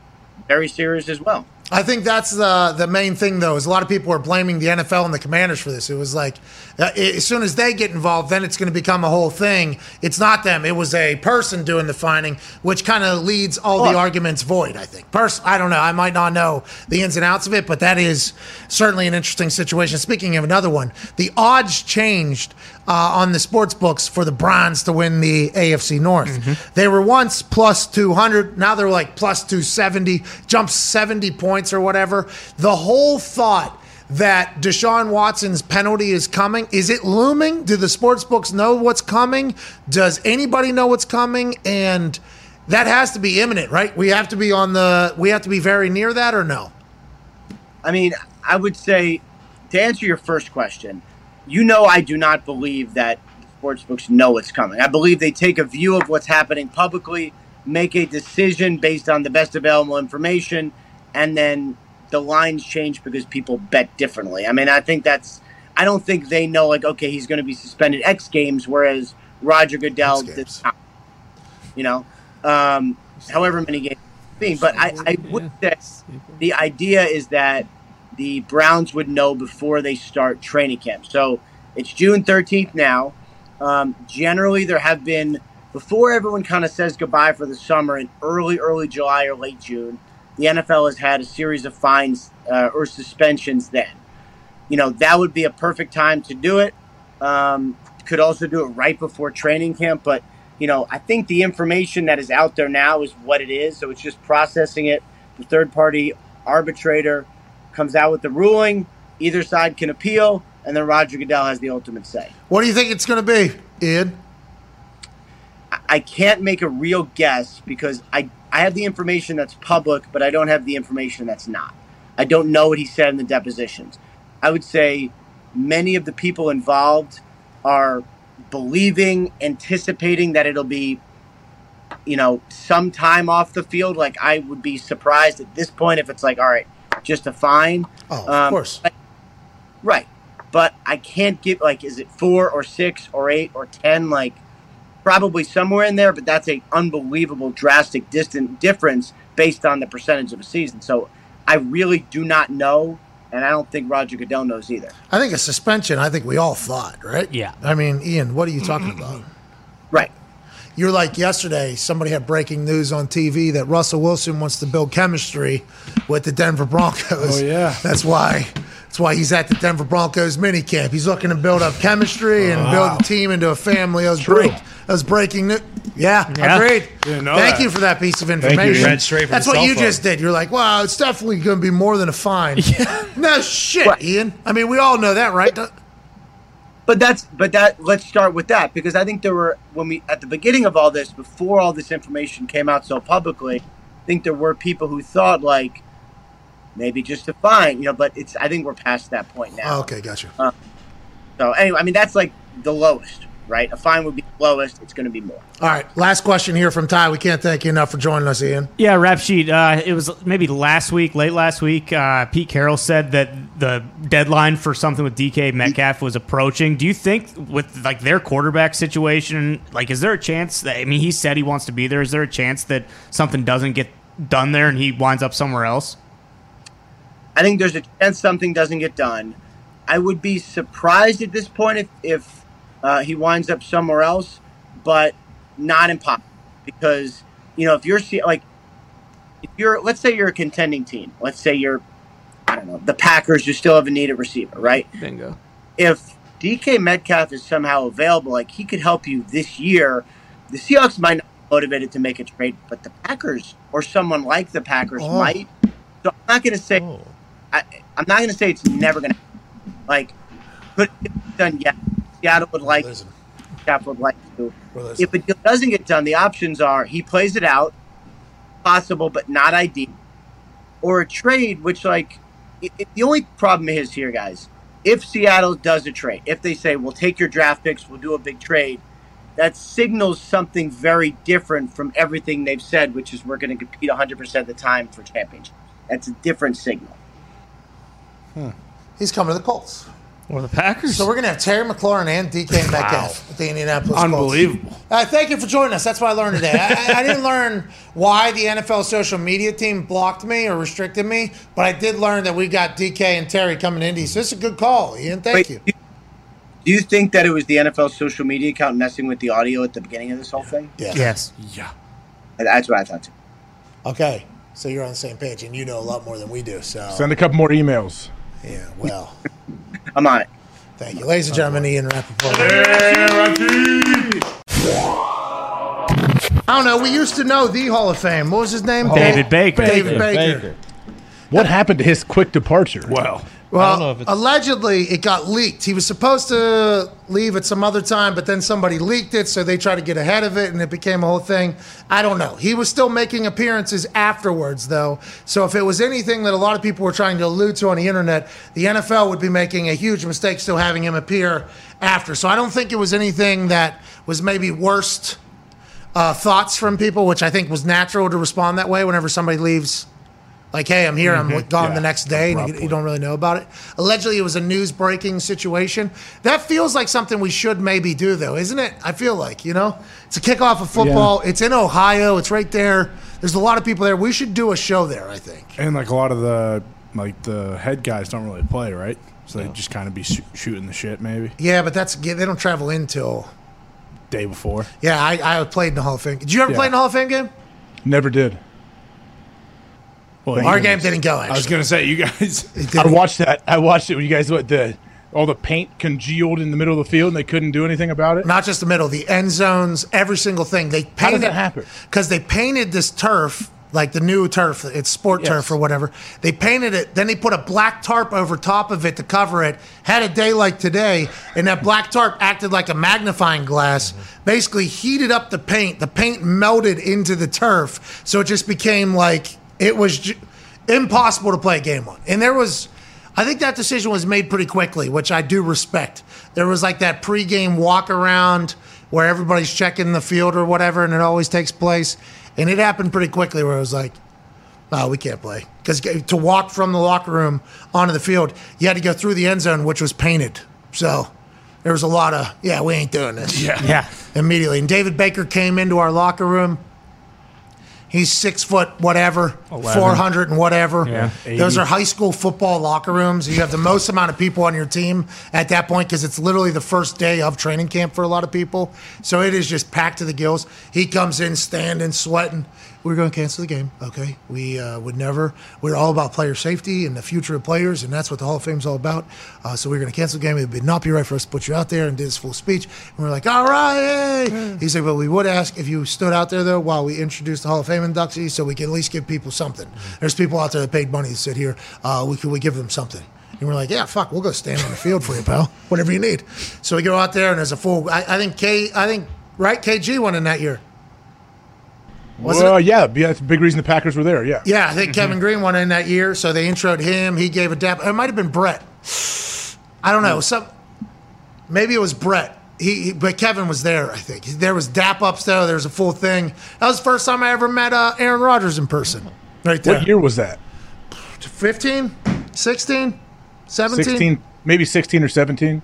very serious as well. I think that's the the main thing, though, is a lot of people are blaming the NFL and the Commanders for this. It was like, uh, as soon as they get involved, then it's going to become a whole thing. It's not them; it was a person doing the finding, which kind of leads all the arguments void. I think. Pers- I don't know. I might not know the ins and outs of it, but that is certainly an interesting situation. Speaking of another one, the odds changed uh, on the sports books for the Browns to win the AFC North. They were once plus 200. Now they're like plus 270, jump 70 points or whatever. The whole thought that Deshaun Watson's penalty is coming, is it looming? Do the sports books know what's coming? Does anybody know what's coming? And that has to be imminent, right? We have to be on the, we have to be very near that or no? I mean, I would say to answer your first question, you know, I do not believe that sports books know what's coming. I believe they take a view of what's happening publicly, make a decision based on the best available information, and then the lines change because people bet differently. I mean, I think that's, I don't think they know, like, okay, he's going to be suspended X games, whereas Roger Goodell did not. You know, um, however many games. it's been. But I, I would say the idea is that the Browns would know before they start training camp. So it's June 13th now. Um, generally, there have been, before everyone kind of says goodbye for the summer in early, early July or late June, the NFL has had a series of fines uh, or suspensions then. You know, that would be a perfect time to do it. Um, could also do it right before training camp, but, you know, I think the information that is out there now is what it is. So it's just processing it. The third party arbitrator comes out with the ruling. Either side can appeal, and then Roger Goodell has the ultimate say. What do you think it's going to be, Ian? I- I can't make a real guess because I, I have the information that's public, but I don't have the information that's not. I don't know what he said in the depositions. I would say many of the people involved are believing, anticipating that it'll be you know, some time off the field. Like I would be surprised at this point if it's like, all right, just a fine. Oh, of course. right, but I can't give like, is it four or six or eight or ten? Like, probably somewhere in there. But that's a unbelievable, drastic, distant difference based on the percentage of a season. So I really do not know, and I don't think Roger Goodell knows either. I think a suspension. I think we all thought, right? Yeah. I mean, Ian, what are you talking about? Right. You're like yesterday. Somebody had breaking news on TV that Russell Wilson wants to build chemistry with the Denver Broncos. Oh, yeah. That's why. That's why he's at the Denver Broncos minicamp. He's looking to build up chemistry and Oh, Wow. build the team into a family. That was break. That was breaking news. Yeah, Yeah. agreed. Didn't know Thank that. you for that piece of Thank you. information. Read straight from That's the what cell you phone. just did. You're like, wow, it's definitely going to be more than a fine. no shit, Ian. I mean, we all know that, right? But that's but that let's start with that because I think there were when we at the beginning of all this before all this information came out so publicly, I think there were people who thought like maybe just a fine, you know. But it's I think we're past that point now. Oh, okay, gotcha. Uh, so anyway, I mean that's like the lowest, right? A fine would be the lowest. It's going to be more. All right, last question here from Ty. We can't thank you enough for joining us, Ian. Yeah, rap sheet. Uh, it was maybe last week, late last week. Uh, Pete Carroll said that the deadline for something with DK Metcalf was approaching. Do you think with like their quarterback situation, like, is there a chance that I mean, he said he wants to be there. Is there a chance that something doesn't get done there and he winds up somewhere else? I think there's a chance something doesn't get done. I would be surprised at this point if, if uh, he winds up somewhere else, but not impossible because you know if you're see- like if you're let's say you're a contending team, let's say you're I don't know the Packers, you still have a need at receiver, right? Bingo. If DK Metcalf is somehow available, like he could help you this year. The Seahawks might not be motivated to make a trade, but the Packers or someone like the Packers Oh. might. So I'm not going to say I, I'm not going to say it's never going to like could it be done yet. Seattle would like Seattle would like to. Realism. If a deal doesn't get done, the options are he plays it out, possible but not ideal, or a trade, which like i i- the only problem is here, guys. If Seattle does a trade, if they say we'll take your draft picks, we'll do a big trade, that signals something very different from everything they've said, which is we're going to compete 100% of the time for championships. That's a different signal. He's coming to the Colts. Or the Packers. So we're going to have Terry McLaurin and DK Metcalf at the Indianapolis Colts. Unbelievable. Uh, thank you for joining us. That's what I learned today. I, I- I didn't learn why the NFL social media team blocked me or restricted me, but I did learn that we got DK and Terry coming to Indy. So it's a good call, Ian. Thank Wait, you. Do you think that it was the NFL social media account messing with the audio at the beginning of this whole thing? Yes. Yeah. That's what I thought too. Okay. So you're on the same page, and you know a lot more than we do. So Send a couple more emails. Yeah, well. I'm on it. Thank you. Ladies and gentlemen, Ian Rappaport. I don't know. We used to know the Hall of Fame. What was his name? David Baker. David Baker. What happened to his quick departure? Well, Well, uh, allegedly it got leaked. He was supposed to leave at some other time, but then somebody leaked it, so they tried to get ahead of it, and it became a whole thing. I don't know. He was still making appearances afterwards, though. So if it was anything that a lot of people were trying to allude to on the internet, the NFL would be making a huge mistake still having him appear after. So I don't think it was anything that was maybe worst uh, thoughts from people, which I think was natural to respond that way whenever somebody leaves. Like, hey, I'm here, I'm Mhm. gone Yeah, the next day, and you, abruptly. you don't really know about it. Allegedly, it was a news breaking situation. That feels like something we should maybe do, though, isn't it? I feel like, you know, it's a kickoff of football. It's in Ohio, it's right there. There's a lot of people there. We should do a show there, I think. And like a lot of the like the head guys don't really play, right? So they just kind of be shoo- shooting the shit, maybe Yeah, but that's yeah, they don't travel in till. day before. Yeah, I, I played in the Hall of Fame. Did you ever Yeah. play in the Hall of Fame game? Never did. Our game didn't go, I was actually. gonna say you guys. I [laughs] didn't. watched that. I watched it when you guys what the all the paint congealed in the middle of the field and they couldn't do anything about it. Not just the middle, the end zones, every single thing. They painted, How did that happen? Because they painted this turf, like the new turf, it's sport turf or whatever. They painted it, then they put a black tarp over top of it to cover it. Had a day like today, and that black tarp acted like a magnifying glass. Basically, heated up the paint. The paint melted into the turf, so it just became like it was ju- impossible to play a game on. And there was. I think that decision was made pretty quickly, which I do respect. There was like that pregame walk around where everybody's checking the field or whatever, and it always takes place. And it happened pretty quickly where it was like, oh, we can't play. Because to walk from the locker room onto the field, you had to go through the end zone, which was painted. So there was a lot of, yeah, we ain't doing this. Yeah. Yeah. Immediately. And David Baker came into our locker room. He's six foot whatever, Eleven. 400 and whatever. Yeah, Those 80. are high school football locker rooms. You have the most amount of people on your team at that point because it's literally the first day of training camp for a lot of people. So it is just packed to the gills. He comes in standing, sweating. We're going to cancel the game. Okay. We uh, would never, we're all about player safety and the future of players, and that's what the Hall of Fame is all about. Uh, so we're going to cancel the game. It would not be right for us to put you out there and do this full speech. And we're like, all right. yay." He's like, but we would ask if you stood out there, though, while we introduced the Hall of Fame inductee, so we can at least give people something. There's people out there that paid money to sit here. Uh, we, can we give them something? And we're like, yeah, fuck, we'll go stand on the field for you, pal. Whatever you need. So we go out there, and there's a full. I, I think K. I think right KG won in that year. Wasn't well, yeah, yeah, that's a big reason the Packers were there. Yeah. Yeah, I think Mm-hmm. Kevin Green won in that year, so they introed him. He gave a dap. It might have been Brett. I don't know. Some maybe it was Brett. He, he- but Kevin was there. I think there was dap ups though. There was a full thing. That was the first time I ever met uh, Aaron Rodgers in person. Mm. Right there. Mm-hmm. What year was that? 15, 16, 17? Sixteen, maybe sixteen or seventeen.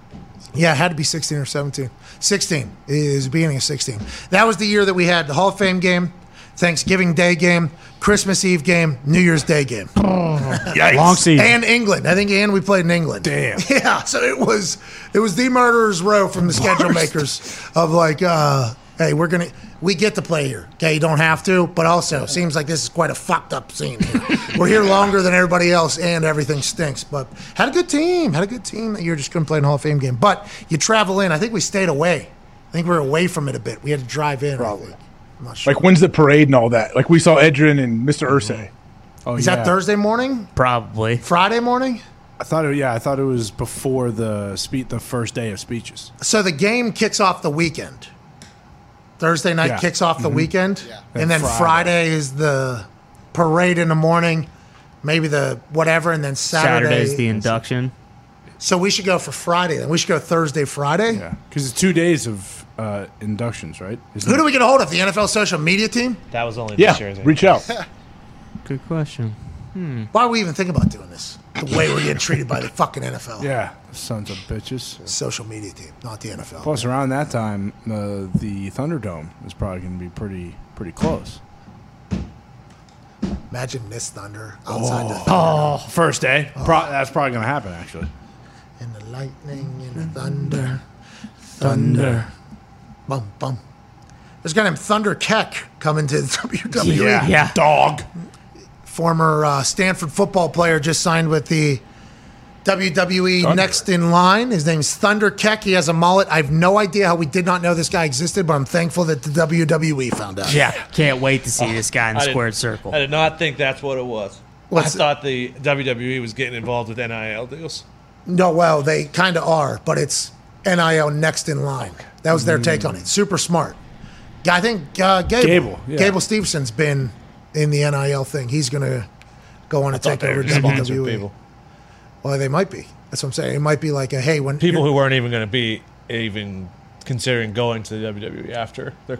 Yeah, it had to be 16 or 17. 16 is the beginning of 16. That was the year that we had the Hall of Fame game, Thanksgiving Day game, Christmas Eve game, New Year's Day game. Yikes. Long season. And England. I think and we played in England. [laughs] Damn. Yeah, so it was it was the murderer's row from the schedule makers of like uh hey, we're gonna we get to play here. Okay, you don't have to, but also seems like this is quite a fucked up scene. Here. we're here longer than everybody else, and everything stinks. But had a good team, had a good team that year. Just couldn't play in the Hall of Fame game. But you travel in. I think we stayed away. I think we were away from it a bit. We had to drive in. Probably. I'm not sure. Like when's the parade and all that? Like we saw Edrin and Mr. Ursay. Mm-hmm. Oh, is that Thursday morning? Probably Friday morning. I thought it. Yeah, I thought it was before the spe- the first day of speeches. So the game kicks off the weekend. Thursday night Yeah. kicks off the Mhm. weekend, Yeah. and, And then Friday. Friday. is the parade in the morning, maybe the whatever, and then Saturday. Saturday's the induction. so we should go for Friday. Then we should go Thursday, Friday. Yeah, because it's two days of uh, inductions, right? Isn't Who it? do we get a hold of? The NFL social media team. That was only Yeah, this year, I think. reach out. Good question. Why are we even thinking about doing this? The way we're getting treated by the fucking NFL. Yeah, sons of bitches. Social media team, not the NFL. Plus, around that time, uh, the Thunderdome is probably going to be pretty pretty close. Imagine Miss Thunder outside the oh, first day. Pro- that's probably going to happen, actually. and the lightning and the thunder, thunder, bum bum. There's a guy named Thunder Keck coming to [laughs] WWE. Yeah. Yeah. dog. Former uh, Stanford football player just signed with the WWE Thunder. next in line. His name's Thunder Keck. He has a mullet. I have no idea how we did not know this guy existed, but I'm thankful that the WWE found out. Yeah, can't wait to see this guy [laughs] in the I didn't- squared circle. I did not think that's what it was. I What's it- thought the WWE was getting involved with NIL deals. No, well, they kind of are, but it's NIL next in line. That was their Mm. take on it. Super smart. Yeah, I think uh, Gable Gable, yeah. Stevenson's been in the NIL thing. He's going to go on to take over E. WWE. Well, they might be. That's what I'm saying. It might be like a hey, when People who weren't even going to be even considering going to the WWE after. Their,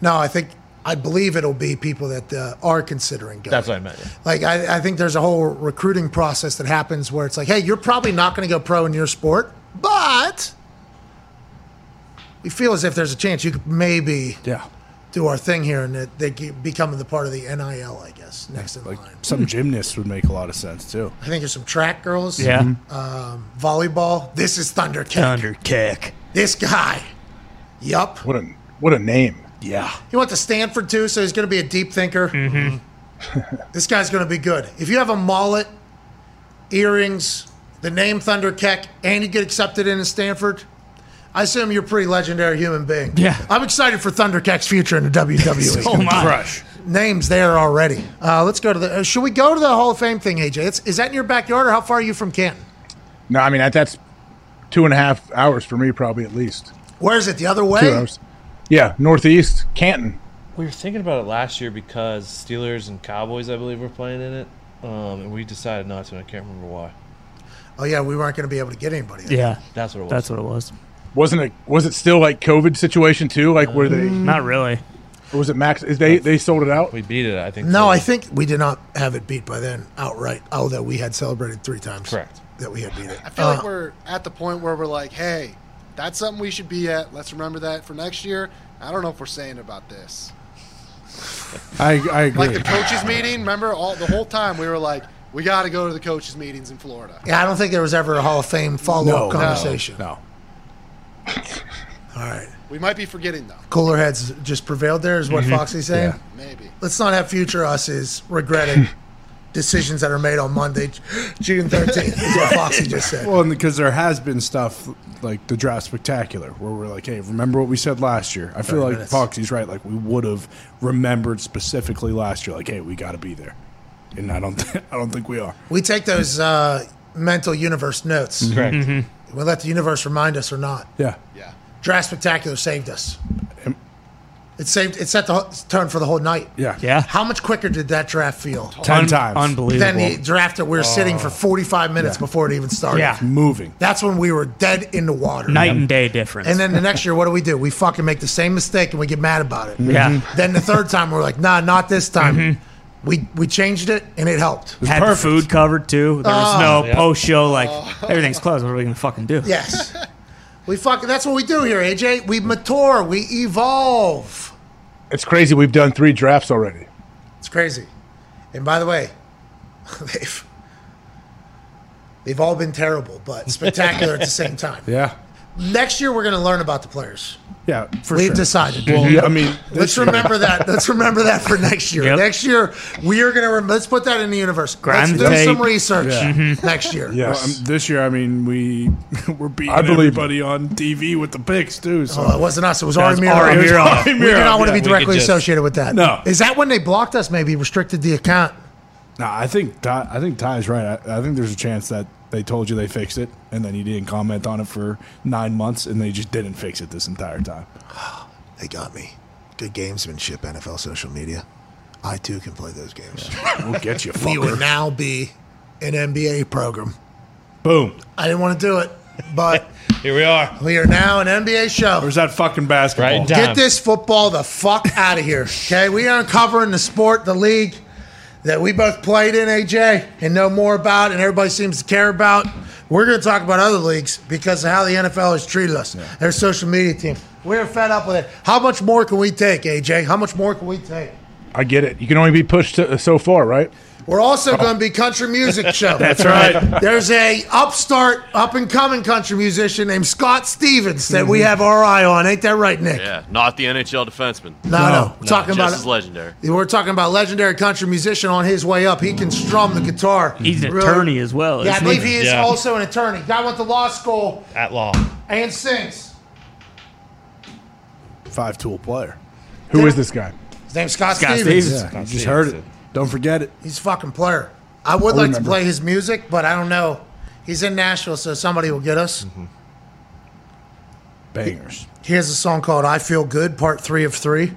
No, I think I believe it'll be people that uh, are considering going. that's what I meant. yeah. Like I, I think there's a whole recruiting process that happens where it's like, hey, you're probably not going to go pro in your sport, but we feel as if there's a chance you could maybe yeah. do our thing here and that they keep becoming the part of the NIL, I guess, next in Like line. some gymnasts would make a lot of sense too. I think there's some track girls. Yeah. Um, volleyball. This is Thunder Kick. Thunder Kick. This guy. Yup. What a what a name. Yeah. He went to Stanford too, so he's going to be a deep thinker. Mm-hmm. [laughs] this guy's going to be good. If you have a mullet, earrings, the name Thunder Keck, and you get accepted into Stanford, I assume you're a pretty legendary human being. Yeah. I'm excited for Thunder Keck's future in the E. WWE. [laughs] So It's gonna be am I. crush. Names there already. Uh, let's go to the. Uh, should we go to the Hall of Fame thing, AJ? It's, is that in your backyard, or how far are you from Canton? No, I mean that, that's two and a half hours for me, probably at least. Where is it? The other Two way? hours. Yeah, northeast Canton. We were thinking about it last year because Steelers and Cowboys, I believe, were playing in it. Um, and we decided not to, and I can't remember why. Oh yeah, we weren't going to be able to get anybody. That's what it was. That's what it was. Wasn't it? Was it still like COVID situation too? Like were they? Mm, Not really. Or was it Max? Is they they sold it out? We beat it. I think. No, I think we did not have it beat by then outright. [laughs] Although we had celebrated three times. Correct. That we had beat it. I feel Uh, like we're at the point where we're like, hey, that's something we should be at. Let's remember that for next year. I don't know if we're saying about this. I I agree. Like the coaches meeting, remember all the whole time we were like, we got to go to the coaches meetings in Florida. Yeah, I don't think there was ever a Hall of Fame follow-up No, conversation. No. All right. We might be forgetting though. Cooler heads just prevailed there, is what Mhm. Foxy's saying. Yeah. Maybe. Let's not have future us is [laughs] regretting decisions that are made on Monday, June 13th, is what [laughs] Foxy just said. Well, because there has been stuff like the draft spectacular where we're like, hey, remember what we said last year? I feel 30 like minutes. Foxy's right. Like we would have remembered specifically last year, like, hey, we got to be there, and I don't, [laughs] I don't think we are. We take those uh, mental universe notes. Correct. Mhm. We let the universe remind us or not. Yeah. Yeah. Draft Spectacular saved us. It saved. It set the whole- tone for the whole night. Yeah. Yeah. How much quicker did that draft feel? Ten Un- times. unbelievable. Than the draft that we were sitting for Oh. 45 minutes Yeah. before it even started. It's moving. That's when we were dead in the water. Night and day difference. And then the next year, what do we do? We fucking make the same mistake and we get mad about it. Yeah. Mm-hmm. Mhm. Then the third time, we're like, nah, not this time. We we changed it and it helped. had the food covered too. There was Oh. no Yeah. post show like everything's closed. What are we gonna fucking do? Yes. We fucking. That's what we do here, AJ. We mature. We evolve. It's crazy. We've done three drafts already. It's crazy. And by the way, [laughs] they've [laughs] they've all been terrible, but spectacular at the same time. Yeah. next year we're going to learn about the players. Yeah, for We've sure. decided. Well, I mean, Let's remember that. Let's remember that for next year. Next year, we are going to. Rem- let's put that in the universe. Grind let's the do some tape. research Mm-hmm. Yeah. [laughs] next year. Yes. Well, um, this year, I mean, [laughs] we we're beating I believe everybody on TV with the picks too. So Oh, it wasn't us. It was Ari Mirov. It was Ari We do Mirov, not want to yeah. be directly associated with that. No. Is that when they blocked us? Maybe restricted the account. No, I think Ty, I think Ty's right. I, I think there's a chance that they told you they fixed it, and then you didn't comment on it for nine months, and they just didn't fix it this entire time. [sighs] They got me. Good gamesmanship, NFL social media. I too can play those games. We'll get you, [laughs] We would fucker. now be an NBA program. Boom. I didn't want to do it, but [laughs] here we are. We are now an NBA show. Where's that fucking basketball? Get this football the fuck out of here. Okay, we are uncovering the sport, the league that we both played in, AJ, and know more about, and everybody seems to care about. We're going to talk about other leagues because of how the NFL has treated us, their social media team. We're fed up with it. How much more can we take, AJ? How much more can we take? I get it. You can only be pushed to, so far, right? We're Oh. also going to be [laughs] country music show. That's right. There's a upstart, up and coming country musician named Scott Stevens that we have our eye on. Ain't that right, Nick? Yeah, not the NHL defenseman. No, no. We're talking just about as legendary. We're talking about legendary country musician on his way up. He can strum the guitar. He's an Really- attorney as well. Yeah, I isn't believe he is Yeah. also an attorney. Guy went to law school At law. and sings. Five tool player. Who is this guy? His name's Scott, Scott Stevens. Stevens. Yeah, Scott you just Stevens. heard it. Don't forget it. He's a fucking player. I would I like to remember. play his music, but I don't know. He's in Nashville, so somebody will get us. [laughs] Bangers. Here's a song called "I Feel Good," Part Three of Three.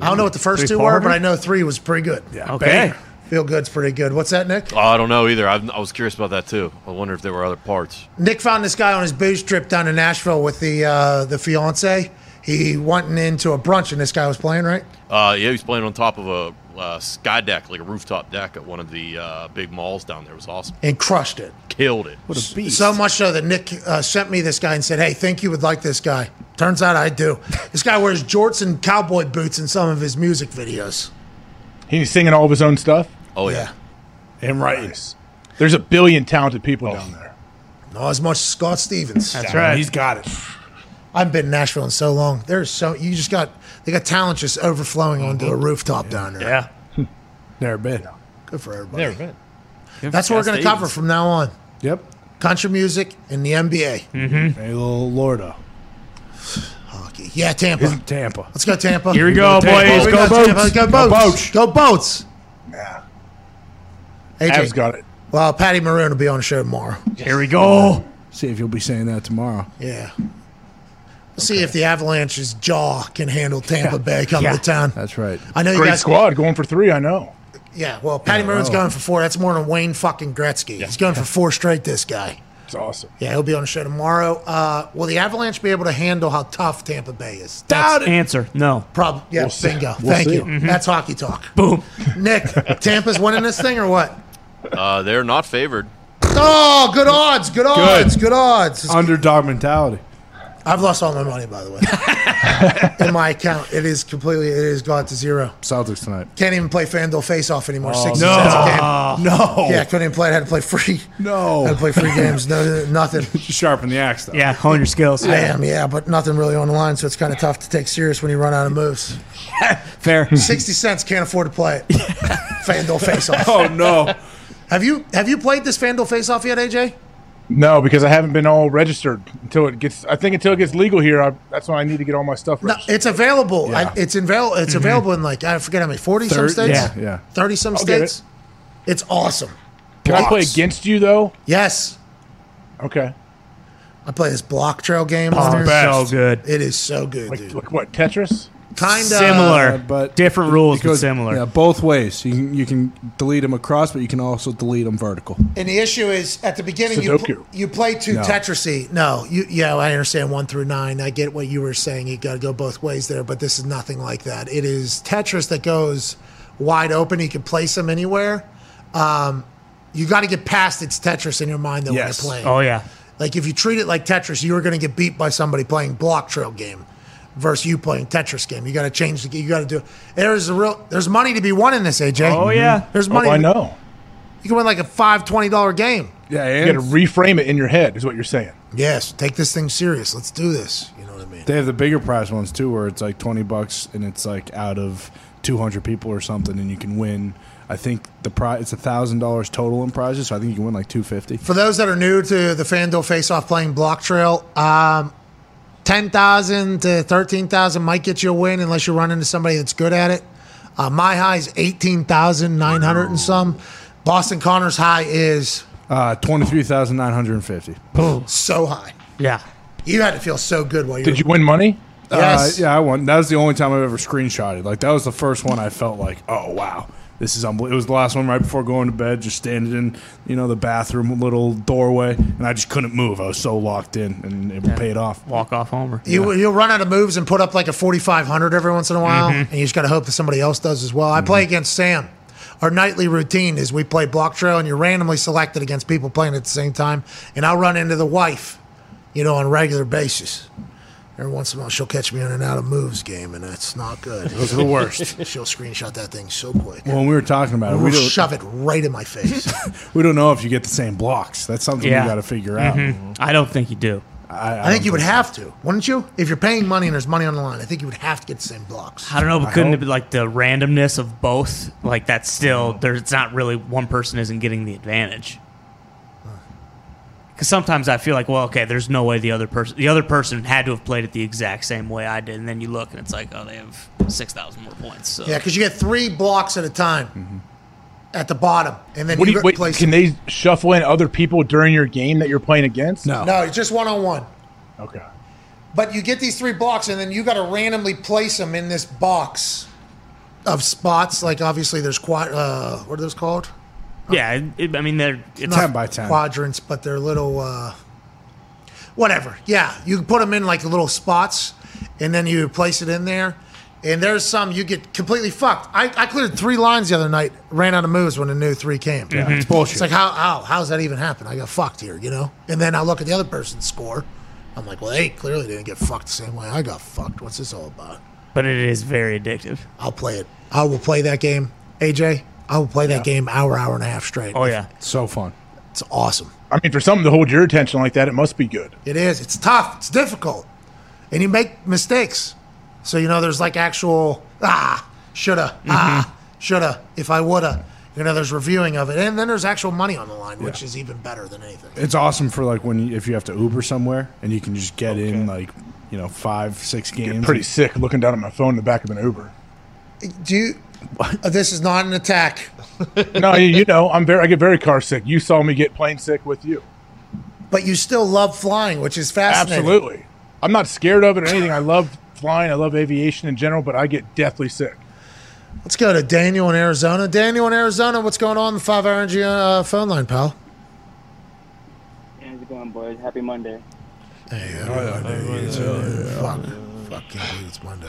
I don't know what the first Three two parter? were, but I know three was pretty good. Yeah. Okay. banger. Feel good's pretty good. What's that, Nick? Oh, I don't know either. I've, I was curious about that too. I wonder if there were other parts. Nick found this guy on his booze trip down to Nashville with the uh, the fiance. He went into a brunch and this guy was playing right. Uh, yeah, he was playing on top of a uh, sky deck, like a rooftop deck at one of the uh, big malls down there. It was awesome. and crushed it. Killed it. What a beast! So much so that Nick uh, sent me this guy and said, "Hey, think you would like this guy." Turns out I do. This guy wears jorts and cowboy boots in some of his music videos. He's singing all of his own stuff. Oh yeah. And right. There's a billion talented people down there. Not as much as Scott Stevens. That's right. He's got it. I've been in Nashville in so long. There's so you just got they got talent just overflowing onto a rooftop down there. Mm-hmm. Yeah. Never been. Good for everybody. Never been. That's what we're going to cover from now on. Yep. Country music and the NBA. Mm-hmm. A little Lorda. Hockey. Yeah, Tampa. Isn't Tampa. Let's go Tampa. Here we go, Tampa. boys. We Go got Tampa. Boats. Go Go boats. Go boats. Yeah. AJ. Avs got it. Well, Patty Maroon will be on the show tomorrow. Here we go. See if you'll be saying that tomorrow. Yeah. See if the Avalanche's jaw can handle Tampa Bay coming to town. That's right. I know you Great guys- squad going for three. I know. Yeah, well, Patty Yeah, Maroon's oh. going for four. That's more than Wayne fucking Gretzky. He's going for four straight, this guy. It's awesome. Yeah, he'll be on the show tomorrow. Uh, will the Avalanche be able to handle how tough Tampa Bay is? Doubt it. Answer no. Probably. Yeah, We'll see. bingo. We'll Thank see. you. Mhm. That's hockey talk. Boom. Nick, Tampa's winning this thing or what? Uh, they're not favored. Oh, good odds. Good odds. Good, odds. Underdog mentality. I've lost all my money, by the way, in my account. It is completely. It is gone to zero. Celtics tonight. Can't even play FanDuel Face Off anymore. Oh, 60 no. cents a game. No. Yeah, I couldn't even play it. I had to play free. No. I had to play free games. No, nothing. Sharpen the axe, though. Yeah, hone your skills. I am, yeah, but nothing really on the line, so it's kind of tough to take serious when you run out [laughs] of moves. [laughs] Fair. 60 cents, can't afford to play it. FanDuel Face Off. Oh, [laughs] no. Have you have you played this FanDuel Face Off yet, AJ? No, because I haven't been all registered until it gets. I think until it gets legal here, I, that's when I need to get all my stuff. No, registered. it's available. Yeah. I, it's available. It's Mhm. available in like I forget how many forty some Thirty- states. yeah, yeah. thirty some I'll get it. states. It's awesome. Can I play Blocks. against you though? Yes. Okay. I play this block trail game. on Oh, there. best. So good. It is so good, Like, dude. like what? Tetris. Kind of Similar, but different rules, It but similar. Yeah, both ways. You can, you can delete them across, but you can also delete them vertical. And the issue is at the beginning you, pl- Sudoku. you play two No. Tetrisy. No, you yeah, I understand one through nine. I get what you were saying. You got to go both ways there, but this is nothing like that. It is Tetris that goes wide open. You can place them anywhere. Um, you got to get past its Tetris in your mind though Yes. when you're playing. Oh, yeah. Like if you treat it like Tetris, you are going to get beat by somebody playing block trail game versus you playing Tetris game. You got to change the game. You got to do. There's a real. There's money to be won in this, AJ. Oh, yeah. There's Oh, money. I to- know. You can win like a five twenty dollar game. Yeah, you got to reframe it in your head, is what you're saying. Yes, take this thing serious. Let's do this. You know what I mean? They have the bigger prize ones too, where it's like twenty bucks and it's like out of two hundred people or something, and you can win. I think the prize it's a thousand dollars total in prizes, so I think you can win like two fifty. For those that are new to the FanDuel face-off playing Block Trail, um, ten thousand to thirteen thousand might get you a win unless you run into somebody that's good at it. Uh, my high is eighteen thousand nine hundred and some. Boston Connor's high is Uh, twenty three thousand nine hundred and fifty. so high. Yeah, you had to feel so good while you were- Did you win money? Yes. Uh, yeah, I won. That was the only time I've ever screenshotted. Like that was the first one I felt like, oh wow, this is unbelievable. It was the last one right before going to bed, just standing in you know the bathroom little doorway, and I just couldn't move. I was so locked in, and it paid off. Walk off homer. You, You'll run out of moves and put up like a 4,500 every once in a while, Mm-hmm. Mhm. and you just got to hope that somebody else does as well. I play against Sam. Our nightly routine is we play block trail, and you're randomly selected against people playing at the same time. And I'll run into the wife, you know, on a regular basis. Every once in a while, she'll catch me in and out of moves game, and that's not good. [laughs] Those are the worst. [laughs] she'll screenshot that thing so quick. Well, when we were talking about it, we We'll don't, shove it right in my [laughs] face. we don't know if you get the same blocks. That's something Yeah. you got to figure out. Mhm. Mm-hmm. I don't think you do. I, I, think don't you would have to, wouldn't you? If you're paying money and there's money on the line, I think you would have to get the same blocks. I don't know, but couldn't it be like the randomness of both? Like that's still there's it's not really one person isn't getting the advantage. Because sometimes I feel like, well, okay, there's no way the other person the other person had to have played it the exact same way I did, and then you look and it's like, oh, they have six thousand more points. So Yeah, because you get three blocks at a time at the bottom, and then What do you, you, get wait, place. can they shuffle in other people during your game that you're playing against? No, it's just one on one. Okay. But you get these three blocks, and then you got to randomly place them in this box of spots. Like obviously, there's quad. Uh, what are those called? yeah, it- it- I mean they're it's Not quadrants, but they're little. Uh, whatever. Yeah, you can put them in like little spots, and then you place it in there. And there's some you get completely fucked. I, I cleared three lines the other night, ran out of moves when the new three came. Yeah, it's Mhm. bullshit. It's like how how how's that even happen? I got fucked here, you know. And then I look at the other person's score. I'm like, well, they clearly didn't get fucked the same way I got fucked. What's this all about? but it is very addictive. I'll play it. I will play that game, AJ. I will play that game hour, hour and a half straight. Oh yeah, so fun. It's awesome. I mean, for something to hold your attention like that, it must be good. It is. It's tough. It's difficult, and you make mistakes. So you know, there's like actual ah shoulda ah shoulda if I woulda. You know, there's reviewing of it, and then there's actual money on the line, which is even better than anything. It's awesome for like when you, if you have to Uber somewhere and you can just get in like you know five six games. pretty sick looking down at my phone in the back of an Uber. Do you? uh, This is not an attack. no, you, you know, I'm very. I get very car sick. You saw me get plane sick with you. But you still love flying, which is fascinating. Absolutely. I'm not scared of it or anything. I love flying. I love aviation in general, but I get deathly sick. Let's go to Daniel in Arizona. Daniel in Arizona, what's going on? The five RNG uh, phone line, pal. How's it going, boys? Happy Monday. Fuck. Fuck, can't believe it's Monday.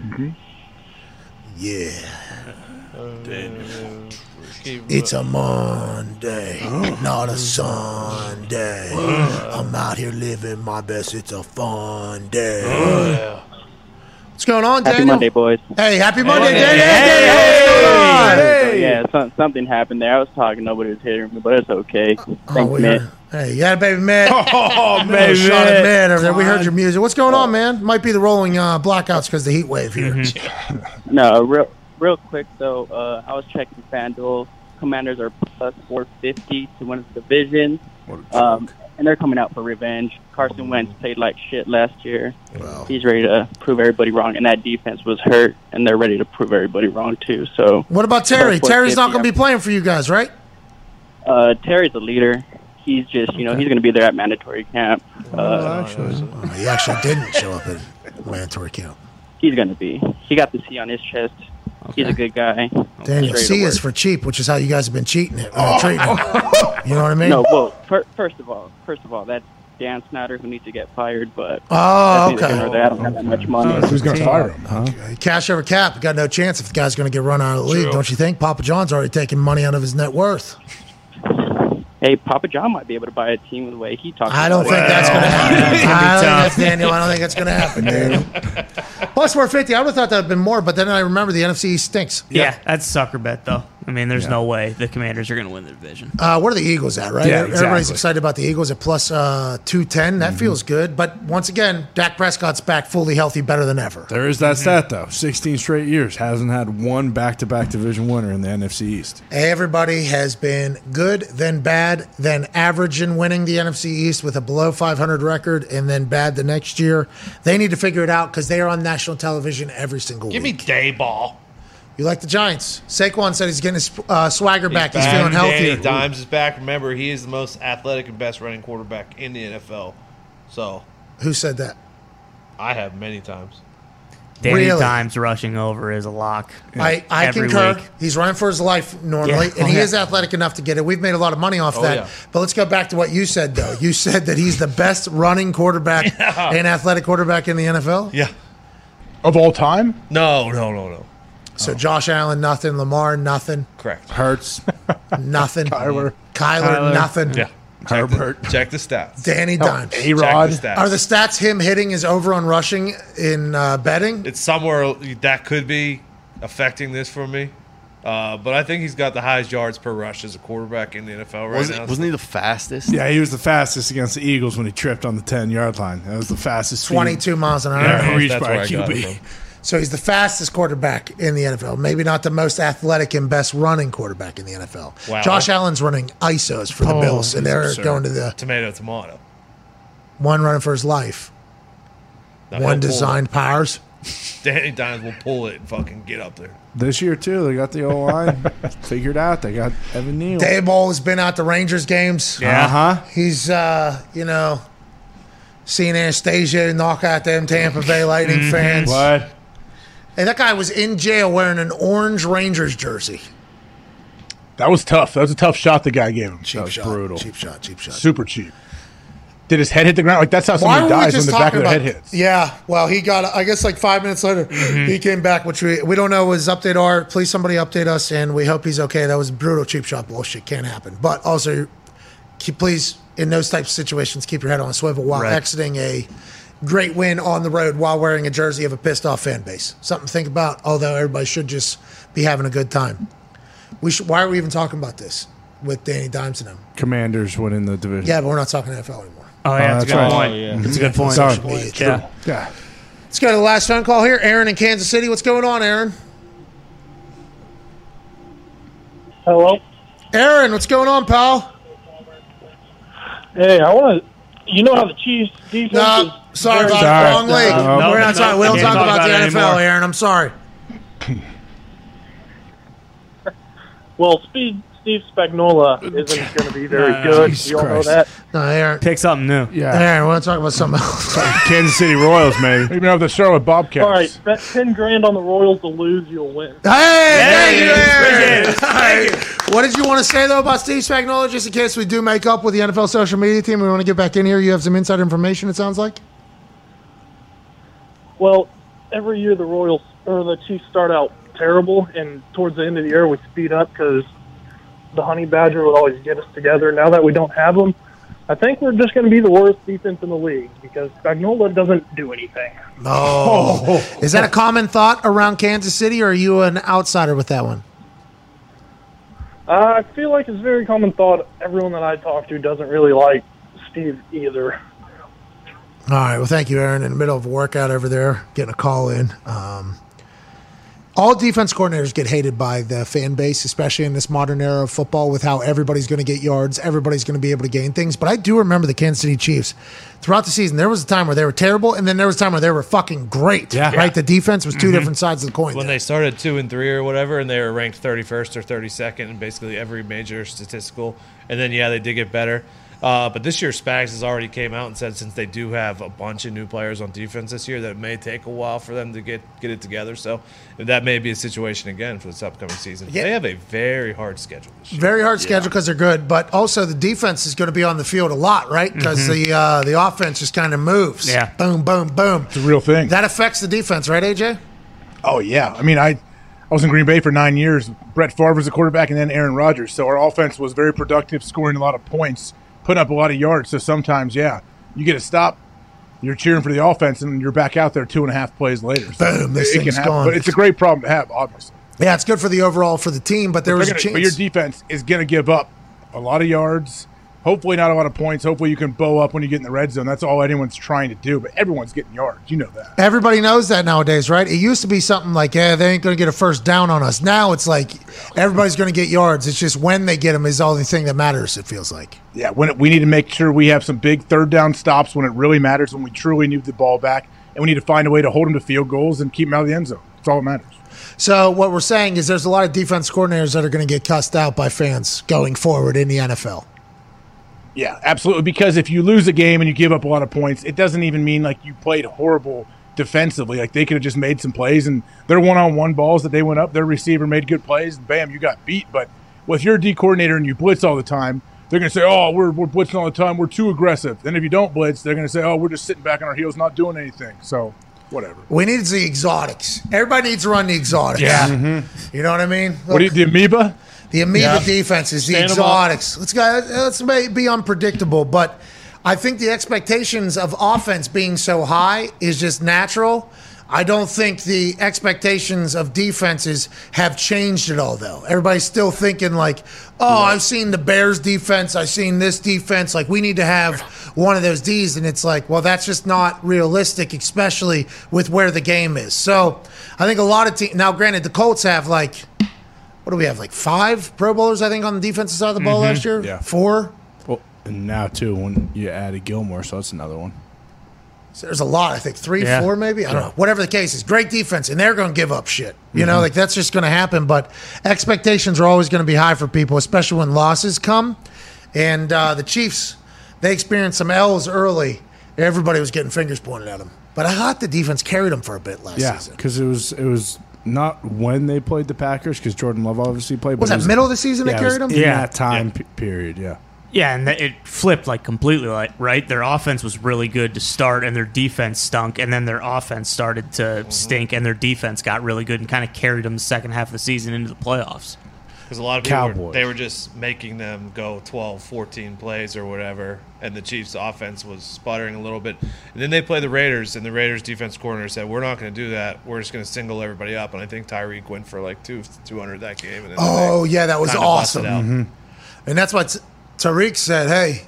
Mm-hmm. Yeah. Oh, It's a Monday, Oh. not a Sunday. I'm out here living my best. It's a fun Oh, day. What's going on, Happy Daniel? Monday, boys. Hey, happy Monday, Hey. Daniel! Hey. Hey. Yeah, some, something happened there. I was talking, nobody was hearing me, but it's Oh, okay. Thanks, we man. Hey, yeah, baby man. Oh, Little baby shot man. at man over there. We heard your music. What's going on, man? Might be the rolling uh, blackouts because the heat wave here. Mm-hmm. No, uh, real, real quick though. Uh, I was checking FanDuel. Commanders are plus 450 to win the division, um, and they're coming out for revenge. Carson Wentz played like shit last year. He's ready to prove everybody wrong, and that defense was hurt, and they're ready to prove everybody wrong too. So What about Terry? Plus Terry's not 450, going to be playing for you guys, right? Uh, Terry's a leader. He's just, you know, he's going to be there at mandatory camp. Uh, actually, Oh, he actually [laughs] didn't show up at mandatory camp. he's going to be. He got the C on his chest. He's a good guy. He's ready Daniel, to C work. is for cheap, which is how you guys have been cheating it. Oh. Uh, treating it. [laughs] You know what I mean? No, well, fir- first of all, first of all, that's Dan Snyder who needs to get fired. But Oh, that's neither okay. here nor there. I don't have that much money. him? Cash over cap. You got no chance if the guy's going to get run out of the league, True. don't you think? Papa John's already taking money out of his net worth. Hey, Papa John might be able to buy a team with the way he talks. I don't think that's going to [laughs] happen. I don't think that's Daniel. I don't think that's going to [laughs] happen, Daniel. Plus 450. I would have thought that would have been more, but then I remember the NFC East stinks. Yeah, that's sucker bet though. I mean, there's no way the Commanders are going to win the division. Uh, what are the Eagles at, right? Yeah, Everybody's exactly. excited about the Eagles at plus uh, 210. Mm-hmm. That feels good. But once again, Dak Prescott's back fully healthy, better than ever. There is that Mm-hmm. stat though. 16 straight years hasn't had one back-to-back division winner in the NFC East. Everybody has been good, then bad, then average in winning the NFC East with a below 500 record, and then bad the next year. They need to figure it out because they are on national television every single Give week. me day ball. You like the Giants? Saquon said he's getting his uh, swagger back. He's, back. feeling Danny healthier. Dimes is back. Remember, he is the most athletic and best running quarterback in the NFL. So Who said that? I have many times. Danny Really? Dimes rushing over is a lock. I, I Every concur. week. He's running for his life normally, Yeah. and Oh, he yeah. is athletic enough to get it. We've made a lot of money off Oh, that. yeah. But let's go back to what you said, though. You said that he's the best running [laughs] quarterback and athletic quarterback in the NFL. Yeah. Of all time? No, no, no, no. So Josh Allen, nothing. Lamar, nothing. Correct. Hurts, [laughs] nothing. Kyler, Kyler. nothing. Yeah. Herbert. check the stats. Danny Dimes. Check the stats. Are the stats him hitting is over on rushing in uh, betting? it's somewhere that could be affecting this for me. Uh, but I think he's got the highest yards per rush as a quarterback in the NFL right now. he the fastest? Yeah, he was the fastest against the Eagles when he tripped on the 10-yard line. That was the fastest. speed 22 miles an hour. ever reached by a QB. So he's the fastest quarterback in the NFL. Maybe not the most athletic and best running quarterback in the NFL. Wow. Josh Allen's running ISOs for the Oh, Bills, and they're absurd. going to the tomato tomato. one running for his life, Now he'll one pull designed powers. it. Danny Dimes will pull it and fucking get up there. This year too, they got the O [laughs] line figured out. They got Evan Neal. Dayball has been out to Rangers games. Yeah. Uh-huh. He's, uh, you know, seeing Anastasia knock out them Tampa Bay Lightning Mhm. fans. What? Hey, that guy was in jail wearing an orange Rangers jersey. That was tough. That was a tough shot the guy gave him. Cheap shot, brutal. Cheap shot. Cheap shot. Super cheap. Did his head hit the ground? Like that's how somebody dies when the back of their head hits. Mm-hmm. Yeah, well, he got. I guess like five minutes later, he came back, which we we don't know his update are. Please, somebody update us, and we hope he's okay. That was brutal cheap shot bullshit. Can't happen. But also, keep, please in those types of situations, keep your head on a swivel while Right. exiting a great win on the road while wearing a jersey of a pissed off fan base. Something to think about. Although everybody should just be having a good time. We should. Why are we even talking about this with Danny Dimes and him? Commanders winning the division. Yeah, but we're not talking NFL anymore. Oh, yeah, Oh, that's a that's good right. point. Oh, yeah. That's a good point. Sorry. Sorry. It's Yeah. true. Let's go to the last phone call here. Aaron in Kansas City. What's going on, Aaron? Hello. Aaron, what's going on, pal? Hey, I want to. You know how Oh, the Chiefs defense. No, is sorry very- about it. Wrong league. We're not talking. We don't talk about, the NFL, Aaron. I'm sorry. [laughs] Well, Steve, Steve Spagnola isn't going to be very [laughs] No, no, good. Jesus you all know Christ. that. No, Aaron. Pick something new. Aaron, we want to talk about something else. Kansas City [laughs] Royals, maybe. Even have the Charlotte Bobcats. All right, bet ten grand on the Royals to lose. You'll win. Hey, thank you, Aaron. All right. What did you want to say though about Steve Spagnuolo? Just in case we do make up with the NFL social media team, we want to get back in here. You have some inside information. It sounds like. Well, every year the Royals or the Chiefs start out terrible, and towards the end of the year we speed up because the Honey Badger would always get us together. Now that we don't have them, I think we're just going to be the worst defense in the league because Spagnola doesn't do anything. No. Oh. Is that a common thought around Kansas City, or are you an outsider with that one? Uh, I feel like it's a very common thought. Everyone that I talk to doesn't really like Steve either. All right. Well, thank you, Aaron. In the middle of a workout over there, getting a call in. Um, all defense coordinators get hated by the fan base, especially in this modern era of football, with how everybody's going to get yards, everybody's going to be able to gain things. But I do remember the Kansas City Chiefs throughout the season. There was a time where they were terrible, and then there was a time where they were fucking great. Yeah. Right. The defense was 2 Mhm. different sides of the coin. When they started two and three or whatever, and they were ranked 31st or 32nd in basically every major statistical, and then yeah, they did get better. Uh, but this year, Spags has already came out and said since they do have a bunch of new players on defense this year, that it may take a while for them to get get it together. So that may be a situation again for this upcoming season. They have a very hard schedule. Very hard schedule because they're good, but also the defense is going to be on the field a lot, right? Because Mhm. the uh, the offense just kind of moves. Yeah. Boom, boom, boom. It's a real thing. That affects the defense, right, AJ? Oh yeah, I mean I, I was in Green Bay for nine years. Brett Favre was the quarterback, and then Aaron Rodgers. So our offense was very productive, scoring a lot of points, putting up a lot of yards. So sometimes, yeah, you get a stop, you're cheering for the offense, and you're back out there two and a half plays later. So Boom, this it can thing's happen. gone. But it's a great problem to have, obviously. Yeah, it's good for the overall for the team, but there They're was a gonna- chance. But your defense is going to give up a lot of yards. Hopefully, not a lot of points. Hopefully, you can bow up when you get in the red zone. That's all anyone's trying to do. But everyone's getting yards. You know that. Everybody knows that nowadays, right? It used to be something like, yeah, they ain't going to get a first down on us. Now it's like everybody's going to get yards. It's just when they get them is the only thing that matters, it feels like. Yeah, when it, we need to make sure we have some big third down stops when it really matters, when we truly need the ball back, and we need to find a way to hold them to field goals and keep them out of the end zone. That's all that matters. So what we're saying is there's a lot of defense coordinators that are going to get cussed out by fans going forward in the NFL. Yeah, absolutely. Because if you lose a game and you give up a lot of points, it doesn't even mean like you played horrible defensively. Like they could have just made some plays and their one on one balls that they went up, their receiver made good plays, and bam, you got beat. But with your D coordinator and you blitz all the time, they're going to say, oh, we're, we're blitzing all the time. We're too aggressive. Then if you don't blitz, they're going to say, oh, we're just sitting back on our heels, not doing anything. So, whatever. We need the exotics. Everybody needs to run the exotics. Yeah. You know what I mean? What do you, the amoeba? The amoeba Yeah. defense is the Stand 'em up. exotics. Let's go. Let's may be unpredictable, but I think the expectations of offense being so high is just natural. I don't think the expectations of defenses have changed at all, though. Everybody's still thinking like, "Oh, I've seen the Bears defense. I've seen this defense. Like, we need to have one of those D's." And it's like, well, that's just not realistic, especially with where the game is. So, I think a lot of teams. Now, granted, the Colts have like what do we have? Like five Pro Bowlers, I think, on the defensive side of the ball Mhm. Mm-hmm. last year. Yeah. Four. Well, and now too when you added Gilmore, so that's another one. So there's a lot. I think three, Yeah. four, maybe. I don't Yeah. know. Whatever the case is, great defense, and they're going to give up shit. You know, Mhm. like that's just going to happen. But expectations are always going to be high for people, especially when losses come. And uh, the Chiefs, they experienced some L's early. Everybody was getting fingers pointed at them. But I thought the defense carried them for a bit last yeah, season. because it was it was not when they played the Packers because Jordan Love obviously played. Was but it that middle of the season they yeah, it was carried 'em? In Yeah. that time pe- period, yeah. Yeah, and th- it flipped like completely, like right. Their offense was really good to start, and their defense stunk, and then their offense started to Mm-hmm. stink, and their defense got really good and kind of carried them the second half of the season into the playoffs. Because a lot of people, were, Cowboys. they were just making them go 12, 14 plays or whatever, and the Chiefs' offense was sputtering a little bit. And then they play the Raiders, and the Raiders' defense corner said, "We're not going to do that. We're just going to single everybody up." And I think Tyreek went for like two, two hundred that game. And then Oh, they yeah, that was kinda busted awesome. Mm-hmm. out. And that's why T- Tariq said, hey,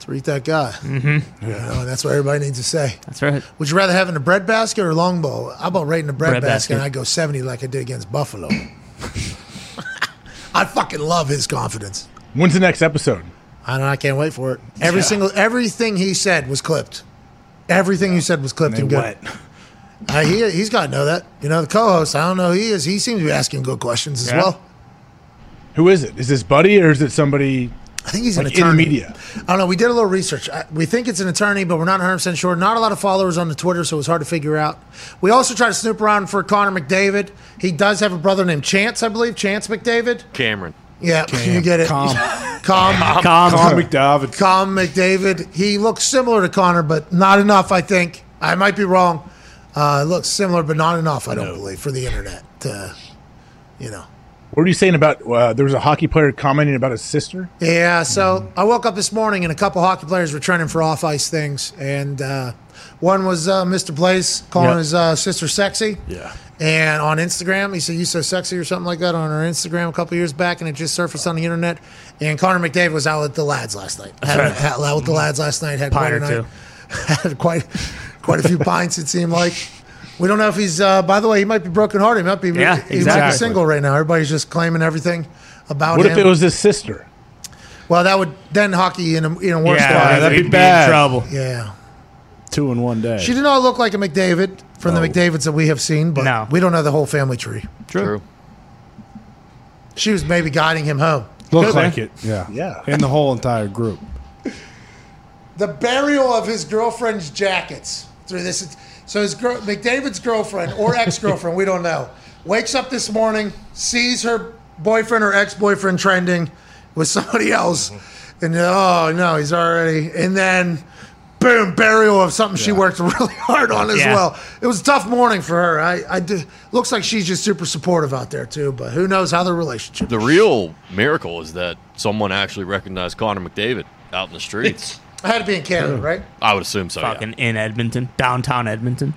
Tariq, that guy. Mm-hmm. You know, that's what everybody needs to say. That's right. Would you rather have in a bread basket or a long bowl? How about right in the bread, Bread basket. basket, and I go 70 like I did against Buffalo? I fucking love his confidence. When's the next episode? I don't know, I can't wait for it. Every single everything he said was clipped. Everything he said was clipped and, good. Uh, he he's got to know that. You know the co-host. I don't know who he is. He seems to be asking good questions as Yeah. well. Who is it? Is this Buddy or is it somebody? I think he's an like, in attorney. media. I don't know. We did a little research. I- We think it's an attorney, but we're not 100% sure. Not a lot of followers on the Twitter, so it was hard to figure out. We also tried to snoop around for Connor McDavid. He does have a brother named Chance, I believe. Chance McDavid. Cameron. Yeah, [laughs] Cam. you get it. Calm. Calm. Calm. Calm McDavid. Calm McDavid. He looks similar to Connor, but not enough, I think. I might be wrong. Uh, looks similar, but not enough, I don't believe, for the internet. Uh, you know. What were you saying about? Uh, there was a hockey player commenting about his sister. Yeah, so I woke up this morning and a couple hockey players were training for off ice things, and uh, one was uh, Mr. Blaze calling Yep. his uh, sister sexy. Yeah. And on Instagram, he said, "You so sexy" or something like that on her Instagram a couple years back, and it just surfaced on the internet. And Connor McDavid was out with the lads last night. That's Had, right. had- out with the lads last night. Had Pint quite a or night. [laughs] Had quite quite a few pints. It seemed like. We don't know if he's. Uh, by the way, he might be brokenhearted. He might [laughs] be. Yeah, he might be exactly. single right now. Everybody's just claiming everything about What him. if it was his sister? Well, that would then hockey in a, in a worse Yeah, spot. that'd be We'd be in bad. trouble. Yeah. Two in one day. She did not look like a McDavid from the McDavids that we have seen, but we don't know the whole family tree. True. She was maybe guiding him home. Looked Could've like been. it. Yeah. Yeah. And the whole entire group. The burial of his girlfriend's jackets through this. So his girl, McDavid's girlfriend or ex-girlfriend, we don't know, wakes up this morning, sees her boyfriend or ex-boyfriend trending with somebody else, and oh no, he's already. And then, boom, burial of something she worked really [laughs] hard on as Yeah. well. It was a tough morning for her. I, I do, looks like she's just super supportive out there too, but who knows how their relationship. The real miracle is that someone actually recognized Connor McDavid out in the [laughs] streets. I had to be in Canada, True. right? I would assume so. yeah. Fucking in Edmonton, downtown Edmonton.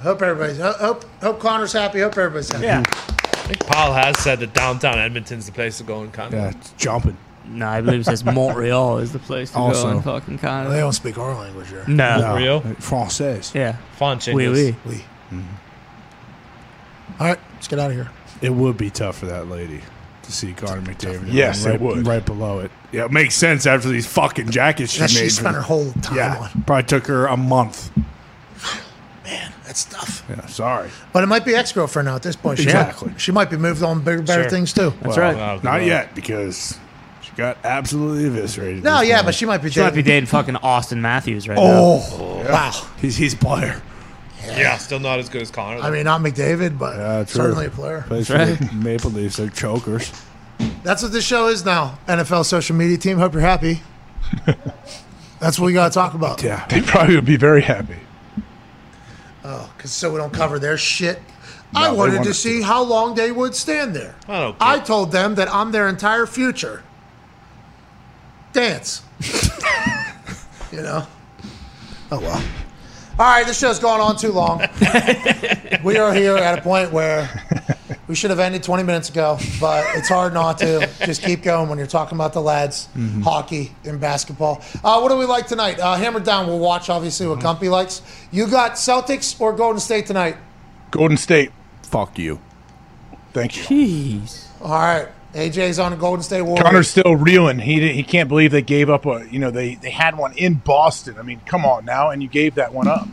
Hope everybody's ho- hope hope Connor's happy. Hope everybody's happy. Yeah. I think Paul has said that downtown Edmonton's the place to go in Canada. Yeah, it's jumping. Oh, No, I believe it [laughs] says Montreal is the place to Also. go in fucking Canada. They don't speak our language there. No. No. Rio? Francais. Yeah. French Oui, English. oui. Oui. All right, let's get out of here. It would be tough for that lady to see Connor McDavid. Yes, right, it would. Right below it. Yeah, it makes sense after these fucking jackets she That made. she for spent the- her whole time yeah, on. Probably took her a month. That's tough. Yeah, sorry. But it might be ex girlfriend now at this point. She might- Exactly. she might be moved on to bigger, better Sure. things too. Well, Not yet because she got absolutely eviscerated. No, this yeah, morning. but she might be She might be dating fucking Austin Matthews right Oh, now. wow. He's he's player. Yeah. still not as good as Connor. I mean, not McDavid, but true. certainly a player. Plays for the [laughs] Maple Leafs. They're chokers. That's what this show is now. NFL social media team. Hope [laughs] you're happy. That's what we got to talk about. Yeah, they probably would be very happy. Oh, because so we don't cover their shit. No, I they wanted want to us see how long they would stand there. I, told them that I'm their entire future. Dance. you know? Oh, well. All right, this show's gone on too long. we are here at a point where we should have ended 20 minutes ago, but it's hard not to just keep going when you're talking about the lads, Mhm. hockey, and basketball. Uh, what do we like tonight? Uh, Hammer Down, we'll watch, obviously, what Gumpy likes. You got Celtics or Golden State tonight? Golden State. Fuck you. Thank you. Jeez. All right. AJ's on the Golden State Warriors. Connor's still reeling. He didn't- he can't believe they gave up a you know they they had one in Boston. I mean, come on now, and you gave that one up.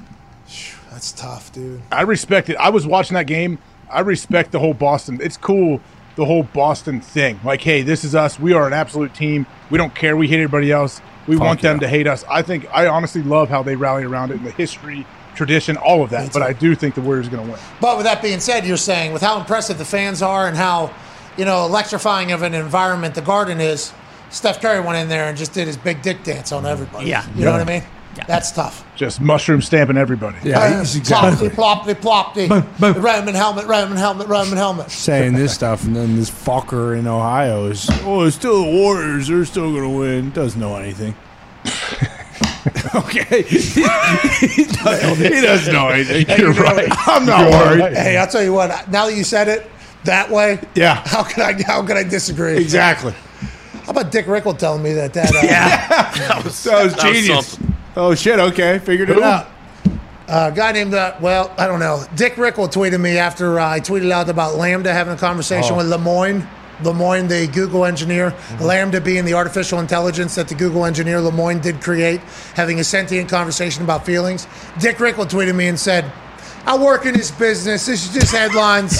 That's tough, dude. I respect it. I was watching that game. I respect the whole Boston. It's cool the whole Boston thing. Like, hey, this is us. We are an absolute team. We don't care. We hate everybody else. We Fuck want them to hate us. I think I honestly love how they rally around it and the history, tradition, all of that. But I do think the Warriors are going to win. But with that being said, you're saying with how impressive the fans are and how, you know, electrifying of an environment the Garden is, Steph Curry went in there and just did his big dick dance on everybody. Yeah. You know Yeah. what I mean? That's tough. Just mushroom stamping everybody. [laughs] Uh, Plopty, plopty, plopty. Roman helmet, Roman helmet, Roman helmet. Saying this stuff, and then this fucker in Ohio is, oh, it's still the Warriors. They're still going to win. Doesn't know anything. [laughs] okay. [laughs] he doesn't [laughs] know anything. Hey, you know what? I'm not worried. Hey, I'll tell you what. Now that you said it that way, yeah. How could I? How could I disagree? Exactly. How about Dick Rickle telling me [laughs] that? That uh, that was, that was that was genius. oh shit! Okay, figured it out. A guy named, uh, well, I don't know. Dick Rickle tweeted me after uh, I tweeted out about Lambda having a conversation Oh. Mm-hmm. with Lemoyne. Lemoyne, the Google engineer, Lambda being the artificial intelligence that the Google engineer Lemoyne did create, having a sentient conversation about feelings. Dick Rickle tweeted me and said, I work in this business. This is just [laughs] headlines.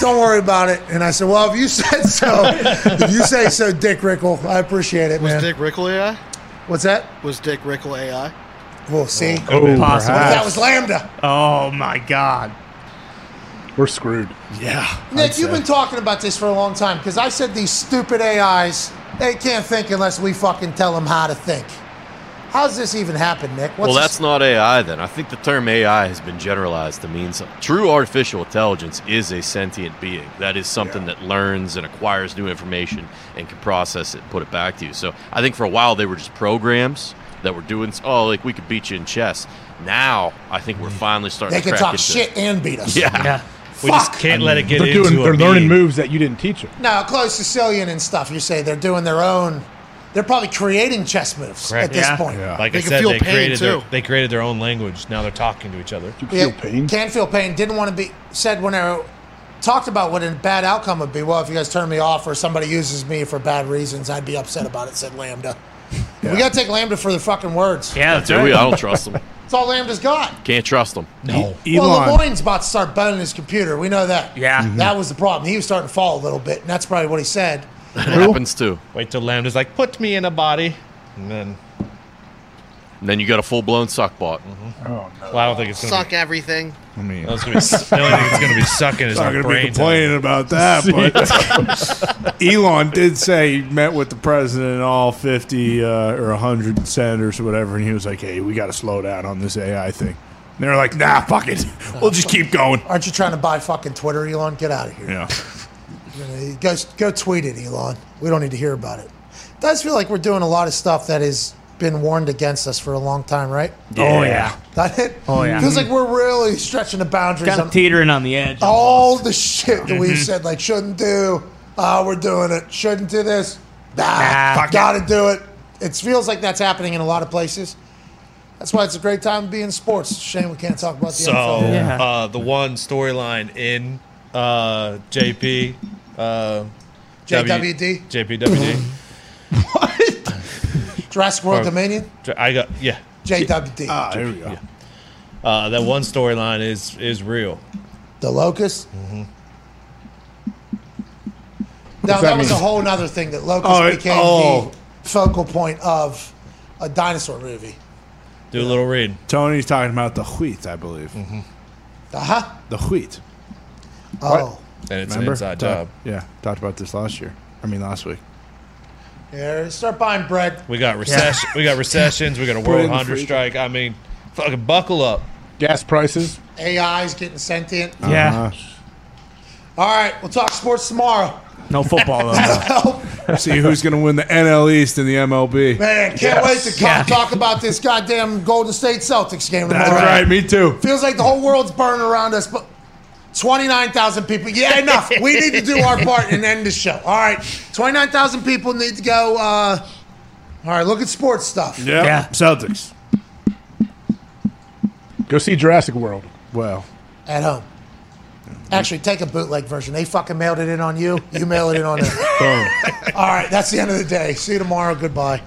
Don't worry about it. And I said, Well, if you said so, if you say so, Dick Rickle, I appreciate it, Was man. Dick Rickle AI? What's that? Was Dick Rickle AI? We'll see. Oh, What if that perhaps. was Lambda. Oh my God. We're screwed. Yeah. Nick, you've been talking about this for a long time because I said these stupid AIs, they can't think unless we fucking tell them how to think. How's this even happen, Nick? well, that's not AI then. I think the term AI has been generalized to mean something. True artificial intelligence is a sentient being. That is something that learns and acquires new information and can process it and put it back to you. So I think for a while they were just programs that were doing, s- oh, like we could beat you in chess. Now I think Mm. we're finally starting They to can crack talk into- shit and beat us. Yeah. [laughs] We just can't let it get they're doing, into a They're learning being. moves that you didn't teach them. Now, Close Sicilian and stuff, you say they're doing their own, they're probably creating chess moves at this point. Like they I can said, feel they pain created too. their they created their own language. Now they're talking to each other. Yeah, Can feel pain. Didn't want to be said when I talked about what a bad outcome would be. Well, if you guys turn me off or somebody uses me for bad reasons, I'd be upset about it, said Lambda. We got to take Lambda for the fucking words. Yeah, that's right. I don't trust [laughs] them. That's all Lambda's got. Can't trust them. No. Well, Lemoyne's about to start burning his computer. We know that. Yeah. Mm-hmm. Mhm. That was the problem. He was starting to fall a little bit, and that's probably what he said. That happens too. Wait till Lambda's like, put me in a body, and then. And then you got a full blown sock bot. Oh Well, I don't think it's gonna Suck everything. I mean, That's gonna be s- the only thing it's gonna be sucking is Not our gonna be brains out. complaining about [laughs] that, but [laughs] Elon did say he met with the president and all fifty uh, or hundred senators or whatever, and he was like, "Hey, we got to slow down on this AI thing." And they're like, "Nah, fuck it, we'll just keep going." Aren't you trying to buy fucking Twitter, Elon? Get out of here. Yeah. You know, Go, go tweet it, Elon. We don't need to hear about it. It does feel like we're doing a lot of stuff that is been warned against us for a long time, right? Oh, yeah. That it. Oh, yeah. Feels like we're really stretching the boundaries. Kind on of teetering on the edge. all the shit that we've Mhm. said, like shouldn't do. Oh, we're doing it. Shouldn't do this. Nah, Nah, fuck it. gotta do it. It feels like that's happening in a lot of places. That's why it's a great time to be in sports. Shame we can't talk about the So NFL. uh, the one storyline in uh, JP, uh, W- JWD? [clears throat] JPWD. Jurassic World Or- Dominion, I got yeah. JWD. Ah, Yeah. Uh, that one storyline is is real. The locust. Mm-hmm. Now, What's that, that was a mean? whole other thing that Locust Oh, it- became oh. the focal point of a dinosaur movie. Do a little read. Mm-hmm. Tony's talking about the wheat, I believe. Uh-huh. The wheat. Oh. And it's an inside Ta- job. Yeah, talked about this last year. I mean, last week. Yeah, start buying bread. We got recession. We got recessions. We got a Put it in world the hunger freezer. strike. I mean, fucking buckle up. Gas prices. AI's getting sentient. Uh-huh. Yeah. Uh-huh. All right, we'll talk sports tomorrow. No football, though. [laughs] See who's going to win the NL East and the [laughs] MLB. Man, can't Yes. wait to come talk about this goddamn Golden State Celtics game tomorrow. That's right, me too. Feels like the whole world's burning around us, but 29,000 people. Yeah, enough. we need to do our part and end the show. All right, 29,000 people need to go. Uh, all right, look at sports stuff. Yeah. Celtics. Go see Jurassic World. Well, At home. Actually, take a bootleg version. They fucking [laughs] mailed it in on you. You mail it in on them. All right, that's the end of the day. See you tomorrow. Goodbye.